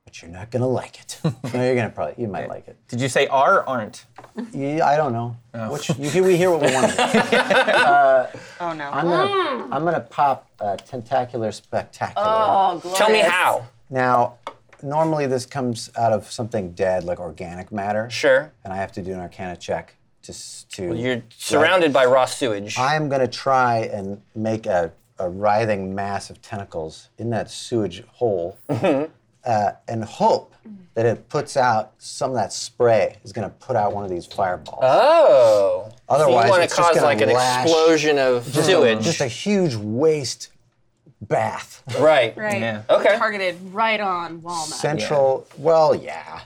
S7: but you're not gonna
S3: *laughs*
S7: like it. no, you're gonna probably. You might like it.
S6: Did you say are or aren't?
S7: You, I don't know.
S3: Oh.
S7: Which you can we hear what
S3: *laughs*
S7: we want. to
S3: Mm.
S7: hear.
S5: Oh no.
S7: I'm gonna I'm gonna pop uh, tentacular spectacular.
S3: Tell me how.
S7: Now, normally this comes out of something dead, like organic matter.
S3: Sure.
S7: And I have to do an Arcana check to s- to.
S3: You're surrounded by raw sewage.
S7: I am gonna try and make a a writhing mass of tentacles in that sewage hole
S3: Mm-hmm.
S7: uh, and hope that it puts out some of that spray is going to put out one of these fireballs.
S3: Oh. so
S7: Otherwise,
S3: you want
S7: it's
S3: to
S7: just
S3: cause
S7: gonna
S3: like an
S7: lash-
S3: explosion of sewage.
S7: Just a huge waste
S3: *laughs*
S7: bath.
S3: right.
S2: Right.
S6: Yeah.
S3: Okay.
S8: Targeted right on Walnut.
S7: Central, well, *laughs* yeah.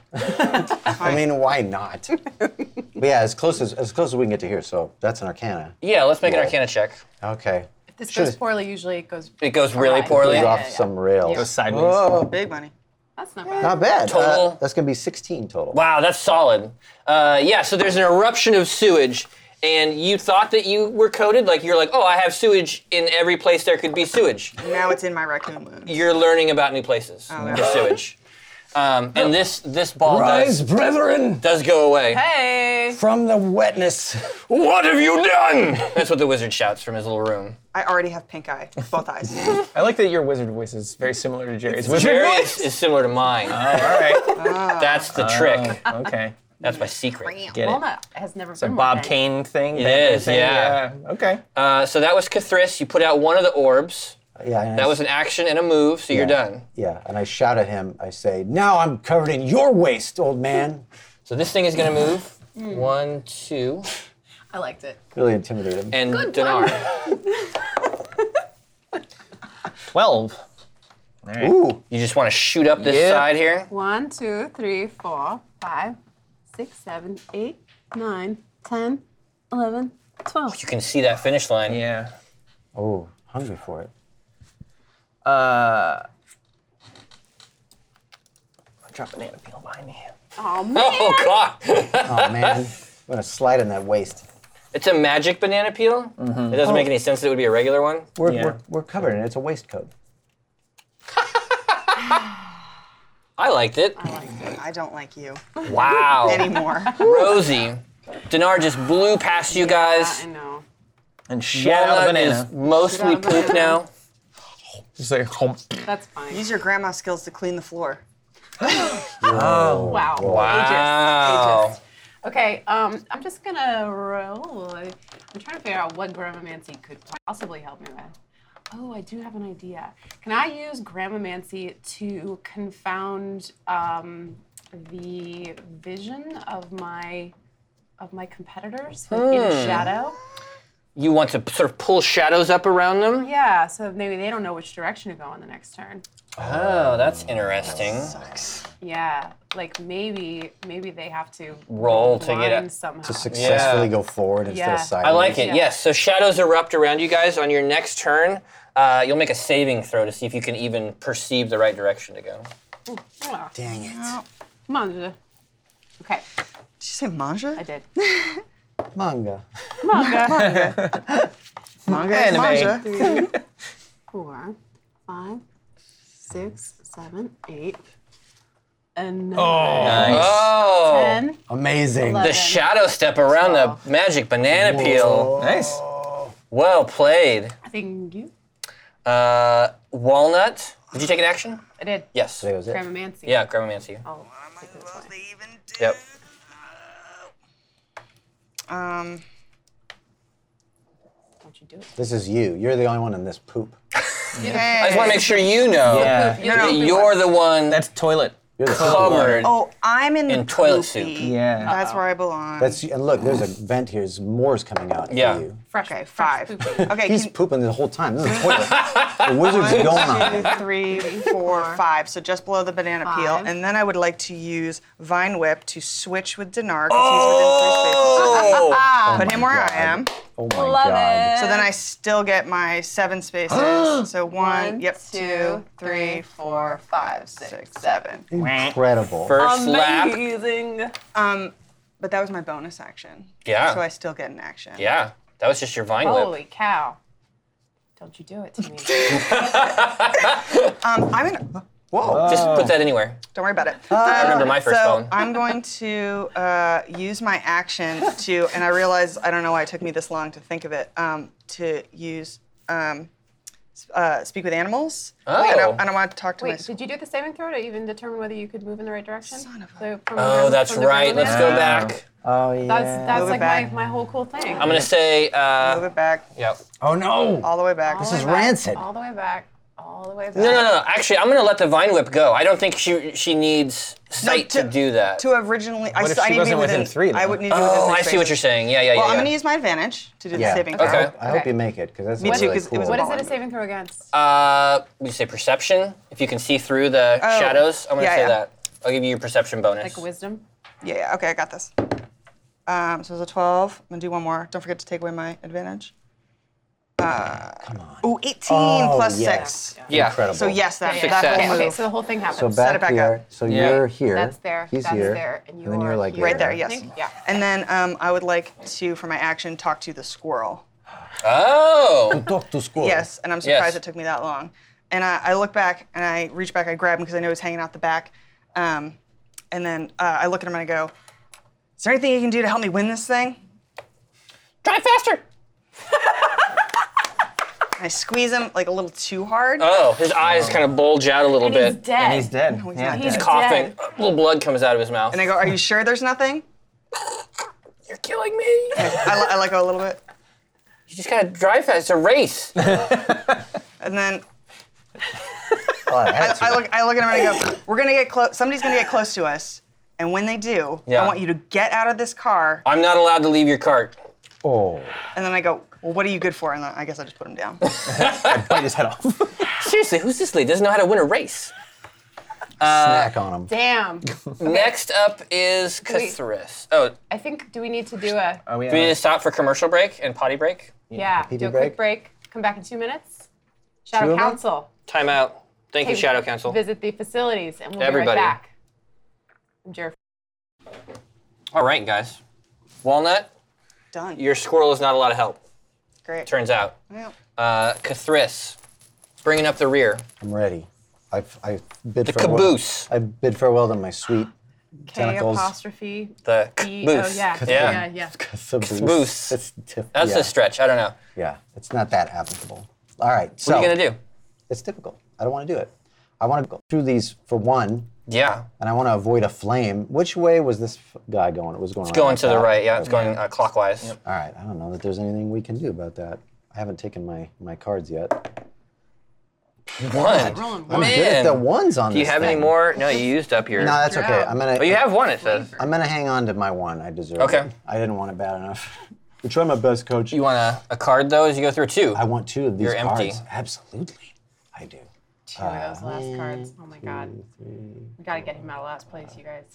S7: I mean, why not? but yeah, as close as, as close as we can get to here, so that's an arcana.
S3: Yeah, let's make an
S7: Roll.
S3: arcana check.
S7: Okay.
S2: This goes
S7: Should've-
S2: poorly. Usually it goes.
S3: It goes really
S2: Alright.
S3: poorly.
S7: goes
S2: Oh, Yeah,
S7: off
S2: yeah, yeah.
S7: some rails.
S6: Goes sideways.
S7: Whoa,
S5: Big money.
S2: That's not bad.
S7: not bad. Uh,
S3: Total.
S7: that's gonna be 16 total.
S3: Wow, that's solid. Uh, yeah, so there's an eruption of sewage, and you thought that you were coated. Like, you're like, oh, I have sewage in every place there could be sewage.
S5: Now it's in my raccoon wound.
S3: You're learning about new places
S5: yeah.
S3: for sewage. Um, and this this ball does,
S7: brethren,
S3: does go away.
S2: Hey.
S7: from the wetness.
S3: What have you done? That's what the wizard shouts from his little room.
S5: I already have pink eye, both
S2: *laughs*
S5: eyes.
S6: I like that your wizard voice is very similar to Jerry's. Wizard
S3: Jerry
S6: voice.
S3: is, is similar to mine.
S6: Oh, all *laughs* right.
S3: That's the trick.
S6: Oh, okay.
S3: That's my secret.
S6: Get it.
S2: Walnut has never
S6: The
S2: been
S6: Bob
S2: like that.
S6: Kane thing. It
S3: is, yeah.
S6: Okay.
S3: Uh, so that was Kathris. You put out one of the orbs.
S7: Yeah, and
S3: That
S7: I-
S3: was an action and a move, so you're
S7: Yeah.
S3: done.
S7: Yeah, and I shout at him. I say, "Now I'm covered in your waste, old man."
S3: So this thing is going to move. One, two,
S2: I liked it.
S7: Really intimidate him.
S3: and Dinar.
S6: Twelve.
S7: Ooh,
S3: *laughs* You just want to shoot up this
S6: Yeah.
S3: side here.
S2: One, two, three, four, five, six, seven, eight, nine, ten, eleven, twelve.
S3: You can see that finish line.
S6: Yeah.
S7: oh, hungry for it.
S6: Uh, I drop banana peel behind me.
S2: Oh man.
S3: *laughs* Oh God!
S7: Oh man, *laughs* I'm gonna slide in that waste.
S3: It's a magic banana peel.
S6: Mm-hmm.
S3: It doesn't
S2: Oh.
S3: make any sense that it would be a regular one.
S7: We're,
S6: Yeah.
S7: we're, we're covered in it. It's a waistcoat.
S3: I liked it.
S5: I don't like you
S2: *laughs*
S3: Wow,
S5: anymore.
S3: Rosie. Dinar just blew past you guys.
S2: I know.
S6: And shit out of
S3: Walnut
S6: banana.
S3: is mostly
S2: Shit out of
S3: poop
S2: *laughs* banana.
S3: now.
S6: Just like hump.
S2: That's fine.
S5: Use your grandma skills to clean the floor.
S2: Wow.
S3: Wow.
S2: Ages. Ages. Okay, um, I'm just gonna roll. I'm trying to figure out what Gramamancy could possibly help me with. Oh, I do have an idea. Can I use Gramamancy to confound um, the vision of my of my competitors within shadow?
S3: You want to sort of pull shadows up around them.
S2: Yeah, so maybe they don't know which direction to go on the next turn.
S3: Oh, that's interesting.
S2: Yeah, like maybe maybe they have to
S3: Roll to get
S2: line
S3: it.
S2: somehow.
S7: Successfully
S3: Yeah.
S7: go forward instead
S2: Yeah.
S7: of sideways.
S3: I like it.
S2: Yeah.
S3: Yes. So shadows erupt around you guys. On your next turn, uh, you'll make a saving throw to see if you can even perceive the right direction to go.
S2: Ah,
S7: Dang it,
S2: Come on. Zha. Okay,
S5: Did you say manja?
S2: I did.
S7: manga.
S5: Manga is manja.
S2: four, five, six, seven, eight, and nine,
S3: Oh.
S2: ten.
S7: Amazing.
S3: The shadow step around the magic banana peel.
S6: Nice.
S3: Well played.
S2: Thank you.
S3: Uh, walnut. Did you take an action?
S2: I did. Oh,
S3: Yes.
S7: That was it.
S2: Gramamancy.
S3: Yeah, Gramomancy.
S5: Oh.
S2: I'll take this one.
S3: Yep.
S5: Um,
S2: Don't you do it.
S7: This is you. You're the only one in this poop.
S3: I just want to make sure you know
S6: Yeah.
S3: that you're the one that's
S6: That's toilet.
S7: You're the poop one.
S3: covered.
S5: Oh, I'm in,
S3: In
S5: the
S3: toilet
S5: poopy.
S3: soup.
S6: Yeah.
S5: That's where I belong.
S7: That's you. And look, there's a vent here. There's more's coming out. for
S3: Yeah.
S7: you.
S2: Fresh.
S5: okay,
S2: fresh
S5: five.
S2: poop.
S5: Okay,
S7: He's
S5: can-
S7: pooping the whole time. This is
S5: *laughs*
S7: a toilet. the wizard's going *laughs* on.
S5: Two, three, four, five. So just below the banana
S2: Five.
S5: peel. And then I would like to use Vine Whip to switch with Dinar because he's within three spaces.
S3: Oh.
S5: Put him where
S7: God.
S5: I am.
S7: Oh my god.
S5: So then I still get my seven spaces. so one,
S2: One,
S5: yep,
S2: two,
S5: two, three, four, five, six, seven.
S7: Incredible.
S3: *laughs* First lap.
S2: Amazing.
S5: But that was my bonus action.
S3: Yeah.
S5: So I still get an action.
S3: Ah. Yeah. That was just your vine whip.
S2: Holy cow. Don't you do it to me.
S5: Um, I'm gonna,
S7: Whoa.
S3: Just put that anywhere.
S5: don't worry about it. Uh,
S3: I remember my first
S5: so
S3: phone.
S5: I'm going to uh, use my action to, and I realize I don't know why it took me this long to think of it, um, to use um, uh, speak with animals.
S3: Oh.
S5: And I, and I want to talk to my
S2: Wait,
S5: school.
S2: did you do the saving throw to even determine whether you could move in the right direction? Son of a...
S3: Oh, that's right. Let's go back.
S7: Oh yeah.
S2: That's, that's
S5: Move it
S2: like my,
S5: back.
S2: my whole cool thing.
S3: I'm gonna say. Uh,
S5: Move it back,
S3: yep.
S7: oh no.
S5: all the way back.
S2: All
S5: This
S2: the
S7: is
S2: way back,
S7: rancid.
S2: All the way back. All the way back.
S3: No, no, no. Actually, I'm gonna let the vine whip go. I don't think she she needs sight to,
S5: to-
S3: do that.
S5: to originally, I,
S6: What if
S5: still- I
S6: she
S5: need to be
S6: wasn't within
S5: within,
S6: three,
S5: I
S6: though?
S5: would need to be within
S3: oh,
S5: three
S3: I see what you're
S5: spaces.
S3: saying. Yeah, yeah, yeah.
S5: Well, I'm
S3: yeah.
S5: going to use my advantage to do
S7: Yeah.
S5: the saving
S7: I
S5: throw.
S3: Okay.
S7: hope, I hope
S2: Okay.
S7: you make it because that's
S5: Me
S7: really
S5: too, 'cause it
S7: cool.
S5: was
S2: What is
S5: Ball
S2: it a
S5: in.
S2: saving throw against?
S3: Uh, we say perception. If you can see through the shadows, I'm gonna
S5: Oh. yeah,
S3: say
S5: yeah.
S3: that. I'll give you your perception bonus.
S2: like wisdom?
S5: Yeah, yeah, okay, I got this. Um, so it's a 12. I'm going to do one more. Don't forget to take away my advantage. Uh, Come on. Ooh, 18
S7: Oh,
S5: plus
S7: yes.
S5: 6.
S3: yeah.
S7: Incredible.
S5: So, yes, that,
S3: Yeah, yeah.
S5: that
S3: Success.
S5: whole
S2: Okay,
S5: move.
S2: so the whole thing happens.
S7: So back
S5: it back
S7: here.
S5: up.
S7: So
S6: Yeah.
S7: you're here.
S2: That's there.
S7: He's
S2: that's
S7: here.
S2: there. And, you
S7: then
S2: are
S7: you're like
S2: here.
S5: Right there,
S2: I
S5: yes.
S2: think. Yeah.
S5: And then um, I would like to, for my action, talk to the squirrel.
S3: Oh.
S7: Talk to school.
S5: Yes, and I'm surprised
S3: Yes.
S5: it took me that long. And I, I look back and I reach back, I grab him because I know he's hanging out the back. Um, and then uh, I look at him and I go, Is there anything you can do to help me win this thing?
S3: Drive faster.
S5: And I squeeze him like a little too hard.
S3: Oh, *laughs* his eyes kind of bulge out a little
S2: And he's
S3: bit.
S2: dead.
S6: He's dead.
S5: he's
S6: yeah.
S5: not
S2: He's
S3: Coughing.
S2: dead.
S3: A little blood comes out of his mouth.
S5: And I go, Are you sure there's nothing?
S3: You're killing me.
S5: I, let- I let go a little bit.
S3: you just gotta drive fast. It's
S5: *laughs*
S3: a race.
S5: And then
S7: Oh, I had to.
S5: I look, I look at him and I go, We're going to get close. Somebody's going to get close to us. And when they do,
S3: Yeah.
S5: I want you to get out of this car.
S3: I'm not allowed to leave your cart. *laughs*
S7: oh.
S5: And then I go, Well, what are you good for? And then I guess I just put him down.
S6: Bite his head off.
S3: Seriously, who's this lady? Doesn't know how to win a race.
S7: *laughs* Snack on
S3: Uh,
S7: him.
S2: Damn.
S3: Next up is
S2: Wait.
S3: Cthulhu. Oh,
S2: I think, do we need to do a,
S6: Are we
S3: do we need to
S6: on?
S3: stop for commercial break and potty break?
S2: yeah, do a quick break, come back in two minutes?
S7: Two
S2: Shadow
S7: of them?
S2: Council.
S3: Time out. Thank you,
S2: Hey,
S3: Shadow Council.
S2: Visit the facilities and we'll
S3: Everybody.
S2: be right back. I'm Jer-
S3: All right, guys. Walnut,
S5: Done.
S3: your squirrel is not a lot of help,
S5: Great.
S3: turns out.
S5: Yeah.
S3: Uh, Cthulhu, bringing up the rear.
S7: I'm ready. I, I bid
S3: The
S7: farewell.
S3: caboose.
S7: I bid farewel to my sweet
S2: K
S7: Tentacles.
S2: apostrophe.
S3: The
S2: E-
S3: caboose.
S2: Oh, yeah.
S3: Yeah.
S2: Yeah, yeah.
S7: caboose.
S3: Caboose.
S7: It's diff-
S3: That's
S7: yeah.
S3: a stretch. I don't know.
S7: Yeah, it's not that applicable. All right. So
S3: What are you gonna do?
S7: It's difficult. I don't want to do it. I want to go through these for one,
S3: Yeah.
S7: and I want to avoid a flame. Which way was this f- guy going? It was going.
S3: Going to the right. Yeah, it's going uh, clockwise.
S7: All right. I don't know that there's anything we can do about that. I haven't taken my my cards yet.
S3: One.
S7: I'm good at
S3: Man.
S7: the ones on
S3: Do you
S7: this
S3: have any
S7: thing.
S3: more? No, you used up your.
S7: No, that's okay.
S2: out.
S7: I'm gonna.
S3: Oh, you have one. It says.
S7: I'm gonna hang on to my one. I deserve it.
S3: Okay.
S7: I didn't want it bad enough. *laughs* I tried my best, coach.
S3: You want a, a card though as you go through two.
S7: I want two of these
S3: You're empty.
S7: cards. Absolutely, I do.
S2: Two of those last cards. Oh my god. We gotta get him out of last place, you guys.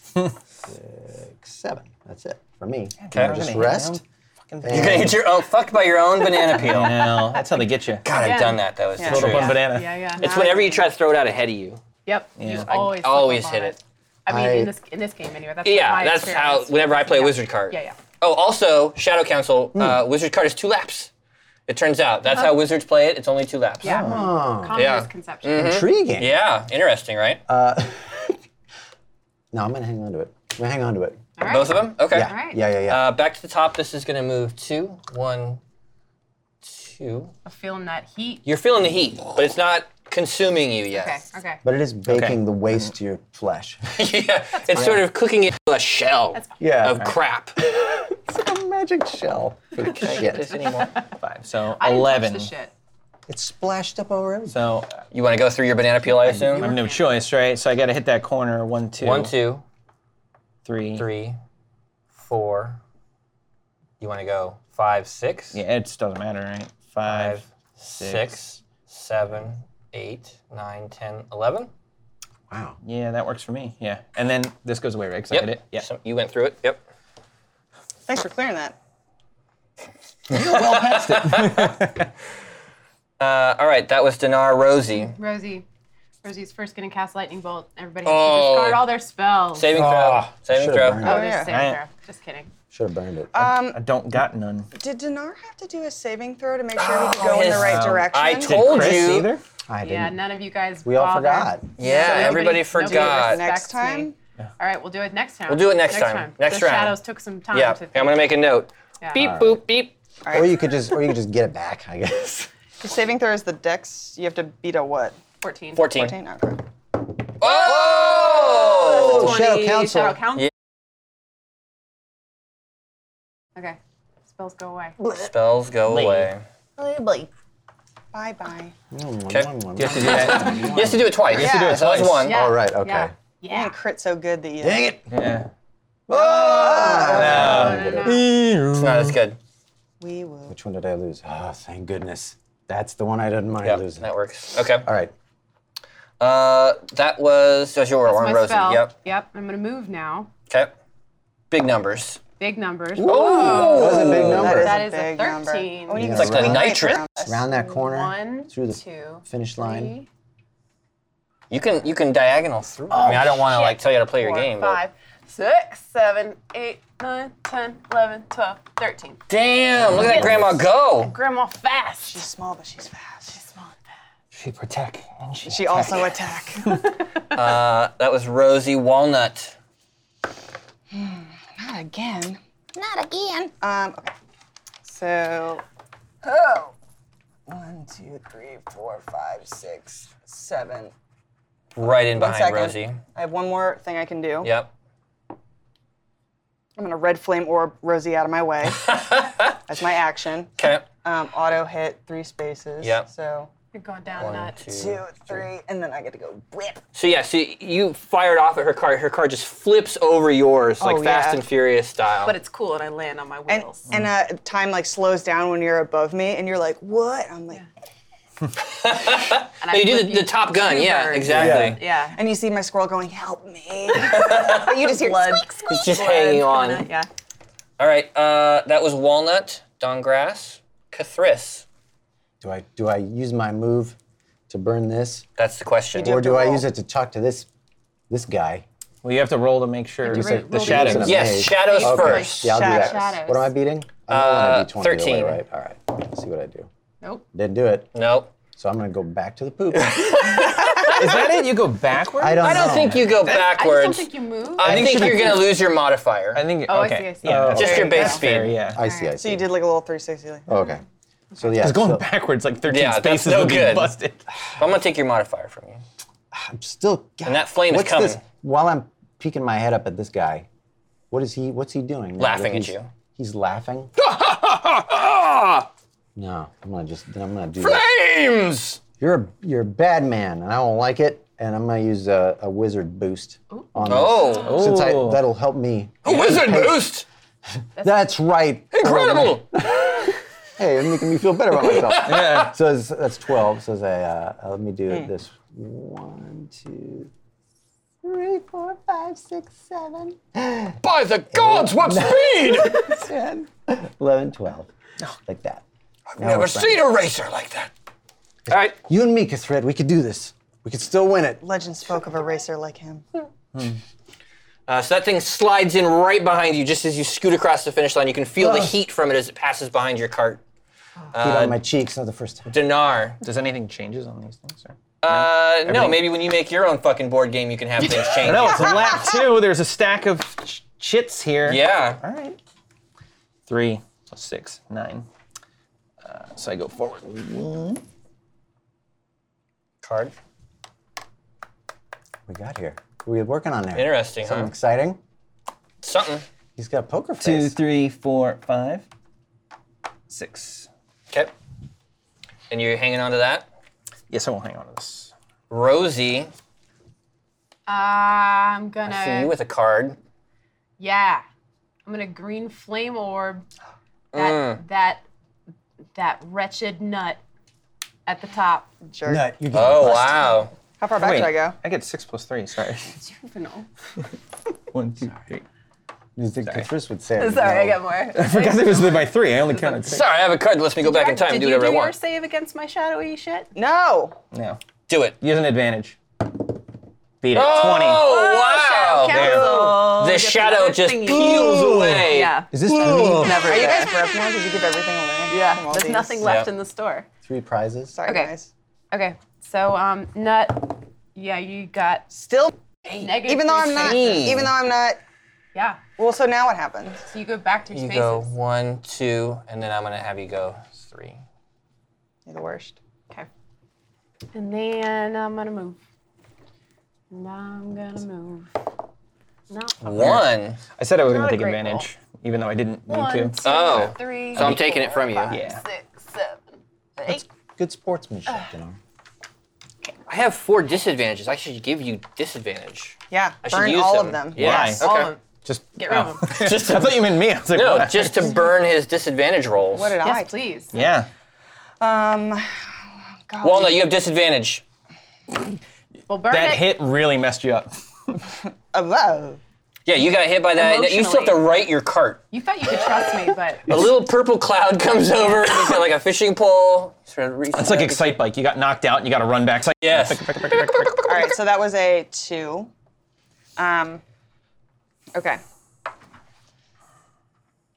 S7: Seven. That's it for me.
S3: Okay.
S7: I just
S6: Gonna hit
S7: rest.
S3: You're gonna get your own fucked by your own banana peel.
S6: No, that's how they get you.
S3: God, I've
S2: Yeah.
S3: done that though. It's the
S6: Put up
S3: truth.
S6: one banana.
S2: Yeah, yeah.
S3: It's whenever you try to throw it out ahead of you.
S2: Yep. You always,
S3: I always
S2: slip up
S3: hit
S2: on
S3: it.
S2: I mean,
S7: I-
S2: in this in this game anyway. That's
S3: Yeah,
S2: my
S3: that's how.
S2: experience.
S3: Whenever I play a
S2: Yeah.
S3: wizard card.
S2: Yeah, yeah.
S3: Oh, also Shadow Council. Uh, wizard card is two laps. It turns out that's how wizards play it. It's only two laps.
S2: Uh-huh. Yeah. Common
S3: Yeah. Mm-hmm.
S2: misconception.
S7: Intriguing.
S3: Yeah, interesting, right?
S7: No, I'm gonna hang on to it. I'm gonna hang on to it.
S2: All right.
S3: Both of them. Okay.
S7: Yeah.
S2: right.
S7: Yeah, yeah, yeah.
S3: Uh, back to the top. This is gonna move two, one, two.
S2: I'm feeling that heat.
S3: You're feeling the heat, but it's not consuming you yet.
S2: Okay, okay.
S7: but it is baking the waste to your flesh. *laughs*
S3: *laughs* yeah, it's sort of cooking it to a shell
S7: Yeah.
S3: of crap.
S7: It's like a
S3: *laughs*
S7: magic shell.
S3: This
S7: Shit.
S3: *laughs* anymore.
S6: Five. So
S2: I didn't touch
S6: eleven.
S2: the shit.
S7: It's splashed up over everything.
S6: So
S3: You want to go through your banana peel, I assume.
S6: I have no choice, right? So I got to hit that corner. One, two,
S3: One, two,
S6: three.
S3: three, four. You want to go five, six,
S6: Yeah, it just doesn't matter, right? Five.
S3: five, six, seven, eight, nine, ten, eleven.
S7: Wow.
S6: Yeah, that works for me. Yeah, and then this goes away, right? 'Cause I hit it. Yeah.
S3: So you went through it. Yep.
S5: Thanks for clearing that.
S3: Uh, all right, that was Dinar Rosie.
S2: Rosie. Rosie's first gonna cast lightning bolt. Everybody has
S3: Oh.
S2: to discard all their spells.
S3: Saving throw.
S7: Ah,
S3: Saving
S7: should've
S3: throw.
S7: burned
S2: oh,
S7: it.
S2: there's
S5: yeah.
S2: a saving
S6: Right.
S2: throw. Just kidding.
S7: Should have burned it.
S2: Uh,
S6: I don't got none.
S5: Did Dinar have to do a saving throw to make sure we could go in the
S3: his-
S5: right direction?
S3: Um, I
S6: Did
S3: Told
S6: Chris
S3: you.
S6: either?
S7: I didn't.
S2: Yeah, none of you guys.
S7: we all
S2: bothered.
S7: forgot.
S3: Yeah,
S2: So
S3: everybody
S2: nobody
S3: forgot.
S2: respects
S5: Next time?
S2: me. All right, we'll do it next time.
S3: We'll do it next time. Next
S2: the
S3: round.
S2: shadows took some time.
S3: Yeah,
S2: to
S3: I'm gonna make a note.
S2: Yeah.
S3: Beep boop beep.
S7: Or you could just, or you could just get it back. I guess.
S5: The saving throw is the dex. You have to beat a what?
S2: 14.
S3: 14.
S5: 14? Okay.
S3: Oh!
S2: 20,
S7: Shadow Council.
S2: Shadow Council.
S3: Yeah.
S2: Okay. Spells go away.
S3: Spells go away.
S5: Bye bye.
S7: Mm,
S3: Okay.
S6: You have to do that.
S3: You have to do it twice.
S5: have to do it
S3: So that's
S6: twice.
S3: one.
S2: Yeah.
S7: All right, okay.
S2: Yeah.
S5: You
S2: Yeah.
S5: didn't crit so good that you.
S7: Dang it!
S6: yeah.
S7: Ah!
S3: It's not as good.
S5: We will.
S7: Which one did I lose? Oh, thank goodness. That's the one I didn't mind
S3: Yeah,
S7: losing.
S3: that works. Okay.
S7: All right.
S3: Uh, that was so your
S2: That's
S3: on
S2: my
S3: Rosie.
S2: spell.
S3: Yep.
S2: Yep. I'm going to move now.
S3: Okay. Big numbers.
S2: Big numbers.
S7: That was a big number.
S2: That
S5: a
S2: is a
S5: big number.
S2: 13.
S5: Oh, you
S7: Yeah,
S5: can
S3: It's like the
S5: swing right
S3: nitrate.
S5: around us.
S7: Around that corner,
S2: One,
S7: through the
S2: two,
S7: finish line.
S2: three,
S3: You can you can diagonal through. I mean, I don't want to like tell you how to play your
S8: Four,
S3: game,
S8: five, six, seven, eight, nine, ten, eleven, twelve, thirteen.
S3: but damn, look at that grandma go.
S2: Grandma fast.
S5: She's small, but she's fast. She's small.
S6: She protect. and she
S5: She also attack. *laughs* God,
S3: That was Rosie Walnut.
S5: again. Not again. Um. Okay. So. Oh. One, two, three, four, five, six, seven.
S3: Right in behind
S5: second.
S3: Rosie.
S5: I have one more thing I can do.
S3: Yep.
S5: I'm gonna red flame orb Rosie out of my *laughs* way. That's my action.
S3: Okay.
S5: Um, auto hit three spaces.
S3: Yep.
S5: So
S2: You're going down nuts.
S5: two, three, and then I get to go whip.
S3: So yeah, so you fired off at her car. Her car just flips over yours, like
S5: Oh,
S3: Fast
S5: yeah.
S3: and Furious style.
S2: But it's cool, and I land on my
S5: And,
S2: wheels.
S5: and uh, time like slows down when you're above me, and you're like, "What?" I'm like,
S2: And I
S3: Oh, you do
S2: flip
S3: the, the Top Gun,
S2: two
S3: yeah,
S2: birds.
S3: exactly.
S2: Yeah.
S5: and you see my squirrel going, "Help me!" but you just hear blood.
S3: It's just hanging on.
S2: Yeah.
S3: All right, uh, that was Walnut, Dongrass, Cathris.
S7: Do I do I use my move to burn this,
S3: That's the question.
S7: or do I use it to talk to this this guy?
S6: Well, you have to roll to make sure
S2: to re-
S6: the,
S2: roll to
S6: shadows.
S7: make
S3: Yes,
S7: Hey.
S3: shadows
S2: Okay.
S3: first.
S7: Yeah, I'll do that.
S2: Shadows.
S7: What am I beating? I'm
S3: Uh,
S7: to
S3: 13.
S7: Away, right? All right. Let's see what I do.
S2: Nope.
S7: Didn't do it.
S3: Nope.
S7: So I'm gonna go back to the *laughs* poop.
S6: Is that it? You go backwards?
S7: I don't.
S3: I don't
S7: know.
S3: think you go
S2: I just don't
S3: backwards.
S2: think you move.
S3: I
S6: think
S3: think
S6: she
S3: you're
S6: can-
S3: gonna lose your modifier.
S6: I think.
S2: Oh, I see,
S6: okay.
S2: I see.
S6: Yeah, that's
S3: Just your
S6: fair.
S3: base
S6: That's fair,
S3: speed.
S6: Yeah.
S7: I see. I see.
S5: So you did like a little 360. Like,
S7: Okay. So yeah.
S6: It's going
S7: so
S6: backwards like 13
S3: Yeah, that's
S6: spaces
S3: no
S6: would be
S3: good.
S6: busted.
S3: *sighs* I'm gonna take your modifier from you.
S7: I'm still.
S3: And that flame is
S7: what's This,
S3: coming.
S7: while I'm peeking my head up at this guy, what is he? What's he doing? now
S3: Laughing
S7: that
S3: at
S7: he's-
S3: you. *laughs*
S7: He's laughing. no, I'm gonna just. I'm gonna do. That.
S3: Flames!
S7: You're a you're a bad man, and I don't like it. And I'm gonna use a, a wizard boost on this.
S3: Oh,
S7: Since I,
S6: Ooh.
S7: that'll help me.
S3: a wizard boost!
S7: That's right.
S3: Incredible!
S7: Hey, it's making me feel better
S3: *laughs*
S7: about myself. yeah. So it's, that's 12. So it's a, uh, let me do
S3: Hmm.
S7: this. One, two, three, four, five, six, seven,
S3: By the gods,
S7: *laughs*
S3: what speed!
S7: 10, 11, 12. Like that. I've
S3: Never seen a racer like that. All right,
S7: You and me, Kathred, we could do this. We could still win it.
S5: Legend spoke of a racer like him.
S3: Uh, so that thing slides in right behind you just as you scoot across the finish line. You can feel the heat from it as it passes behind your cart.
S7: Beat on my cheeks, not the first time.
S3: Dinar.
S6: Does anything changes on these things? Or?
S3: Uh, no, maybe when you make your own fucking board game, you can have *laughs* things change.
S6: No, it's lap two. There's a stack of ch- chits here.
S3: Yeah.
S6: All right. Three plus six, nine. Uh, so I go forward.
S3: Card.
S7: We got here. We were working on there.
S3: Interesting,
S7: Something
S3: huh?
S7: exciting.
S3: Something.
S7: He's got a poker face.
S6: Two, three, four, five, six.
S3: Okay. And you're hanging on to that.
S6: Yes, I will hang on to this.
S3: Rosie,
S2: I'm
S3: see you
S2: gonna.
S3: with a card.
S2: Yeah. I'm gonna green flame orb that
S3: Mm.
S2: that that wretched nut at the top.
S5: Jerk.
S7: Nut, you're getting
S3: Oh,
S7: busted.
S3: wow.
S5: How far back
S6: Wait,
S5: should I go?
S6: I get six plus three. Sorry.
S2: Juvenile.
S6: *laughs* One, two, three.
S7: You think Kathris would say it.
S8: Sorry, I got
S7: No.
S3: *laughs*
S8: more.
S6: Because it was by three. I only counted six.
S3: Sorry, I have a card that lets me go back in time and
S2: Did
S3: do
S2: you
S3: whatever I
S2: do your
S3: want.
S2: save against my shadowy shit?
S5: No.
S6: No.
S3: Do it.
S6: Use an advantage. Beat it.
S3: Oh, wow.
S2: Council.
S3: The
S2: Gets
S3: shadow
S2: another
S3: just
S2: thingy.
S3: peels away.
S2: Yeah.
S7: Is this three,
S5: Are you guys broke now? Did you give everything away? From all
S2: Yeah. There's
S5: these?
S2: nothing left
S3: Yeah.
S2: in the store.
S7: three prizes?
S5: Sorry,
S2: Okay.
S5: guys.
S2: Okay. So um nut. Yeah, you got
S5: Still,
S2: negative.
S5: even though I'm not,
S3: Fifteen.
S5: even though I'm not.
S2: Yeah.
S5: Well, so now what happens?
S2: So you go back to your
S3: You
S2: spaces.
S3: go one, two, and then I'm going to have you go three.
S5: You're the worst.
S2: Okay. And then I'm gonna move. And I'm gonna move. Not
S3: One.
S6: I said I was going
S8: Not
S6: to
S8: a
S6: take
S8: great
S6: advantage, even though I didn't need
S8: One,
S6: to.
S8: two,
S3: Oh.
S8: three,
S3: So I'm taking it
S8: four,
S3: from you.
S8: five,
S6: Yeah.
S8: six, seven, eight.
S7: Good sportsmanship, you know.
S3: I have four disadvantages. I should give you disadvantage.
S5: Yeah,
S3: I should
S5: burn
S3: use
S5: all
S3: them.
S5: of them.
S3: Yes.
S5: All
S3: Okay.
S5: of them.
S6: Just
S2: Get rid
S6: *laughs*
S2: of
S6: them. I thought you meant me. I was like,
S3: No,
S6: what?
S3: just to burn his disadvantage rolls.
S5: What did I?
S2: Yes, please.
S6: yeah.
S5: Um,
S3: Walnut, you have disadvantage.
S2: Well, burn
S6: That
S2: it.
S6: hit really messed you up.
S5: above.
S3: Yeah, you got hit by that. You still have to
S2: Emotionally.
S3: write your cart.
S2: You thought you could trust me, but
S3: A little purple cloud *laughs* comes over. He's got like a fishing pole. Sort of reach-
S6: It's like excite bike. You got knocked out. and You got to run back. It's like
S3: Yes.
S5: All right, so that was a two. Um, okay.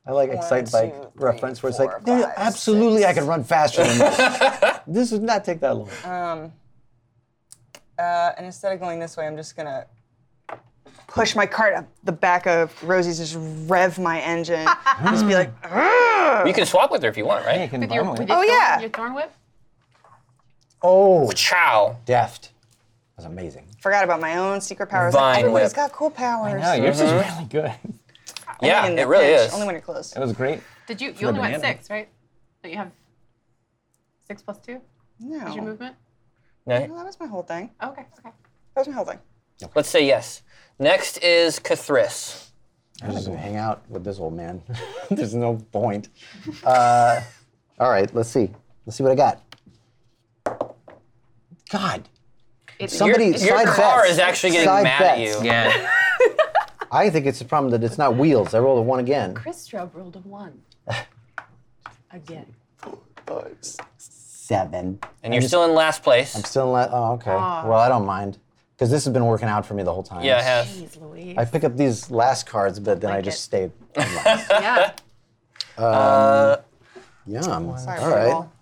S7: I like excite bike
S8: two, three,
S7: reference where it's
S8: four,
S7: like, dude,
S8: five,
S7: absolutely, I could run faster than this.
S6: *laughs*
S7: this would not take that long.
S5: Uh, and instead of going this way, I'm just gonna push my cart up the back of Rosie's, just rev my engine, just be like,
S3: You can swap with her if you want, right?
S2: with your, with your
S5: Oh,
S2: thorn,
S5: yeah.
S2: your thorn whip.
S7: Oh,
S3: Chow.
S7: deft. That's amazing.
S5: forgot about my own secret powers.
S3: Vine
S5: like, everybody's
S3: whip.
S5: got cool powers.
S6: No, yours is
S7: Uh-huh.
S6: really good. *laughs*
S3: Yeah,
S5: In the
S3: it really
S5: pinch,
S3: is.
S5: Only when you're close.
S6: It was great.
S2: Did you? You only went
S6: banana.
S2: six, right? But you have six plus two.
S5: No,
S2: Is your movement?
S5: Well,
S3: No,
S5: that was my whole thing.
S2: Okay. Okay.
S5: That was my whole thing.
S3: let's say yes. Next is Kathris.
S7: I'm just gonna hang out with this old man. *laughs* There's no point. *laughs* Uh, all right, let's see. Let's see what I got. God,
S2: It's
S7: somebody
S2: Your,
S3: Your
S7: side
S3: car
S7: bets.
S3: is actually getting
S7: Side
S3: mad at
S7: bets.
S3: you.
S6: Yeah.
S7: I think it's a problem that it's not wheels. I rolled a one again.
S2: Christra rolled a one. Again.
S7: Seven.
S3: And you're still in last place.
S7: Still in la- oh okay. Well, I don't mind because this has been working out for me the whole time.
S3: yeah, it has.
S2: Jeez Louise.
S7: I pick up these last cards, but then I
S2: Like
S7: just
S2: it.
S7: stayed. in
S3: *laughs*
S7: last.
S2: Oh, yeah.
S7: Yum.
S5: Sorry,
S7: all right.
S5: Paul.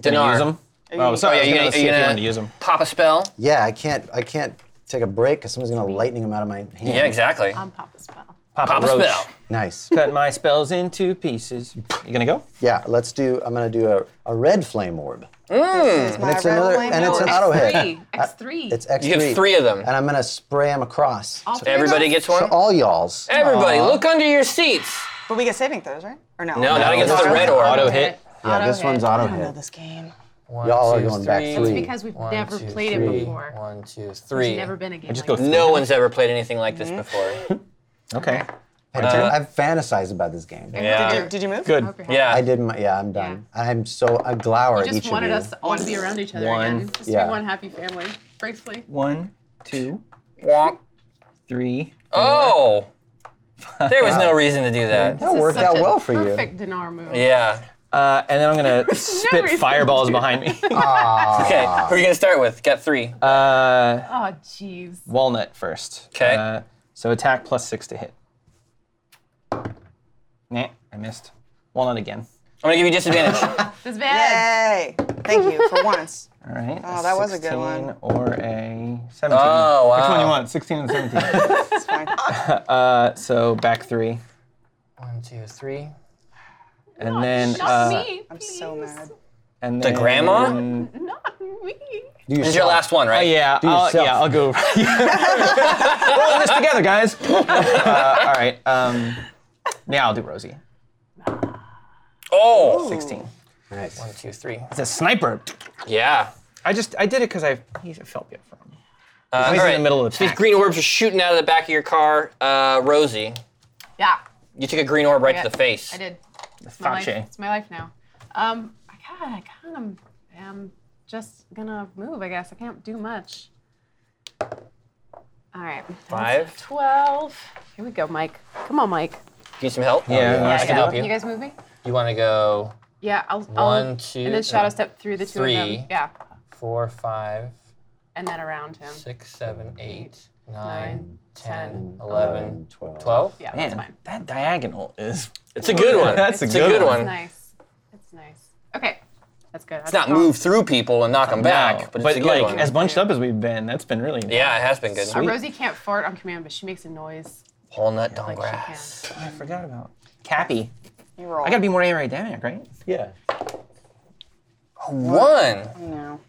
S3: Dinar.
S6: Use them. Oh, sorry.
S3: Oh, yeah,
S6: I was
S3: you
S6: gonna
S3: gonna,
S6: see
S3: you
S6: if you
S3: gonna
S6: wanted to use them.
S3: pop a spell?
S7: Yeah, I can't. I can't take a break because somebody's gonna lightning them out of my hand.
S3: Yeah, exactly.
S2: I'm Papa Spell.
S6: Pop,
S3: pop a
S6: roach.
S3: spell.
S7: Nice.
S6: Cut my spells into pieces. You gonna go?
S7: Yeah, let's do. I'm gonna do a, a red flame orb.
S5: This is my
S7: it's
S5: red
S7: another-
S5: flame
S7: and it's an
S5: powers.
S7: auto hit.
S2: Three. X three.
S7: It's X3.
S3: You get three of them.
S7: And I'm gonna spray them across.
S2: All three of
S3: Everybody
S2: us?
S3: gets one?
S7: So all y'all's.
S3: Everybody, look under your seats.
S5: But we get saving throws, right? Or no?
S3: No, not
S5: I
S3: against
S5: guess
S3: the red orb.
S6: Auto hit.
S7: yeah, this
S2: hit.
S7: one's auto
S5: don't know
S7: hit.
S5: this game.
S7: Y'all are going back
S3: three.
S7: three.
S2: It's because we've never
S3: two,
S2: played
S3: three.
S2: it before.
S3: One, two, three.
S2: Never been a game. Mm-hmm.
S6: Just
S2: like
S6: go.
S3: *laughs*
S2: this.
S3: No one's ever played anything like this
S2: *laughs*
S3: before.
S6: Okay.
S7: I've- I've fantasized about this game.
S5: Did
S3: Uh, Yeah.
S5: you, did you move?
S6: Good.
S2: Okay.
S3: Yeah.
S7: I did my. Yeah, I'm done. I'm so I glower
S2: You
S7: at each
S2: just
S7: of
S2: wanted
S7: you.
S2: us all to be around each other
S6: One.
S2: again. Just
S7: Yeah.
S2: be one happy family. Briefly.
S6: One, two,
S3: Wonk.
S6: three. *laughs*
S3: Oh. There was no reason to do that.
S7: that worked out well for you.
S2: Perfect dinar move.
S3: Yeah.
S6: Uh, and then I'm gonna spit
S2: reason
S6: fireballs behind me.
S3: Okay. Who are you gonna start with? Got three.
S6: *laughs* Ah. Uh,
S2: Oh jeez.
S6: walnut first.
S3: 'Kay.
S6: Uh, so attack plus six to hit. Nah, I missed. Walnut again.
S3: I'm gonna give you
S6: *laughs*
S3: disadvantage.
S2: This is bad.
S5: Yay! Thank you for once.
S6: All right.
S5: Oh, that was a good one.
S6: Or a 17.
S3: Oh,
S6: Which one
S3: wow.
S6: you want? 16 and 17.
S5: *laughs* It's fine.
S6: *laughs* uh, so back three.
S3: one, two, three.
S5: Oh,
S6: And then. Uh,
S2: Not me.
S5: I'm so mad.
S6: and
S3: The
S6: then, Uh,
S3: grandma?
S2: Not me.
S7: Do
S3: This is your last one, right?
S6: Oh, yeah, I'll,
S7: yourself.
S6: yeah, I'll go. We're all in this together,
S3: *laughs*
S6: guys. Uh, all right. Um, now I'll do Rosie.
S3: Oh.
S6: 16.
S7: *laughs* Nice.
S3: One, two, three.
S6: It's a sniper.
S3: Yeah.
S6: I just I did it because I he felt bad for him.
S3: Uh,
S6: He's
S3: all
S6: in
S3: right.
S6: the middle of the
S3: These
S6: pack.
S3: green orbs are shooting out of the back of your car. Uh, Rosie,
S2: Yeah.
S3: you took a green orb right
S2: Yeah,
S3: to the face.
S2: I did. It's my life.
S6: Fache.
S2: It's my life now. Um, I God, I kind of am just gonna move. I guess I can't do much. All right. that's
S3: Five.
S2: Twelve. Here we go, Mike. Come on, Mike.
S3: Need some help?
S6: Yeah, Yeah, I
S3: Oh, I
S6: can
S3: can help you.
S2: You guys move me?
S3: You want to go
S2: Yeah. I'll.
S3: One,
S2: I'll,
S3: two,
S2: Oh, And then shadow
S3: no,
S2: step through the two of
S3: three.
S2: them. Yeah.
S3: four, five,
S2: And then around him.
S3: six, seven, eight, nine,
S2: Nine,
S3: ten,
S2: ten,
S3: eleven,
S7: twelve.
S3: twelve.
S2: Yeah. That's
S6: Man,
S2: fine.
S6: that diagonal is.
S3: It's a good one.
S6: *laughs* That's a
S3: it's
S6: good
S3: a good one.
S6: one.
S2: That's nice. That's nice. Okay. That's good.
S3: It's not move through people and knock them back, but it's a good
S6: like
S3: one.
S6: as bunched up as we've been, that's been really.
S3: yeah, it has been good.
S6: Sweet.
S2: Rosie can't fart on command, but she makes a noise
S3: Walnut don't
S2: like
S3: grass.
S2: she can.
S6: I forgot about Cappy.
S5: You roll.
S6: I gotta be more aerodynamic, right?
S7: Yeah.
S3: One.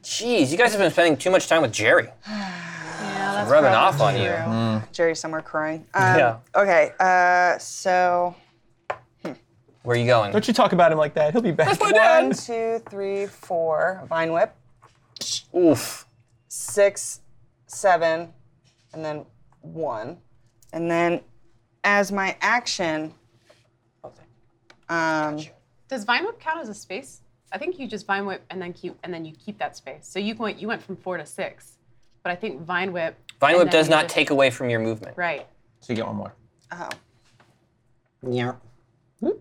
S3: Jeez, you guys have been spending too much time with Jerry.
S5: Yeah, that's
S3: rubbing
S5: probably
S3: off on you.
S5: true. Jerry's somewhere crying. Um,
S4: Yeah.
S5: Okay, uh, so
S3: Where are you going?
S6: Don't you talk about him like that. He'll be back.
S5: one, two, three, four, vine whip,
S3: Oof.
S5: six, seven, and then one. And then as my action, um,
S2: Does Vine Whip count as a space? I think you just Vine Whip and then keep and then you keep that space. So you went you went from four to six, but I think Vine Whip.
S3: Vine
S2: and
S3: Whip
S2: then
S3: does
S2: you
S3: not
S2: just-
S3: take away from your movement.
S2: Right.
S6: So you get one more.
S5: oh,
S7: Yeah.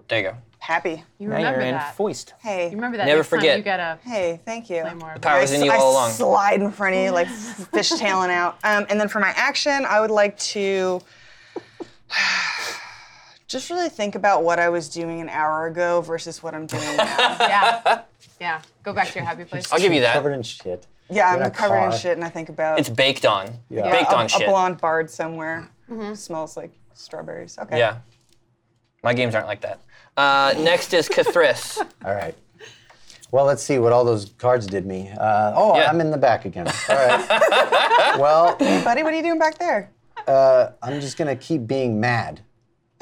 S3: There you go.
S5: happy.
S2: You
S6: Now
S2: remember
S6: you're in
S2: that.
S6: foist.
S5: Hey,
S2: You remember that.
S3: Never
S2: next time
S3: forget.
S2: you got a
S5: hey, thank you.
S2: more.
S3: Power was in you
S5: I
S3: all along.
S5: slide in front of you like fish tailing out. Um, and then for my action, I would like to *sighs* just really think about what I was doing an hour ago versus what I'm doing
S3: *laughs*
S5: now.
S2: Yeah. Yeah. Go back to your happy place.
S3: I'll give you that.
S7: Covered in shit.
S5: yeah,
S7: In a
S5: I'm covered in
S7: car.
S5: shit, and I think about
S3: It's baked on.
S7: Yeah.
S3: Baked
S5: a,
S3: on
S5: a
S3: shit.
S5: blonde bard somewhere.
S2: Mm-hmm.
S5: Smells like strawberries. Okay.
S3: Yeah. My games aren't like that. Uh, next is
S7: *laughs*
S3: Kathris.
S7: All right. Well, let's see what all those cards did me. Uh, oh,
S3: Yeah.
S7: I'm in the back again. All right.
S3: *laughs*
S7: well, uh,
S5: Buddy, what are you doing back there?
S7: I'm just gonna keep being mad. *laughs*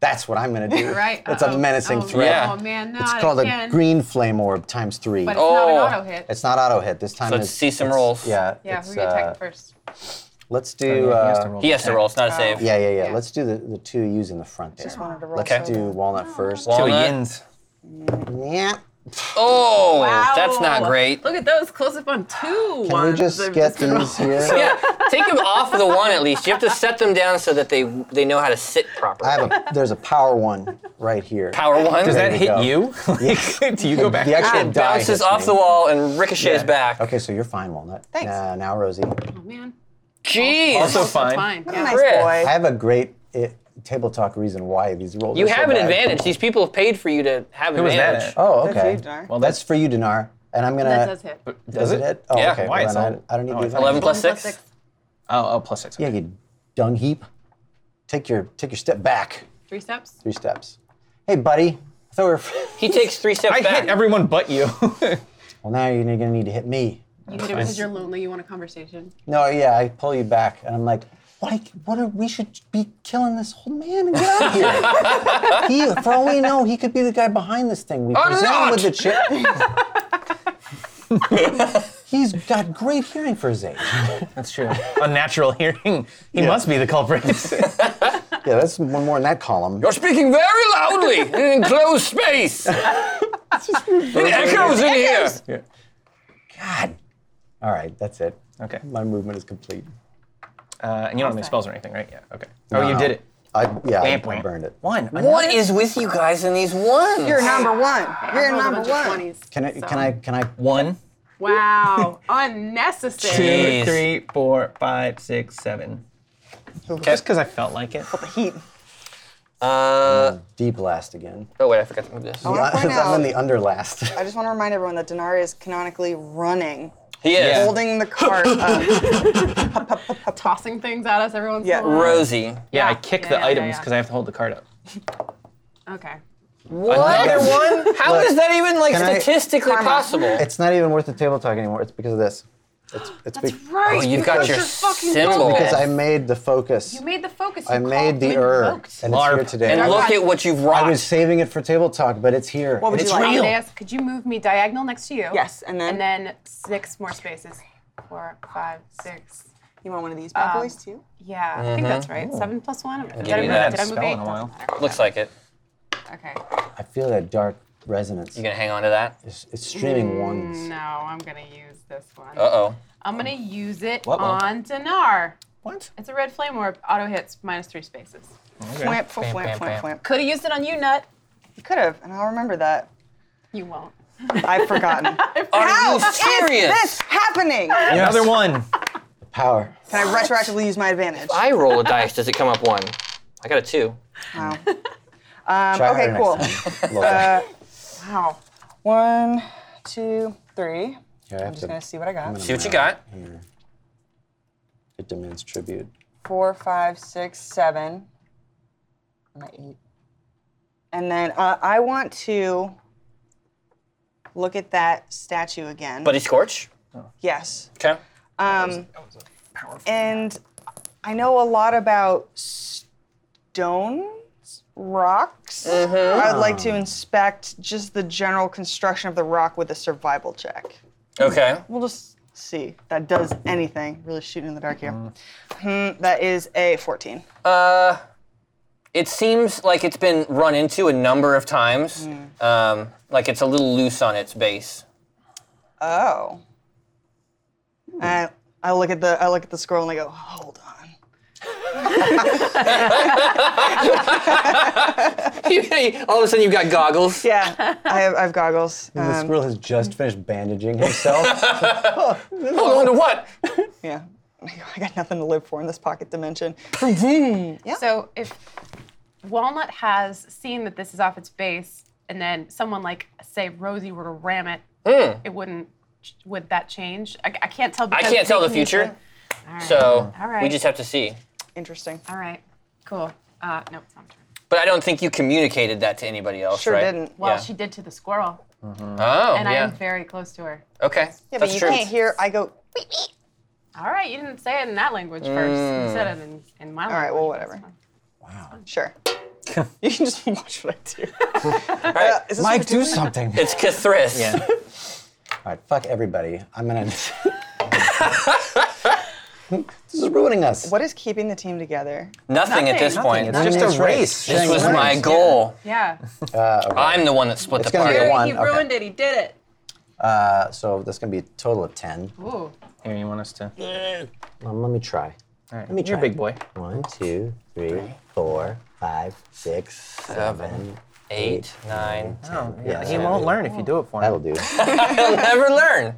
S7: That's what I'm gonna do.
S2: Right.
S7: That's a
S2: uh-oh.
S7: menacing
S2: oh,
S7: threat.
S3: Yeah.
S2: Oh man, no.
S7: It's called a
S2: again.
S7: green flame orb times three.
S2: But it's not
S3: Oh.
S2: an auto hit.
S7: It's not auto hit this time.
S3: So let's
S7: it's-
S3: see some
S7: it's-
S3: rolls.
S7: Yeah.
S2: yeah.
S7: it's,
S2: Who you attack
S7: uh,
S2: first?
S7: Let's
S6: Oh, Yeah,
S7: do.
S6: he has to
S7: uh,
S6: roll
S3: He has to
S6: attack.
S3: roll. It's not a save.
S7: yeah, yeah, yeah,
S2: Yeah.
S7: Let's do the, the two U's in the front there. Just
S5: wanted to roll
S7: Let's
S5: Okay.
S7: do walnut first.
S6: Two
S3: Walnut.
S6: yins.
S7: yeah.
S3: Oh,
S8: Wow.
S3: that's not
S8: *laughs*
S3: great.
S8: Look at those close up on two
S7: Can we just get these here?
S3: *laughs* Yeah, take them off the one at least. You have to set them down so that they they know how to sit properly.
S7: I have a. There's a power one right here.
S3: Power one.
S6: Does that
S7: we
S6: hit
S7: go.
S6: you? *laughs* Like, Do you go back?
S7: The actual
S3: Ah, it
S7: die
S3: bounces
S7: hits
S3: off
S7: me.
S3: the wall and ricochets
S6: Yeah.
S3: back.
S7: Okay, so you're fine, Walnut.
S5: Thanks.
S7: Uh, now, Rosie.
S2: Oh man.
S3: Jeez.
S6: Also
S2: That's
S6: fine.
S7: *laughs*
S2: fine.
S5: What a
S2: Yeah.
S5: nice
S3: Chris.
S5: boy.
S7: I have a great it, table talk reason why these rolls.
S3: you
S7: are so
S3: have an
S7: bad.
S3: advantage. These people have paid for you to have an
S6: Who was that
S3: advantage.
S6: at?
S7: Oh,
S5: That's
S7: okay.
S5: you, Dinar.
S7: Well, that's for you, Dinar. And I'm gonna.
S2: That does hit.
S7: Does it? hit? Oh,
S3: Yeah.
S7: okay.
S6: Why,
S7: well,
S6: it's
S7: then
S6: all-
S7: I, I don't need
S6: oh,
S7: to.
S6: it's
S7: do
S3: Eleven
S7: that.
S3: plus six.
S2: Plus six.
S6: Oh, oh, plus six.
S7: Yeah, you dung heap. Take your take your step back.
S2: Three steps.
S7: Three steps. Hey, buddy. I thought we were. *laughs*
S3: He takes three steps
S6: I
S3: back.
S6: hit everyone but you.
S7: well, now you're gonna need to hit me.
S2: You hit it because you're lonely. You want a conversation.
S7: No, yeah, I pull you back, and I'm like, like, what? Are, we should be killing this old man and get out of *laughs* here. he, for all we know, he could be the guy behind this thing. We
S3: I'm
S7: present him
S3: not.
S7: with the chip. *laughs* He's got great hearing for his age. Yeah,
S6: *laughs* That's true. Unnatural hearing. He must be the *laughs* culprit.
S7: that's one more in that column.
S3: You're speaking very loudly in an enclosed
S7: *laughs*
S3: space. it echoes in here.
S7: God. All right, that's it.
S6: okay.
S7: My movement is complete.
S6: Uh, and you don't have any spells or anything, right? Yeah. Okay. Oh, you
S7: No.
S6: did it.
S7: I yeah, I,
S6: Wham,
S7: I
S6: wham.
S7: burned it.
S6: One.
S3: What is with you guys in these ones?
S5: You're number one. You're
S2: Rolled a
S5: number
S2: bunch of
S5: one.
S2: 20s,
S7: Can I?
S2: so-
S7: Can I? Can I?
S6: One,
S5: *laughs*
S2: Wow.
S6: two,
S2: Unnecessary.
S3: Jeez.
S6: three, four, five, six, seven. Just because I felt like it.
S5: Heat.
S3: Uh,
S7: D blast again.
S3: oh wait, I forgot to move this.
S5: wanna point
S7: *laughs* I'm in
S5: out-
S7: the underlast.
S6: *laughs*
S5: I just want to remind everyone that Dinar is canonically running,
S3: He is
S6: Yeah.
S5: holding the cart
S3: *laughs*
S5: up.
S2: Tossing things at us every once *laughs*
S5: Yeah.
S2: in a while.
S3: Rosie.
S6: Yeah, I
S2: Yeah,
S6: kick
S2: yeah,
S6: the
S2: yeah,
S6: items
S2: yeah.
S6: because I have to hold the card up.
S2: Okay.
S3: Another
S7: *laughs*
S3: one? How is that even like
S7: Can I-
S3: statistically possible?
S7: It's not even worth the table talk anymore. It's because of this. It's it's be-
S2: Right.
S3: Oh, you've got
S2: because
S3: your
S2: you're fucking
S3: symbol.
S2: focused.
S7: because I made the focus.
S2: You made the focus. You
S7: I made
S2: called
S7: the
S2: when
S7: error,
S2: invoked.
S7: and
S6: Larp.
S7: it's here today.
S3: and look
S2: God.
S3: at what you've wrought.
S7: I was saving it for table talk, but it's here.
S5: What would
S7: It's
S5: you like?
S2: Amadeus, could you move me diagonal next to you?
S5: Yes, and then-
S2: and then six more spaces. Four, five, six.
S5: You want one of these bad
S2: Um,
S5: boys too?
S2: Yeah, I think
S3: Mm-hmm.
S2: that's right. Seven plus one. Did I
S3: you
S2: move,
S3: that
S2: did I move
S6: spell
S2: eight?
S6: in a while.
S2: Doesn't matter.
S3: Looks like it.
S2: Okay.
S7: I feel that dark resonance.
S3: You gonna hang on to that?
S7: It's, it's streaming
S5: Mm.
S7: ones.
S2: No, I'm gonna use this one.
S3: Uh oh.
S2: I'm gonna use it
S6: What one?
S2: on Dinar.
S6: What?
S2: It's a red flame orb. Auto hits minus three spaces.
S5: Flamp, flamp,
S3: bam,
S5: flamp, flamp,
S3: bam.
S5: flamp.
S2: Could have used it on you, Nut.
S5: You could have, and I'll remember that.
S2: You won't.
S5: I've
S3: *laughs*
S5: forgotten.
S3: Are
S5: How
S3: you serious?
S5: is this happening?
S6: Another *laughs* one.
S7: The power.
S5: Can I retroactively use my advantage?
S3: I roll a dice. Does it come up one? I got a two.
S7: *laughs*
S5: Wow.
S7: Try
S5: Um, okay,
S7: harder
S5: cool. Uh,
S7: next
S5: *laughs*
S7: time. Look, I
S5: Wow. One, two, three.
S7: have
S5: I'm just
S7: to-
S5: gonna see what I got.
S3: See what you got.
S7: Here. It demands tribute.
S5: Four, five, six, seven. My eight. And then uh, I want to look at that statue again.
S3: Buddy Scorch.
S5: yes. Um,
S3: Okay.
S5: And I know a lot about stones, rocks. I would like to inspect just the general construction of the rock with a survival check.
S3: Okay.
S5: We'll just see. if That does anything. Really shooting in the dark here. Hmm, that is a 14.
S3: It seems like it's been run into a number of times. Um, like it's a little loose on its *laughs* base.
S5: Oh.
S7: Hmm.
S5: I, I look at the I look at the scroll and I go, hold on.
S3: All of a sudden, you've got goggles.
S5: Yeah, *laughs* I have, I have
S7: *laughs*
S5: goggles.
S7: The
S5: Um,
S7: squirrel has just finished bandaging himself.
S3: Hold on to Oh, what?
S5: yeah. *laughs* I got nothing to live for in this pocket
S7: *laughs*
S5: dimension.
S2: So if Walnut has seen that this is off its base, and then someone like say Rosie were to ram it, it wouldn't. Would that change? I, I can't
S3: *laughs*
S2: tell.
S3: Hmm. I
S2: Because
S3: can't tell
S2: they
S3: the
S2: can use
S3: future,
S2: it. All right.
S3: so
S2: All right.
S3: we just have to see.
S5: Interesting.
S2: All right. Cool. Uh, no, it's not my turn.
S3: But I don't think you communicated that to anybody else,
S5: Sure
S3: right?
S5: didn't.
S2: Well,
S3: Yeah.
S2: she did to the squirrel,
S3: Oh,
S2: and I
S3: yeah.
S2: am very close to her.
S3: okay,
S5: Yeah, but
S3: that's
S5: you
S3: true.
S5: can't hear. I go. "Beep, beep."
S2: All right, you didn't say it in that language first.
S3: Hmm.
S2: You said it in, in my language.
S5: right, well,
S2: That's
S5: whatever.
S2: fine.
S7: *laughs*
S5: Sure. you can just *laughs* watch what I do. Uh,
S3: All right.
S5: Is this
S7: Mike,
S5: what
S7: do something.
S3: It's Kathris.
S7: All right, fuck everybody. I'm gonna. *laughs* this is ruining us.
S5: What is keeping the team
S7: *laughs*
S5: together?
S3: Nothing, at this
S2: Nothing.
S3: point.
S7: It's just
S6: It's race.
S7: a race.
S3: This was
S7: Race.
S3: my goal.
S2: Yeah.
S3: I'm the one that split
S7: It's
S3: the
S7: gonna
S3: party.
S7: be a one.
S8: He
S7: okay.
S8: ruined it. He did it.
S7: Uh, so that's gonna be a total of ten.
S2: Ooh.
S6: Here, you want us to? All
S7: Um, let me try.
S6: right.
S7: Let me
S6: You're a
S7: try.
S6: big boy.
S7: One, two, three, four, five, six, seven.
S3: Eight, nine. ten.
S6: Oh, yeah.
S7: Yeah,
S6: He
S7: yeah,
S6: won't
S7: yeah.
S6: learn if you do it for
S7: That'll
S6: him.
S7: do.
S3: *laughs* He'll never learn.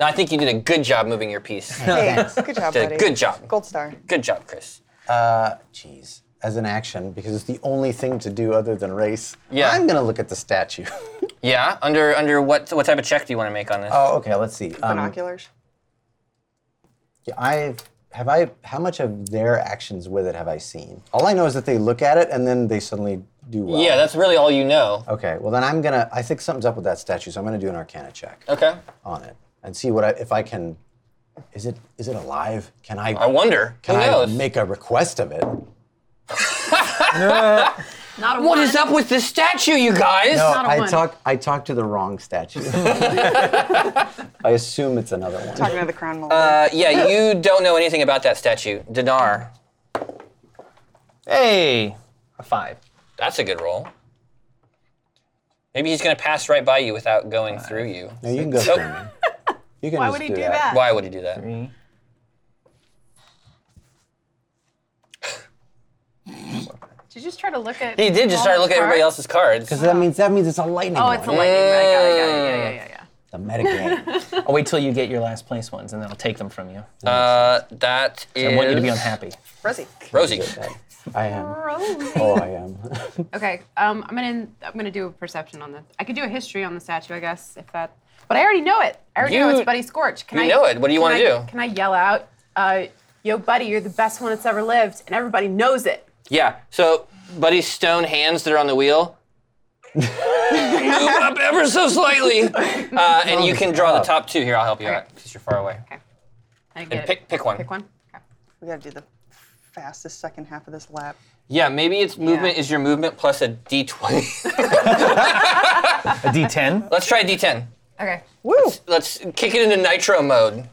S3: No, I think you did a good job moving your piece.
S5: Hey, good job,
S3: Did
S5: buddy.
S3: a good job.
S5: Gold star.
S3: Good job, Chris.
S7: Uh, Jeez. As an action, because it's the only thing to do other than race.
S3: Yeah.
S7: I'm gonna look at
S3: *laughs*
S7: the statue.
S3: Yeah. Under under what what type of check do you want to make on this?
S7: oh, okay. Let's see. Um, *laughs*
S5: Binoculars.
S7: yeah, I have I. How much of their actions with it have I seen? All I know is that they look at it and then they suddenly do well.
S3: yeah, that's really all you know.
S7: Okay, well then I'm gonna. I think something's up with that statue, so I'm gonna do an Arcana check
S3: Okay.
S7: on it and see what I, if I can. Is it is it alive? Can I?
S3: I wonder.
S7: Can
S3: Who
S7: I
S3: knows?
S7: make a request of it?
S2: Not a
S3: what
S2: one.
S3: is up with this statue, you guys?
S7: No,
S2: not a
S7: I
S2: one.
S7: talk. I talked to the wrong statue. *laughs* I assume it's another one.
S5: Talking to the crown mold.
S3: Uh, yeah, you don't know anything about that statue. Dinar.
S6: Hey, a five.
S3: That's a good roll. Maybe he's gonna pass right by you without going through you.
S7: No, you can go through *laughs* me. You can
S5: Why
S7: just
S5: would he do
S7: that.
S5: that?
S3: Why would he do that?
S6: Three.
S2: Did you just try to look at?
S3: He did just try to look at everybody else's cards.
S7: So that means that means it's a lightning
S2: Oh,
S7: one.
S2: it's a lightning. I got it. I got it. Yeah, yeah, yeah, yeah.
S7: The *laughs* metagame.
S6: I'll wait till you get your last place ones, and then I'll take them from you.
S3: Uh, that is.
S6: I want you to be unhappy.
S5: Rosie.
S3: Rosie.
S7: I am. Oh, I am. *laughs*
S2: Okay, um, I'm gonna I'm gonna do a perception on this. I could do a history on the statue, I guess, if that. But I already know it. I already know
S3: You-
S2: it's Buddy Scorch. Can
S3: you
S2: I
S3: know it. What do you
S2: can
S3: wanna
S2: I-
S3: do?
S2: Can I yell out, uh, "Yo, Buddy, you're the best one that's ever lived," and everybody knows it.
S3: Yeah. So, Buddy's stone hands that are on the wheel move up ever so slightly, uh, and you can draw the top two here. I'll help you out because you're far away.
S2: I didn't
S3: And
S2: get
S3: pick
S2: it.
S3: pick one.
S2: Pick one. Okay.
S5: We gotta do the fastest second half of this lap.
S3: Yeah, maybe its movement is your movement plus a d20.
S6: A *laughs*
S3: *laughs*
S6: D10.
S3: Let's try a d10.
S2: Okay.
S5: Woo!
S3: Let's kick it into nitro mode.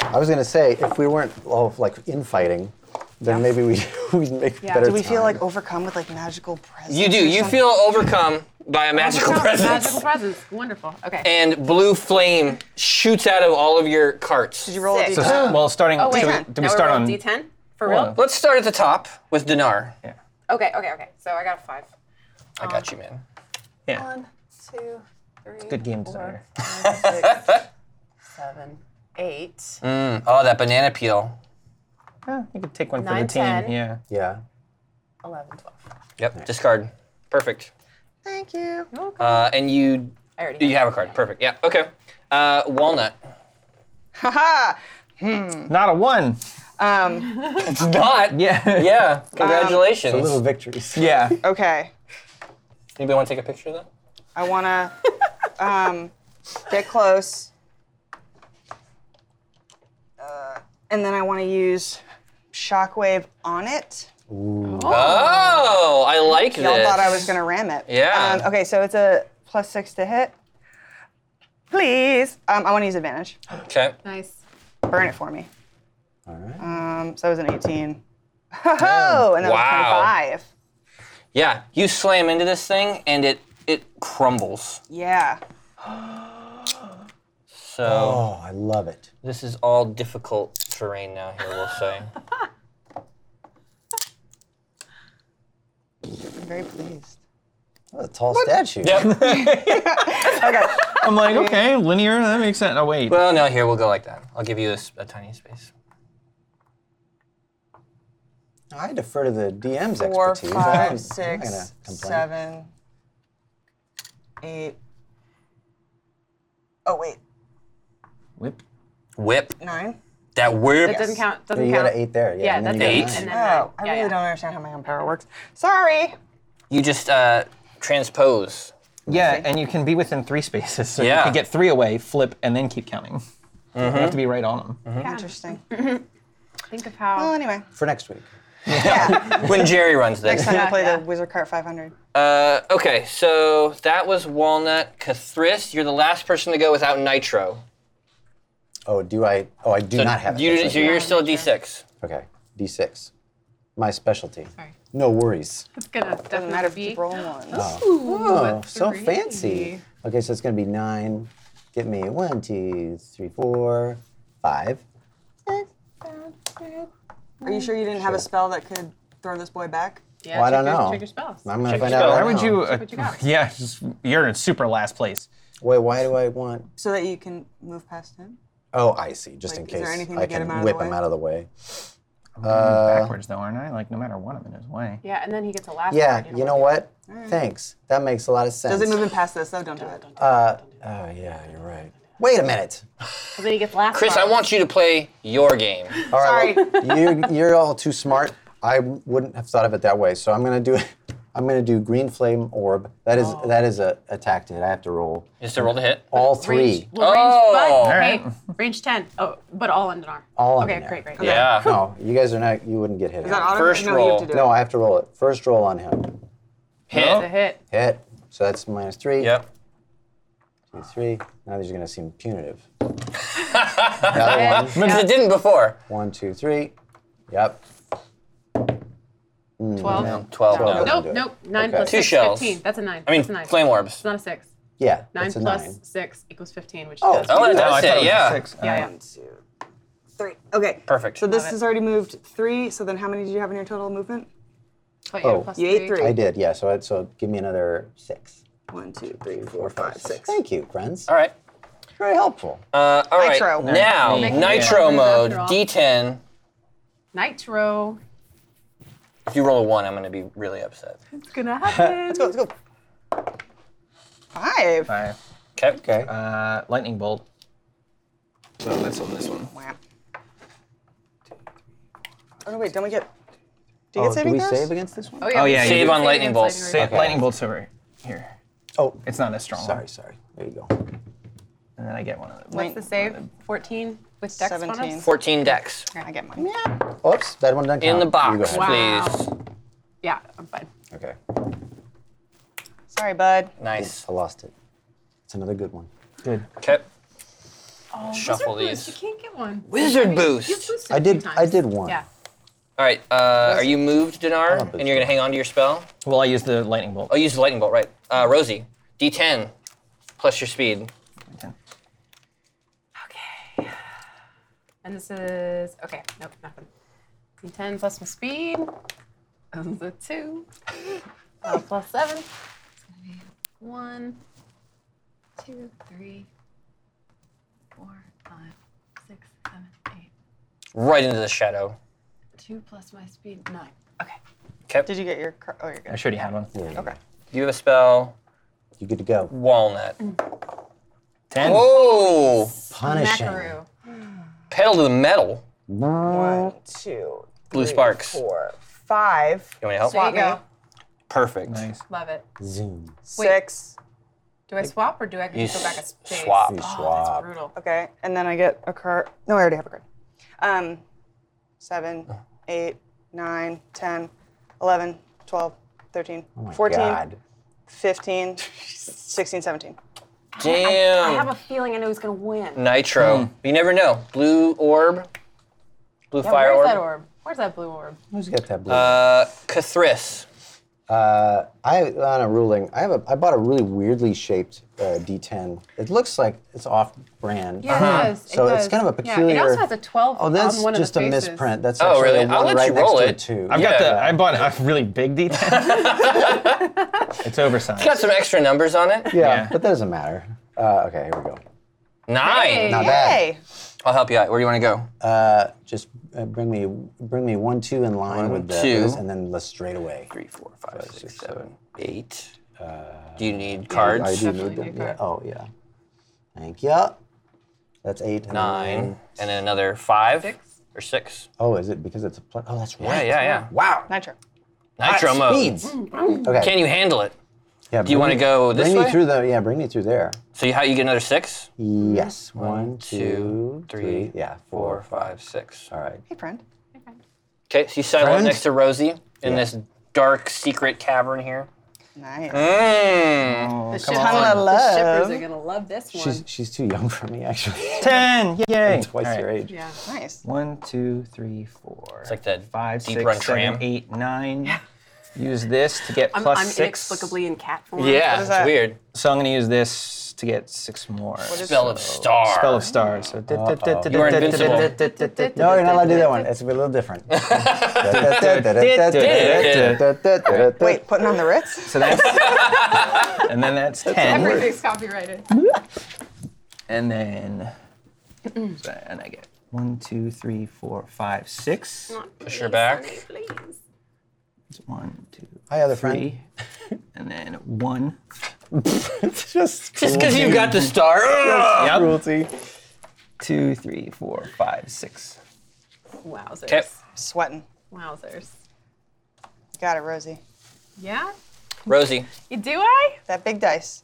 S7: I was gonna say if we weren't all like infighting, then maybe we *laughs* we'd make
S2: Yeah.
S7: better.
S2: Do
S5: We feel
S7: time.
S5: like overcome with like magical presence.
S3: You do.
S5: or
S3: You
S5: something.
S3: feel overcome by a magical
S2: Oh,
S3: presence.
S2: Magical presence. Wonderful. Okay.
S3: And blue flame shoots out of all of your carts.
S5: Did you roll a
S8: Sick.
S6: So,
S5: D10?
S6: well, starting.
S2: oh wait.
S6: do we, do we start on?
S2: D10 for real?
S6: Whoa.
S3: Let's start at the top with Dinar.
S2: Okay. Okay. Okay. So I got a five.
S3: I got you, man.
S6: Yeah.
S8: One, two, three.
S6: Good game designer.
S8: five, six, seven, eight.
S3: Oh, that banana peel.
S6: Eh, you could take one for
S8: Nine,
S6: the team.
S8: 10.
S6: Yeah.
S7: yeah.
S8: 11, 12.
S3: Yep. Discard. Perfect.
S5: Thank you.
S3: Uh, and you
S8: I already
S3: you have a card. Perfect. Yeah. Okay. Uh, walnut.
S5: Haha!
S6: Not a one.
S7: *laughs*
S3: Not.
S6: Yeah.
S3: Yeah. Congratulations.
S7: Um, Little victories.
S6: Yeah.
S5: Okay. *laughs*
S3: Anybody want to take a picture of that?
S5: I wanna um, get close. Uh, and then I want to use shockwave on it.
S3: Oh, I like this.
S5: Y'all thought I was going to ram it.
S3: Yeah.
S5: Um, okay, so it's a plus six to hit. Please. Um, I want to use advantage.
S3: Okay.
S2: Nice.
S5: Burn it for me.
S7: All right.
S5: Um, so it was an *laughs* 18. Ho And that
S3: Wow.
S5: was 25.
S3: Yeah, you slam into this thing and it it crumbles.
S5: Yeah.
S3: So
S7: Oh, I love it.
S3: this is all difficult terrain now. Here we'll say. *laughs*
S5: I'm very pleased.
S7: What a tall statue.
S3: yep.
S6: I'm like, okay, linear, that makes sense. Oh, wait.
S3: Well, no, here we'll go like that. I'll give you this a tiny space.
S7: I defer to the DM's
S5: Four,
S7: expertise. I'm- *laughs*
S5: five,
S7: I'm not
S5: six,
S7: gonna complain.
S5: seven, eight. Oh, wait.
S6: Whip.
S3: Whip
S5: Nine?
S3: that whip.
S2: That doesn't count. Doesn't
S7: You got
S2: count.
S7: an eight there. Yeah,
S2: Yeah,
S7: and
S2: that's
S7: then you
S2: eight.
S7: got
S3: Eight?
S2: And then
S5: Oh,
S2: nine.
S5: I
S2: Yeah,
S5: really
S2: yeah.
S5: don't understand how my own power works. Sorry.
S3: You just uh, transpose.
S6: Yeah, and you can be within three spaces. So
S3: Yeah.
S6: you can get three away, flip, and then keep counting. You have to be right on
S5: Mm-hmm.
S6: them.
S5: Hmm. *laughs* Interesting.
S2: Think of
S5: Well,
S2: how.
S5: anyway,
S7: for next week.
S3: when Jerry runs this.
S5: next time I
S2: Yeah,
S5: play *laughs*
S2: yeah.
S5: the Wizard Cart 500.
S3: Uh, okay, so that was Walnut. Cathrist, you're the last person to go without Nitro.
S7: Oh, do I? Oh, I do
S3: So
S7: not have it.
S3: you,
S7: That's
S3: so
S7: right.
S3: you're still D6.
S7: Okay, D6. My specialty.
S3: Oh,
S7: No worries.
S2: It's gonna
S5: Doesn't matter
S2: definitely
S5: if you
S2: be.
S5: roll one.
S7: Oh, so
S2: three.
S7: fancy. Okay, so it's going to be nine. Get me one, two, three, four, five.
S5: Are you sure you didn't have a spell that could throw this boy back?
S2: Yeah,
S7: Well, I
S2: check
S7: don't
S2: your-
S7: know.
S2: Check your spells.
S7: I'm going to
S3: Check
S7: find
S3: your
S7: out.
S3: spell.
S7: right
S6: Why would
S7: now.
S6: you? uh,
S2: what you
S6: *laughs*
S2: got.
S6: yeah, just- you're in super last place.
S7: Wait, why do I want?
S5: So that you can move past him?
S7: Oh, I see. Just
S5: Like,
S7: in
S5: is there
S7: case
S5: anything to
S7: I
S5: get
S7: can
S5: him out of the
S7: whip him
S5: way?
S7: out of the way.
S6: backwards though, aren't I? Like no matter what, I'm in his way.
S2: Yeah, and then he gets a last.
S7: Yeah,
S2: card,
S7: you know what? Thanks. That makes a lot of sense.
S5: Does it move him past this, though? Don't do it.
S7: Oh, yeah, you're right. Wait a minute.
S2: And then he gets last.
S3: Chris, I
S2: card.
S3: want you to play your game.
S7: All right, well, you, you're all too smart. I wouldn't have thought of it that way. So I'm gonna do, *laughs* I'm gonna do green flame orb. That is that is a attack that I have to roll.
S3: Just to roll the hit.
S7: All three.
S2: Oh. Range, well, range,
S3: Oh.
S2: but,
S3: All
S6: right.
S2: hey, range ten. Oh, but all in Dinar.
S7: All
S2: okay,
S7: Indinar.
S2: great, great.
S3: Yeah.
S7: No, you guys are not. You wouldn't get hit.
S5: Is that
S7: anyway.
S5: automatic?
S3: First
S5: no, You
S3: roll.
S5: have to do
S7: No,
S5: it.
S7: I have to Uh, roll it. First roll on him.
S2: It's a
S3: Hit.
S2: hit.
S7: Hit. So that's minus three.
S3: Yep.
S7: Two, three. Now these are gonna seem punitive.
S3: *laughs*
S7: Another one.
S3: Because it didn't before.
S7: One, two, three. Yep. Hmm,
S3: 12.
S2: Twelve.
S7: Twelve.
S3: No.
S7: Nope.
S2: Nope, nope. Nine
S7: Okay.
S2: plus
S3: Two
S2: six,
S3: shells.
S2: 15. That's a nine.
S3: I mean,
S2: That's a nine.
S3: flame orbs.
S2: It's not a six.
S7: Yeah.
S2: Nine
S7: that's a
S2: plus
S7: nine.
S2: six equals 15, which
S7: Oh,
S2: does.
S3: Oh, it
S7: No,
S3: does hit, yeah.
S2: yeah, yeah.
S5: One, two, three. Okay.
S3: Perfect.
S5: So this
S2: Love it.
S5: has already moved three. So then, how many did you have in your total movement?
S2: But
S7: Oh.
S2: yeah, plus
S5: You ate three.
S7: I did. Yeah. So it, so give me another six.
S5: One, two, three, four, five, six.
S7: Thank you, friends.
S3: All right.
S7: Very helpful.
S3: Uh, all right.
S5: Nitro.
S3: Now,
S2: Nick-
S3: nitro
S2: Yeah.
S3: mode,
S2: After all.
S3: D10.
S2: Nitro.
S3: If you roll a one, I'm going to be really upset.
S2: It's gonna happen. *laughs*
S7: Let's go.
S5: Five.
S6: Five.
S3: Okay.
S7: Okay.
S6: Uh, lightning bolt. So that's on this one.
S5: Wham. Oh no! Wait, don't we get? Do you get
S7: Oh, do
S5: saving
S7: we
S5: throws?
S7: save against this one?
S2: yeah.
S6: Oh, yeah, you
S3: Save
S6: do.
S3: on lightning
S2: against
S3: bolts.
S2: lightning
S6: Say, Lightning bolts over here.
S7: Oh,
S6: It's not as strong.
S7: sorry, sorry. There you go.
S6: And then I get one of them.
S2: What's the save? 14 with dex bonus?
S5: 17.
S3: 14 decks.
S5: I get mine.
S7: Oops, that one doesn't count.
S3: In the
S7: You go
S3: box,
S7: ahead.
S2: Wow.
S3: please.
S2: Yeah, I'm fine.
S7: Okay,
S5: Sorry, bud.
S3: Nice.
S7: I lost it. It's another good one.
S6: Good.
S3: Okay.
S2: Oh,
S3: Shuffle
S2: wizard boost.
S3: these.
S2: You can't get one.
S3: Wizard
S2: You
S3: boost.
S2: boosted
S7: I
S2: a few
S7: did.
S2: times.
S7: I did one.
S2: Yeah.
S3: All right. Uh, are you moved, Dinar?
S7: I'll boost
S3: And you're going to hang on to your spell?
S6: Well, I use the lightning bolt.
S3: Oh, use the lightning bolt, right. Uh, Rosie, D10 plus your speed.
S2: Okay. And this is okay. Nope, nothing. D10 plus my speed. That was a two. Uh, plus seven. It's gonna be one, two, three, four, five, six, seven, eight.
S3: Right into the shadow.
S2: Two plus my speed, nine. Okay.
S5: Did you get your? Car- oh, you're
S6: I
S5: good.
S6: should have had one.
S5: Okay.
S3: You have a spell,
S7: You good to go?
S3: Walnut.
S6: Ten.
S3: Oh!
S7: Punishing.
S2: Macaru.
S3: Pedal to the metal.
S5: One, two,
S3: Blue sparks.
S5: four, five,
S3: You want me to help?
S2: There you
S5: me.
S2: go.
S3: Perfect.
S6: Nice.
S2: Love it.
S7: Zoom.
S5: six,
S2: Do I swap or do I just go back a
S3: s-
S2: space?
S3: swap.
S2: Oh,
S3: You
S2: That's
S7: swap.
S2: brutal.
S5: Okay, and then I get a card. No, I already have a card. Um, seven,
S3: Uh-huh.
S5: eight, nine, 10, 11, 12, 13,
S3: Oh
S7: my
S5: 14,
S7: God.
S3: *laughs*
S5: 15, 16, 17.
S3: Damn. Mm-hmm.
S2: I have a feeling I know who's gonna win.
S3: Nitro. You never know. Blue orb. Blue
S2: Yeah,
S3: fire
S2: where's
S3: orb.
S2: that orb? Where's that blue orb?
S7: Who's got that blue? Uh,
S3: Uh, Kathris.
S7: I on a ruling. I have a. I bought a really weirdly shaped uh, D10. It looks like it's off-brand.
S2: Yeah, it does.
S7: So
S2: it
S7: it's
S2: does.
S7: kind of a
S2: Yeah, it
S7: peculiar-
S2: also has a 12
S7: Oh, that's
S2: on one
S7: just
S2: of
S7: a
S2: the faces.
S7: misprint. That's
S3: Oh,
S7: actually
S3: really?
S7: a
S3: I'll
S7: one
S3: let
S7: right
S3: you roll
S7: next
S3: it.
S7: to a two.
S6: I've got
S3: Yeah.
S6: the. I bought a really big *laughs* D10. it's oversized.
S3: Got some extra numbers on it.
S7: yeah,
S6: yeah.
S7: but that doesn't matter. Uh, okay, here we go.
S3: Nine.
S2: Hey.
S7: Not bad.
S5: Hey,
S3: I'll help you out. Where do you want to go?
S7: Just uh, bring me bring me one two in line with the
S3: two.
S7: this, and then let's straight away.
S3: Three, four, five, six, seven, eight. do you need cards?
S7: I do need
S2: Definitely
S7: them.
S2: do
S7: Yeah. Oh yeah. Thank you. That's eight. and
S3: Nine. And then another five or six.
S7: Oh, is it because it's a plus? Oh, that's
S3: Yeah,
S7: right.
S3: yeah, yeah.
S7: Wow.
S5: nitro.
S3: Nitro mode.
S7: Speeds. Okay.
S3: Can you handle it?
S7: Yeah,
S3: Do you
S7: bring
S3: wanna
S7: me-
S3: go this
S7: bring
S3: way?
S7: me through the yeah. Bring me through there.
S3: So you, how you get another six?
S7: Yes. One,
S3: two,
S7: two,
S3: three,
S7: three. Yeah.
S3: Four,
S7: Four.
S3: five, six.
S7: All right.
S5: Hey, friend.
S3: Okay, so you settle
S7: Friends?
S3: next to Rosie in this dark secret cavern here.
S5: Nice.
S3: Mmm.
S8: Oh.
S2: The, ship-
S5: Tunnel of
S2: the shippers are
S5: love.
S2: gonna love this one.
S7: She's she's too young for me actually. *laughs*
S6: Ten. Yay.
S7: Twice
S6: All right.
S7: your age.
S2: yeah.
S5: Nice.
S6: One, two, three, four. It's
S3: like the
S6: five,
S3: deep
S6: six,
S3: run
S6: seven,
S3: tram.
S6: eight, nine. Use this to get
S2: I'm,
S6: plus
S2: I'm
S6: six.
S2: inexplicably in cat form.
S3: Yeah,
S5: is
S3: it's
S5: that?
S3: weird.
S6: So I'm gonna use this to get six more.
S3: Spell of star.
S6: Spell of stars. So
S3: You are invincible.
S7: No, Oh, you're not allowed to do that one. It's a little different.
S5: Wait, putting on the Ritz?
S6: So that's *laughs* and then that's ten.
S2: Everything's copyrighted.
S6: And then so- and I get one, two, three, four, five, six.
S2: Mm.
S3: Push her back.
S2: Please.
S6: One, two,
S7: Hi, other friend.
S6: three, *laughs* and then one.
S7: Just
S3: Just because you got the star. Ugh.
S6: Yep.
S7: cruelty.
S6: Two, three, four, five, six.
S2: Wowzers.
S3: Okay.
S5: Sweating.
S2: Wowzers.
S5: Got it, Rosie.
S2: Yeah?
S3: Rosie,
S2: You do I?
S5: That big dice.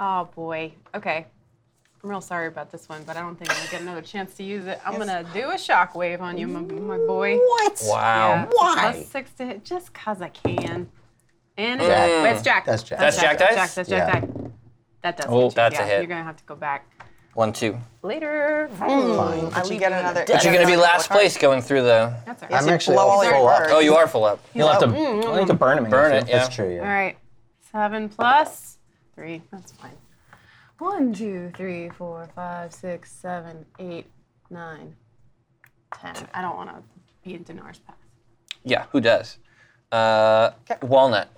S2: Oh boy. Okay. I'm real sorry about this one, but I don't think I'm gonna get another chance to use it. I'm gonna do a shockwave on you, my, my boy.
S5: What?
S3: wow.
S5: Why?
S2: Plus six to hit, just cause I can. And it's,
S7: Jack.
S2: wait, it's Jack.
S7: That's Jack.
S3: That's Jack dice?
S2: Jack, that's Jack
S7: Yeah.
S2: die. That does.
S6: Oh,
S2: hit you.
S3: that's a
S2: yeah,
S3: hit.
S2: You're gonna have to go back
S3: One, two.
S2: later.
S7: Fine.
S5: Did you get another?
S3: But you're going to be last place going through the.
S2: That's all
S7: I'm
S2: right.
S7: actually
S5: blow all
S7: all
S5: your
S7: full
S5: cards.
S7: up.
S3: Oh, you
S2: *laughs*
S3: are full up.
S6: You'll have to,
S7: Oh, mm,
S6: you'll have to burn him.
S3: Burn it, yeah.
S7: That's true.
S2: All
S7: Yeah.
S2: right. Seven plus three. That's fine. One, two, three, four, five, six, seven, eight, nine, ten. I don't want to be in Dinar's path.
S3: Yeah, who does? Uh, walnut.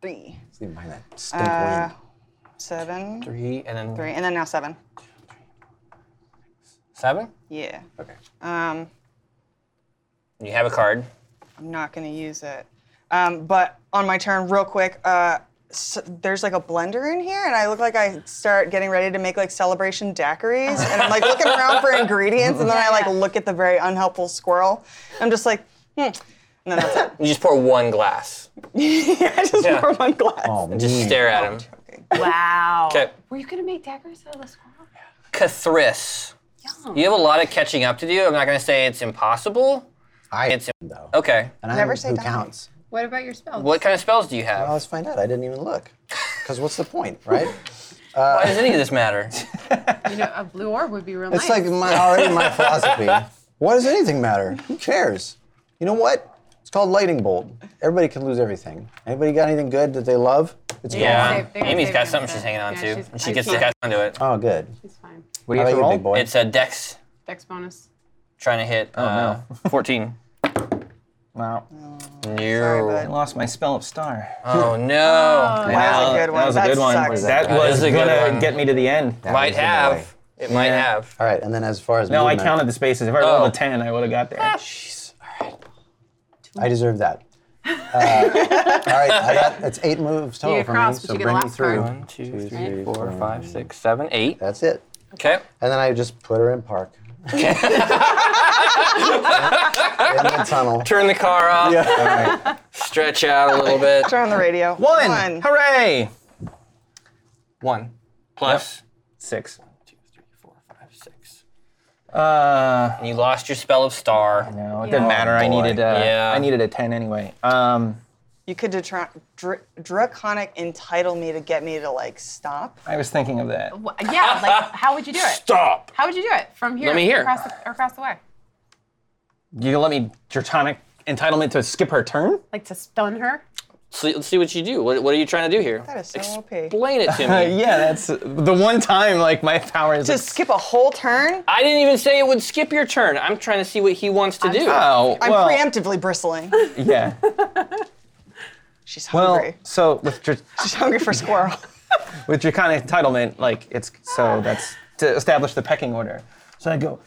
S5: Three,
S7: See, behind that stink wind.
S5: seven, three,
S3: Three and then
S5: and then now seven.
S3: seven.
S5: Yeah.
S7: Okay.
S5: Um,
S3: You have a card.
S5: I'm not gonna use it. Um, but on my turn, real quick, uh, s there's like a blender in here, and I look like I start getting ready to make like celebration daiquiris, and I'm like looking around for ingredients, and then I like look at the very unhelpful squirrel. I'm just like, *laughs* hmm. And then that's it.
S3: You just pour one glass.
S5: I just
S3: Yeah.
S5: pour one glass.
S7: Oh, man.
S3: Just stare at him.
S2: Wow.
S3: Okay.
S2: Were you gonna make daggers out of the squirrel?
S3: Kathris. You have a lot of catching up to do. I'm not going to say it's impossible.
S7: I
S3: It's-
S7: though.
S3: Okay.
S7: And I
S5: Never
S7: never
S5: say
S7: say who
S5: die.
S7: counts.
S2: What about your spells?
S3: What kind of spells do you have?
S7: Well, let's find out. I didn't even look. Because what's the point, right?
S3: Why does any of this *laughs* matter?
S2: You know, a blue orb would be real
S7: It's
S2: nice.
S7: like my already my philosophy. Why does anything matter? Who cares? You know what? It's called lightning bolt. Everybody can lose everything. Anybody got anything good that they love? It's
S3: Yeah.
S7: gone.
S2: They're gonna
S3: Amy's
S2: save
S3: got
S2: him
S3: something
S2: for-
S3: she's hanging on
S2: yeah,
S3: to,
S2: she's-
S3: and she
S2: I
S3: gets to
S2: can't-
S3: catch onto it.
S7: Oh, good.
S2: It's fine.
S6: What do you
S7: How
S6: have to
S7: about you,
S6: roll?
S7: big boy?
S3: It's a dex
S2: Dex bonus.
S3: trying to hit uh, *laughs* 14.
S6: Wow.
S3: No.
S5: bud.
S6: I lost my spell of star.
S3: Oh, no.
S5: That was a good one.
S6: That was a
S5: That
S6: good one.
S5: sucks.
S6: That
S3: That
S6: was
S3: is a good
S6: gonna
S3: one.
S6: get me to the end.
S3: Might
S7: was a good
S3: have. It might have.
S7: All right, and then as far as
S6: No, I
S7: movement,
S6: counted the spaces. If I rolled
S3: Oh.
S6: a ten, I would have got there.
S7: I deserve that. Uh, all right, I got, it's eight moves total
S2: You get
S7: for me.
S2: crossed, but
S7: So
S2: you get
S7: bring me
S2: lost
S7: through.
S2: card.
S3: One, two, three, four, five, six, seven, eight.
S7: That's it.
S3: Okay.
S7: And then I just put her in park.
S3: *laughs*
S7: in the tunnel.
S3: Turn the car off,
S7: All right.
S3: *laughs* stretch out a little bit.
S5: Turn on the radio.
S6: One. Hooray!
S3: One plus,
S6: Six.
S3: two, three, four, five, six.
S6: Uh,
S3: And you lost your spell of star.
S6: no, it didn't matter. I
S7: boy.
S6: needed a,
S3: Yeah.
S6: I needed a ten anyway. Um,
S5: You could detra- dr- draconic entitle me to get me to like stop.
S6: I was thinking of that.
S2: Wha- yeah, like how would you do it?
S3: Stop.
S2: How would you do it from here?
S6: Let me hear.
S2: Across the, across the way,
S6: You gonna let me Gertonic entitlement to skip her turn?
S2: like to stun her.
S3: So let's see what you do. What, what are you trying to do here?
S5: That is so OP.
S3: Explain it to
S6: Uh,
S3: me.
S6: yeah, that's the one time like my power is.
S5: To skip a whole turn?
S3: I didn't even say it would skip your turn. I'm trying to see what he wants to do.
S6: oh,
S5: I'm
S6: well,
S5: preemptively bristling.
S6: yeah.
S5: She's
S6: Well,
S5: hungry.
S6: so with Dr-
S5: She's hungry for squirrel.
S6: with draconic entitlement, like it's so that's to establish the pecking order. So I go,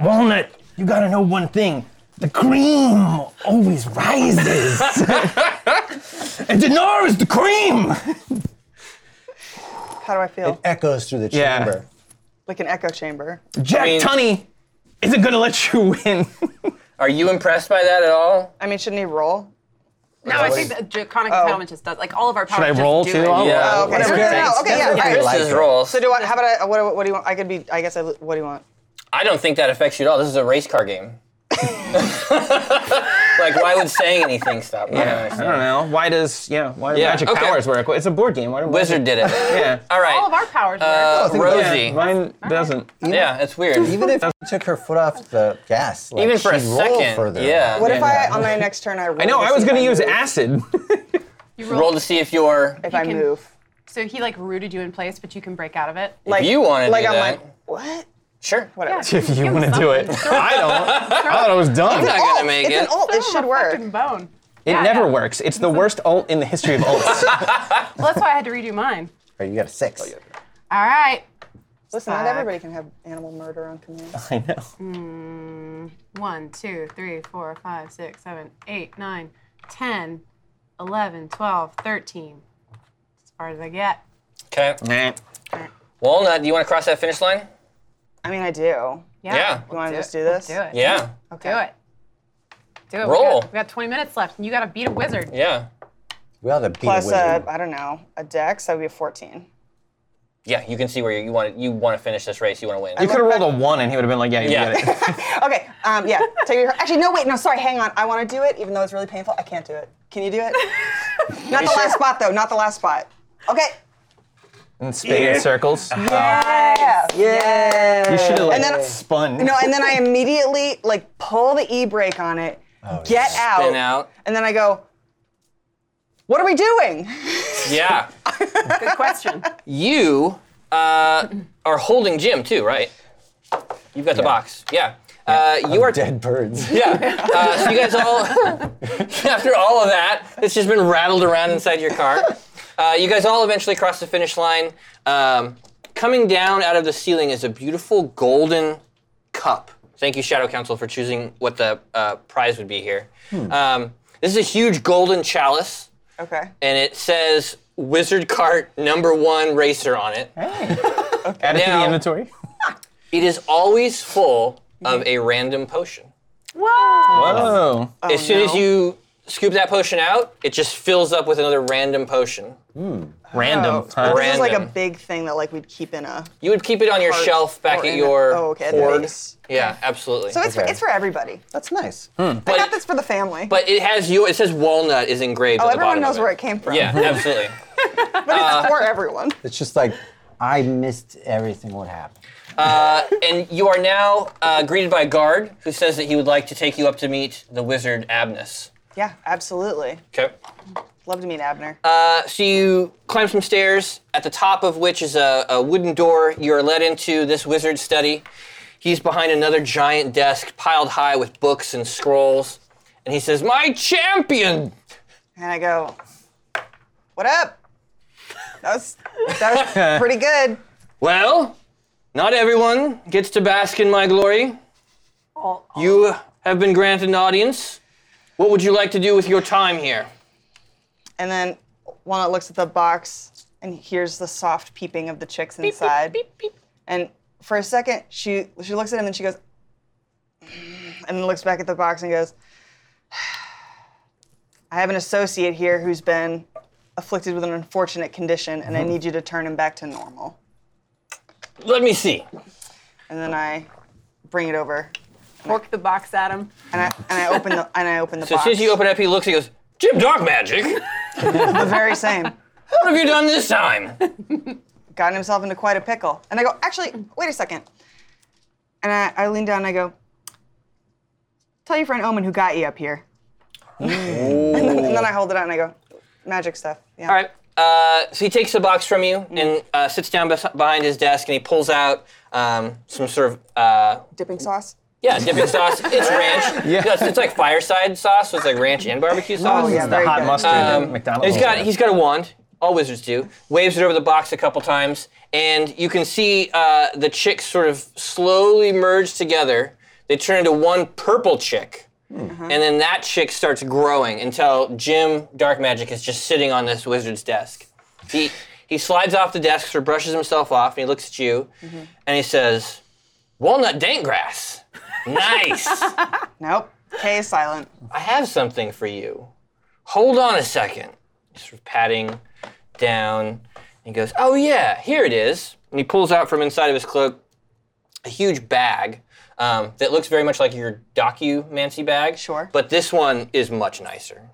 S6: Walnut, you gotta know one thing. The cream always rises. and Dinar is the cream.
S5: How do I feel?
S7: Echoes through the
S6: Yeah.
S7: chamber.
S5: Like an echo chamber.
S6: Jack
S3: I mean-
S6: Tunney isn't gonna let you win.
S3: Are you impressed by that at all?
S5: I mean, shouldn't he roll?
S2: No, Oh, I think the draconic entitlement just does like all of our powers.
S6: I
S2: just
S6: roll
S2: do
S6: too?
S2: it.
S6: Oh,
S3: Yeah.
S5: Oh, okay.
S3: That's
S5: No, no, no, no,
S3: what it takes.
S5: Okay,
S7: That's
S5: yeah.
S7: what
S5: all
S7: I
S5: right.
S7: like
S3: Chris's
S7: it.
S3: rolls.
S5: So do I, how about I, what, what do you want? I could be, I guess I, what do you want?
S3: I don't think that affects you at all. This is a race car game. *laughs* like, why would saying anything stop? me? I don't
S6: I
S3: understand.
S6: don't know. Why does yeah? Why do
S3: Yeah,
S6: magic
S3: okay.
S6: powers work? It's a board game. Why do
S3: Wizard did it.
S6: Yeah.
S3: All right.
S2: All of our powers.
S3: Uh,
S2: work.
S3: Rosie. Yeah,
S6: Mine doesn't.
S3: it's weird.
S7: Even if you took her foot off the gas, like,
S3: Even for a
S7: she'd roll
S3: second,
S7: Further.
S3: yeah.
S5: What if I,
S6: Yeah.
S5: on my next turn, I roll?
S6: I know.
S5: to
S6: I
S5: see
S6: was
S5: if
S6: gonna use
S5: move,
S6: acid. *laughs*
S2: you
S3: Roll to see if you're.
S5: If I
S2: can-
S5: move.
S2: So he like rooted you in place, but you can break out of it.
S5: Like
S3: you wanna do
S5: like I'm
S3: that.
S5: like, what?
S3: Sure.
S5: Whatever. *laughs*
S6: if you
S2: him
S6: want to do it, I don't. I thought it was dumb.
S3: not gonna make
S5: Oh, it's
S3: it.
S5: an alt. It should work.
S2: Fucking bone.
S6: It never works. It's the worst alt in the history of alts. *laughs*
S2: Well, that's why I had to redo mine.
S7: Right, you got a six.
S2: Oh, All right.
S5: Listen, not everybody can have animal murder on command.
S6: I know.
S2: Mm, One, two, three, four, five, six, seven, eight, nine, ten, eleven, twelve, thirteen. As far as I get.
S3: Okay. Walnut, do you want to cross that finish line?
S5: I mean, I do.
S2: Yeah.
S3: Yeah.
S5: You want to
S2: do
S5: just
S2: it.
S5: do this?
S2: Do it.
S3: Yeah.
S2: Do it. Do it.
S3: Roll.
S2: We got, we got 20 minutes left, and you got to beat a wizard.
S3: Yeah.
S7: We ought to beat
S5: Plus,
S7: a
S5: uh,
S7: wizard.
S5: I don't know, a dex. That would be a 14.
S3: Yeah. You can see where you, you want to, you want to finish this race. You want to win.
S6: *laughs* You could have rolled a one, and he would have been like, "Yeah, you
S3: Yeah.
S6: get it."
S5: Okay. Um,
S2: *laughs*
S5: yeah. Take your, actually, no. Wait. No. Sorry. Hang on. I want to do it, even though it's really painful. I can't do it. Can you do
S2: *laughs*
S5: it? Not the last spot, though. Not the last spot. Okay.
S6: And spin in circles.
S5: Yeah. Yeah.
S6: You should have like
S5: And then-
S6: spun.
S5: No, and then I immediately like pull the e brake on it, get out,
S3: Oh, Spin out.
S5: and then I go. What are we doing?
S3: Yeah.
S2: Good question.
S7: *laughs*
S3: You uh, are holding Jim too, right? You've got the box. Yeah. Uh, you are
S7: *laughs* Dead birds.
S3: Yeah. Uh, so you guys all, *laughs* after all of that, it's just been rattled around inside your car. Uh, you guys all eventually cross the finish line. Um, coming down out of the ceiling is a beautiful golden cup. Thank you, Shadow Council, for choosing what the uh, prize would be here. Um, this is a huge golden chalice,
S5: Okay.
S3: and it says Wizard Cart Number One Racer on it.
S6: Add it to
S3: Now-
S6: the inventory.
S3: It is always full of a random potion.
S2: Whoa.
S6: Whoa.
S3: as soon as you scoop that potion out, it just fills up with another random potion.
S6: Random.
S5: Hmm.
S6: huh?
S5: Oh, This is like a
S3: Random.
S5: big thing that like we'd keep in a.
S3: You would keep it on your
S5: Cart
S3: shelf back
S5: or
S3: at
S5: in-
S3: your
S5: oh, okay, at the
S3: hoard.
S5: base.
S3: Yeah, absolutely.
S5: So it's for, it's for everybody.
S7: That's nice.
S5: I
S3: but,
S5: got this for the family.
S3: but it has your. It says walnut is engraved.
S5: oh,
S3: on the
S5: everyone
S3: bottom
S5: knows
S3: of
S5: where it came from.
S3: Yeah, Uh, absolutely.
S5: *laughs* but it's for everyone.
S7: It's just like I missed everything. What happened?
S3: Uh, And you are now uh, greeted by a guard who says that he would like to take you up to meet the wizard Abnus.
S5: Yeah, absolutely.
S3: Okay.
S5: Love to meet Abner.
S3: So you climb some stairs, at the top of which is a, a wooden door. You're led into this wizard's study. He's behind another giant desk piled high with books and scrolls. And he says, My champion!
S5: and I go, "What up?" That was that
S3: *laughs*
S5: was pretty good.
S3: Well, not everyone gets to bask in my glory. You have been granted an audience. What would you like to do with your time here?
S5: And then Walnut looks at the box and hears the soft peeping of the chicks inside. And for a second, she she looks at him and she goes, and then looks back at the *sighs* box and goes, "I have an associate here who's been afflicted with an unfortunate condition, and I
S3: Mm-hmm.
S5: need you to turn him back to normal.
S3: Let me see.
S5: And then I bring it over,
S2: Fork the box at him.
S5: and I and
S3: *laughs*
S5: I open the and I open the
S3: So as
S5: box.
S3: soon as you open it up, he looks. He goes, "Jim, dog magic. what
S5: the
S3: *laughs*
S5: very same.
S3: have you done this time?"
S5: Gotten himself into quite a pickle. And I go, actually, wait a second. And I, I lean down and I go, tell your friend Omen who got you up here. and, then, and then I hold it out and I go, magic stuff. Yeah.
S3: All right. Uh, so he takes the box from you
S5: Mm.
S3: and uh, sits down bes- behind his desk, and he pulls out um, some sort of uh,
S5: Dipping sauce. *laughs*
S3: yeah dipping sauce. It's ranch. Yeah. It's, it's like fireside sauce. So it's like ranch and barbecue sauce.
S5: Oh, yeah,
S6: It's
S5: very
S6: the hot
S5: good.
S6: mustard that
S3: Um,
S6: McDonald's.
S3: He's got
S6: has.
S3: he's got a wand. All wizards do. Waves it over the box a couple times, and you can see uh, the chicks sort of slowly merge together. They turn into one purple chick, and then that chick starts growing until Jim Dark Magic is just sitting on this wizard's desk. He he slides off the desk, sort of brushes himself off, and he looks at you, and he says, "Walnut dank grass, nice."
S5: Nope. K is silent.
S3: I have something for you. Hold on a second. Sort of patting down. And he goes, Oh, yeah, here it is. And he pulls out from inside of his cloak a huge bag um, that looks very much like your documancy bag.
S5: Sure.
S3: But this one is much nicer.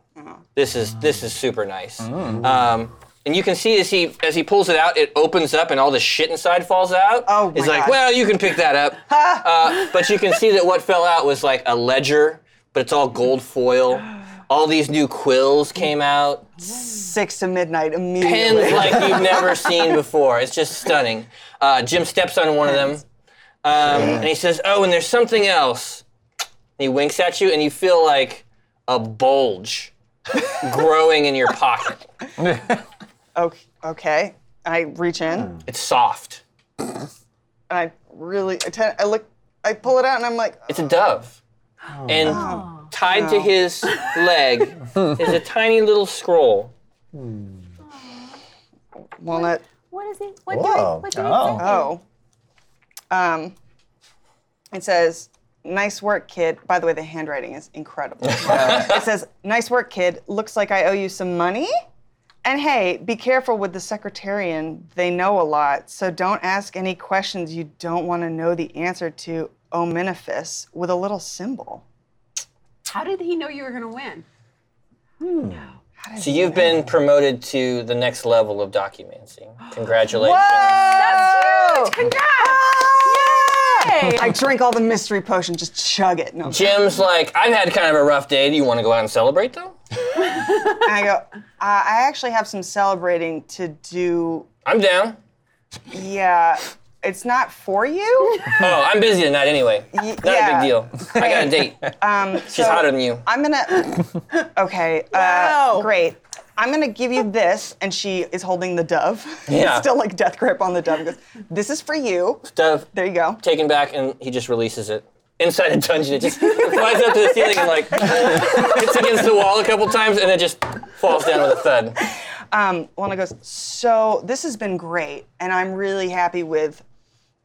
S3: This is this is super nice.
S5: Mm.
S3: Um, and you can see as he as he pulls it out, it opens up and all the shit inside falls out.
S5: Oh, my
S3: It's like,
S5: God.
S3: well, you can pick
S5: *laughs*
S3: that up. Uh, but you can see that what fell out was like a ledger, but it's all gold foil. All these new quills came out,
S5: Six to midnight
S3: pins
S5: immediately.
S3: like
S5: *laughs*
S3: you've never seen before. It's just stunning. Uh, Jim steps on one of them, um, and he says, "Oh, and there's something else." And he winks at you, and you feel like
S5: *laughs*
S3: a bulge growing in your pocket.
S5: okay. okay. And I reach in and
S3: It's soft.
S5: I really, I, ten- I look, I pull it out and I'm like,
S3: It's a dove.
S5: Oh,
S3: and tied to his leg
S5: *laughs*
S3: is a tiny little scroll.
S5: walnut.
S9: What is it? What do I,
S7: Whoa.
S9: what do
S6: Oh.
S9: I say?
S5: Oh. Um, it says, nice work, kid. By the way, the handwriting is incredible. Uh, it says, nice work, kid. Looks like I owe you some money. And hey, be careful with the secretarian. They know a lot, so don't ask any questions you don't want to know the answer to Ominifis with a little symbol.
S2: How did he know you were going to win?
S3: So you've been promoted to the next level of documenting. Congratulations.
S5: That's
S2: huge! Congrats! Yay!
S5: Oh. I drink all the mystery potion, just chug it. No,
S3: Jim's like, I've had kind of a rough day. Do you want to go out and celebrate though?
S5: and I go, uh, I actually have some celebrating to do.
S3: I'm down.
S5: Yeah, it's not for you.
S3: Oh, I'm busy tonight anyway. Not a
S5: Hmm. yeah. Um,
S3: big deal. I got a
S5: *laughs*
S3: date. She's
S5: so-
S3: hotter than you.
S5: I'm gonna. Okay. Uh, Great. I'm gonna give you this, and she is holding the dove. *laughs*
S3: Yeah.
S5: Still like death grip on the dove. and Goes. This is for you.
S3: Dove
S5: There you go.
S3: taken back and he just releases it. Inside a dungeon, it just flies up to the ceiling and like hits against the wall a couple times and it just falls down with a thud.
S5: Um, Lana goes. So this has been great, and I'm really happy with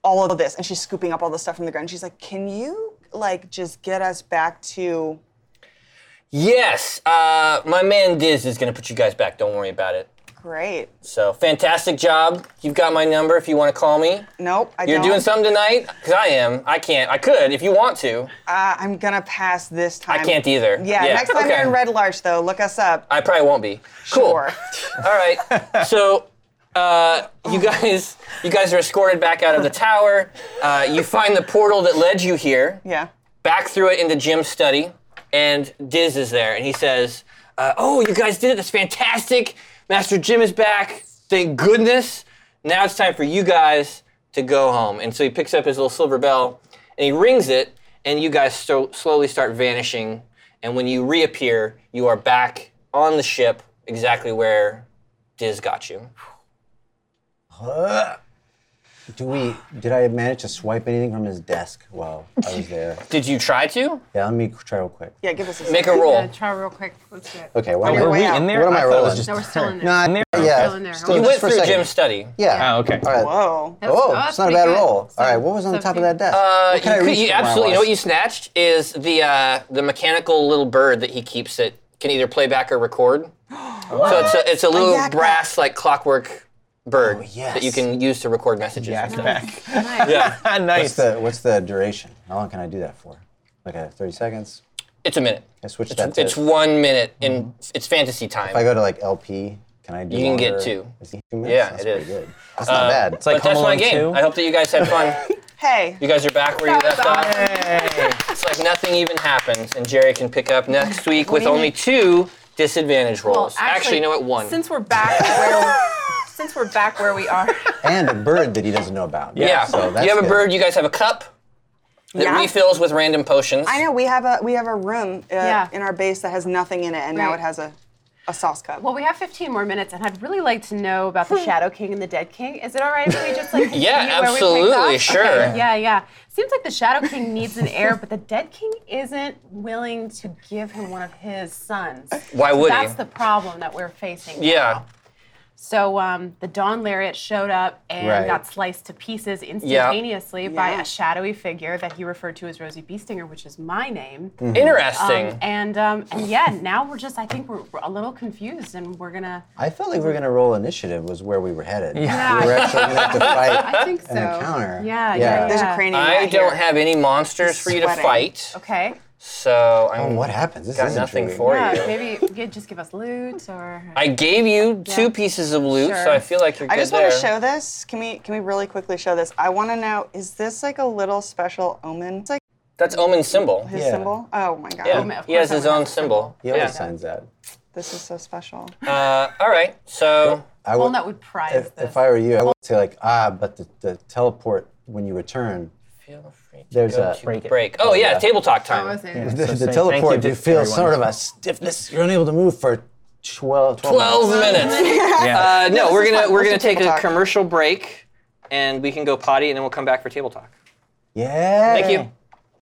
S5: all of this. And she's scooping up all the stuff from the ground. She's like, "Can you like just get us back to?"
S3: Yes, uh, my man Diz is gonna put you guys back. Don't worry about it.
S5: Great.
S3: So fantastic job. You've got my number if you want to call me.
S5: Nope. I
S3: You're
S5: don't.
S3: doing something tonight? Cause I am. I can't. I could if you want to.
S5: Uh, I'm gonna pass this time.
S3: I can't either.
S5: Yeah, Next time
S3: okay.
S5: you're in Red Larch, though, look us up.
S3: I probably won't be. Cool.
S5: Sure.
S3: *laughs* All right. So uh, you guys, you guys are escorted back out of the tower. Uh, you find the portal that led you here.
S5: Yeah.
S3: Back through it into Jim's study, and Diz is there, and he says, uh, "Oh, you guys did it! That's fantastic! Master Jim is back. Thank goodness. Now it's time for you guys to go home." And so he picks up his little silver bell, and he rings it, and you guys sto- slowly start vanishing. And when you reappear, you are back on the ship, exactly where Diz got you.
S7: Do we? Did I manage to swipe anything from his desk while I was
S3: *laughs*
S7: there?
S3: Did you try to
S7: Yeah, let me try real quick.
S5: Yeah. Give us a.
S3: make a roll?
S2: Yeah, Uh, try real quick. Let's do it.
S7: Okay,
S3: Oh,
S7: well,
S5: your
S6: Were
S5: way
S6: we
S5: out.
S6: in there?
S7: What am I
S6: thought it was
S7: rolling?
S6: just-
S2: No, we're still in there.
S7: Nah,
S6: there.
S7: yeah,
S2: Still in there.
S7: still
S3: You
S2: You
S7: just
S3: went
S7: for a
S3: through
S7: second.
S3: Jim's study.
S7: Yeah.
S6: Oh, okay.
S7: All right.
S5: Whoa.
S2: That's-
S7: Oh,
S2: that's
S7: it's not a
S2: pretty
S7: bad
S2: good.
S7: roll. All right, what was on
S2: So-
S7: top of that desk? Uh,
S3: You, could- you absolutely. You know what you snatched
S7: *gasps*
S3: is the uh, the mechanical little bird that he keeps that can either play back or record. So it's a, it's a little
S5: yak
S3: brass like clockwork bird
S7: Oh, yes.
S3: that you can use to record messages.
S6: Yak back.
S3: Yeah,
S6: *laughs*
S7: What's
S6: nice.
S7: the what's the duration? How long can I do that for? Like a 30 seconds?
S3: it's a minute.
S7: I switch that
S3: It's,
S7: to Mm.
S3: it's one minute in it's fantasy
S7: if I
S3: time.
S7: go to like LP, can I do
S3: You can get
S7: longer?
S3: two.
S7: Is it two minutes?
S3: Yeah,
S7: That's
S3: it
S7: pretty
S3: is. Uh,
S7: good. That's not bad. It's
S6: like
S3: But that's
S6: Home
S3: my
S6: Alone
S3: game.
S6: 2?
S3: I hope that you guys had
S7: *laughs*
S3: fun.
S5: Hey,
S3: You guys are back where you
S8: That was
S3: left off.
S8: awesome.
S3: It's like nothing even happens, and Jerry can pick up next week with
S2: do you
S3: only
S2: mean?
S3: two disadvantage rolls. actually, you know what? One.
S2: Since we're back
S7: *laughs*
S2: where since we're back where we are.
S7: and a bird that he doesn't know about.
S3: yeah.
S7: So that's
S3: you have a
S7: good.
S3: bird. You guys have a cup that
S5: Yeah.
S3: refills with random potions.
S5: I know we have a we have a room uh,
S2: Yeah.
S5: in our base that has nothing in it, and now
S2: Right.
S5: it has a, a sauce cup.
S2: Well, we have 15 more minutes, and I'd really like to know about the Shadow King and the Dead King. Is it all right if we just like
S3: *laughs* Yeah,
S2: continue where we picked
S3: absolutely,
S2: off?
S3: sure.
S2: Okay, yeah, yeah. Seems like the Shadow King needs an heir, but the Dead King isn't willing to give him one of his sons.
S3: Why would
S2: That's
S3: he?
S2: the problem that we're facing.
S3: Uh, Yeah.
S2: So um, the Dawn Lariat showed up and
S7: Right.
S2: got sliced to pieces instantaneously by a shadowy figure that he referred to as Rosie Beestinger, which is my name.
S3: Interesting.
S2: Um, and um, and yeah, now we're just I think we're, we're a little confused, and we're gonna.
S7: I felt like we were gonna roll initiative was where we were headed.
S2: Yeah.
S7: We were actually gonna have to
S2: *laughs*
S7: fight
S2: I think so.
S7: an encounter.
S2: Yeah, yeah,
S5: There's
S2: yeah.
S5: a cranium.
S3: I
S5: right here.
S3: don't have any monsters for you to
S5: Sweating.
S3: fight,
S2: Okay.
S3: so I'm
S7: And Oh, what happens? This
S3: got
S7: is
S3: nothing
S7: intriguing.
S3: for you.
S2: Yeah, maybe you could just give us loot or.
S3: I gave you two pieces of loot, so
S2: Sure.
S3: I feel like you're
S5: I
S3: good
S5: just
S3: there.
S5: want to show this. Can we can we really quickly show this? I want to know is this like a little special omen? It's like
S3: That's Omen's symbol.
S5: his
S7: Yeah.
S5: symbol. Oh my god.
S3: Yeah,
S2: Omen, of
S3: he has
S2: course I
S3: his
S2: would
S3: own
S2: have a
S3: symbol.
S7: He always
S3: Yeah.
S7: signs that.
S5: This is so special.
S3: Uh, all right, so
S7: I would,
S2: Walnut would prize
S7: if,
S2: this.
S7: if I were you, I would say like, ah, but the, the teleport when you return,
S3: feel free to
S7: There's
S3: go
S7: a-
S3: to
S7: Break
S3: break.
S6: it.
S3: Oh yeah, table talk time.
S7: the, the
S6: say
S7: teleport
S6: thank you
S7: you
S6: to
S7: feel
S6: everyone.
S7: sort of a stiffness. You're unable to move for 12, 12,
S3: 12
S7: minutes.
S3: minutes.
S6: Yeah.
S3: *laughs* Uh, no,
S5: this
S3: we're
S5: is
S3: gonna
S5: fun.
S3: we're
S5: Let's
S3: gonna
S5: do
S3: take
S5: table
S3: a
S5: talk.
S3: commercial break, and we can go potty, and then we'll come back for table talk.
S7: Yeah.
S3: Thank you.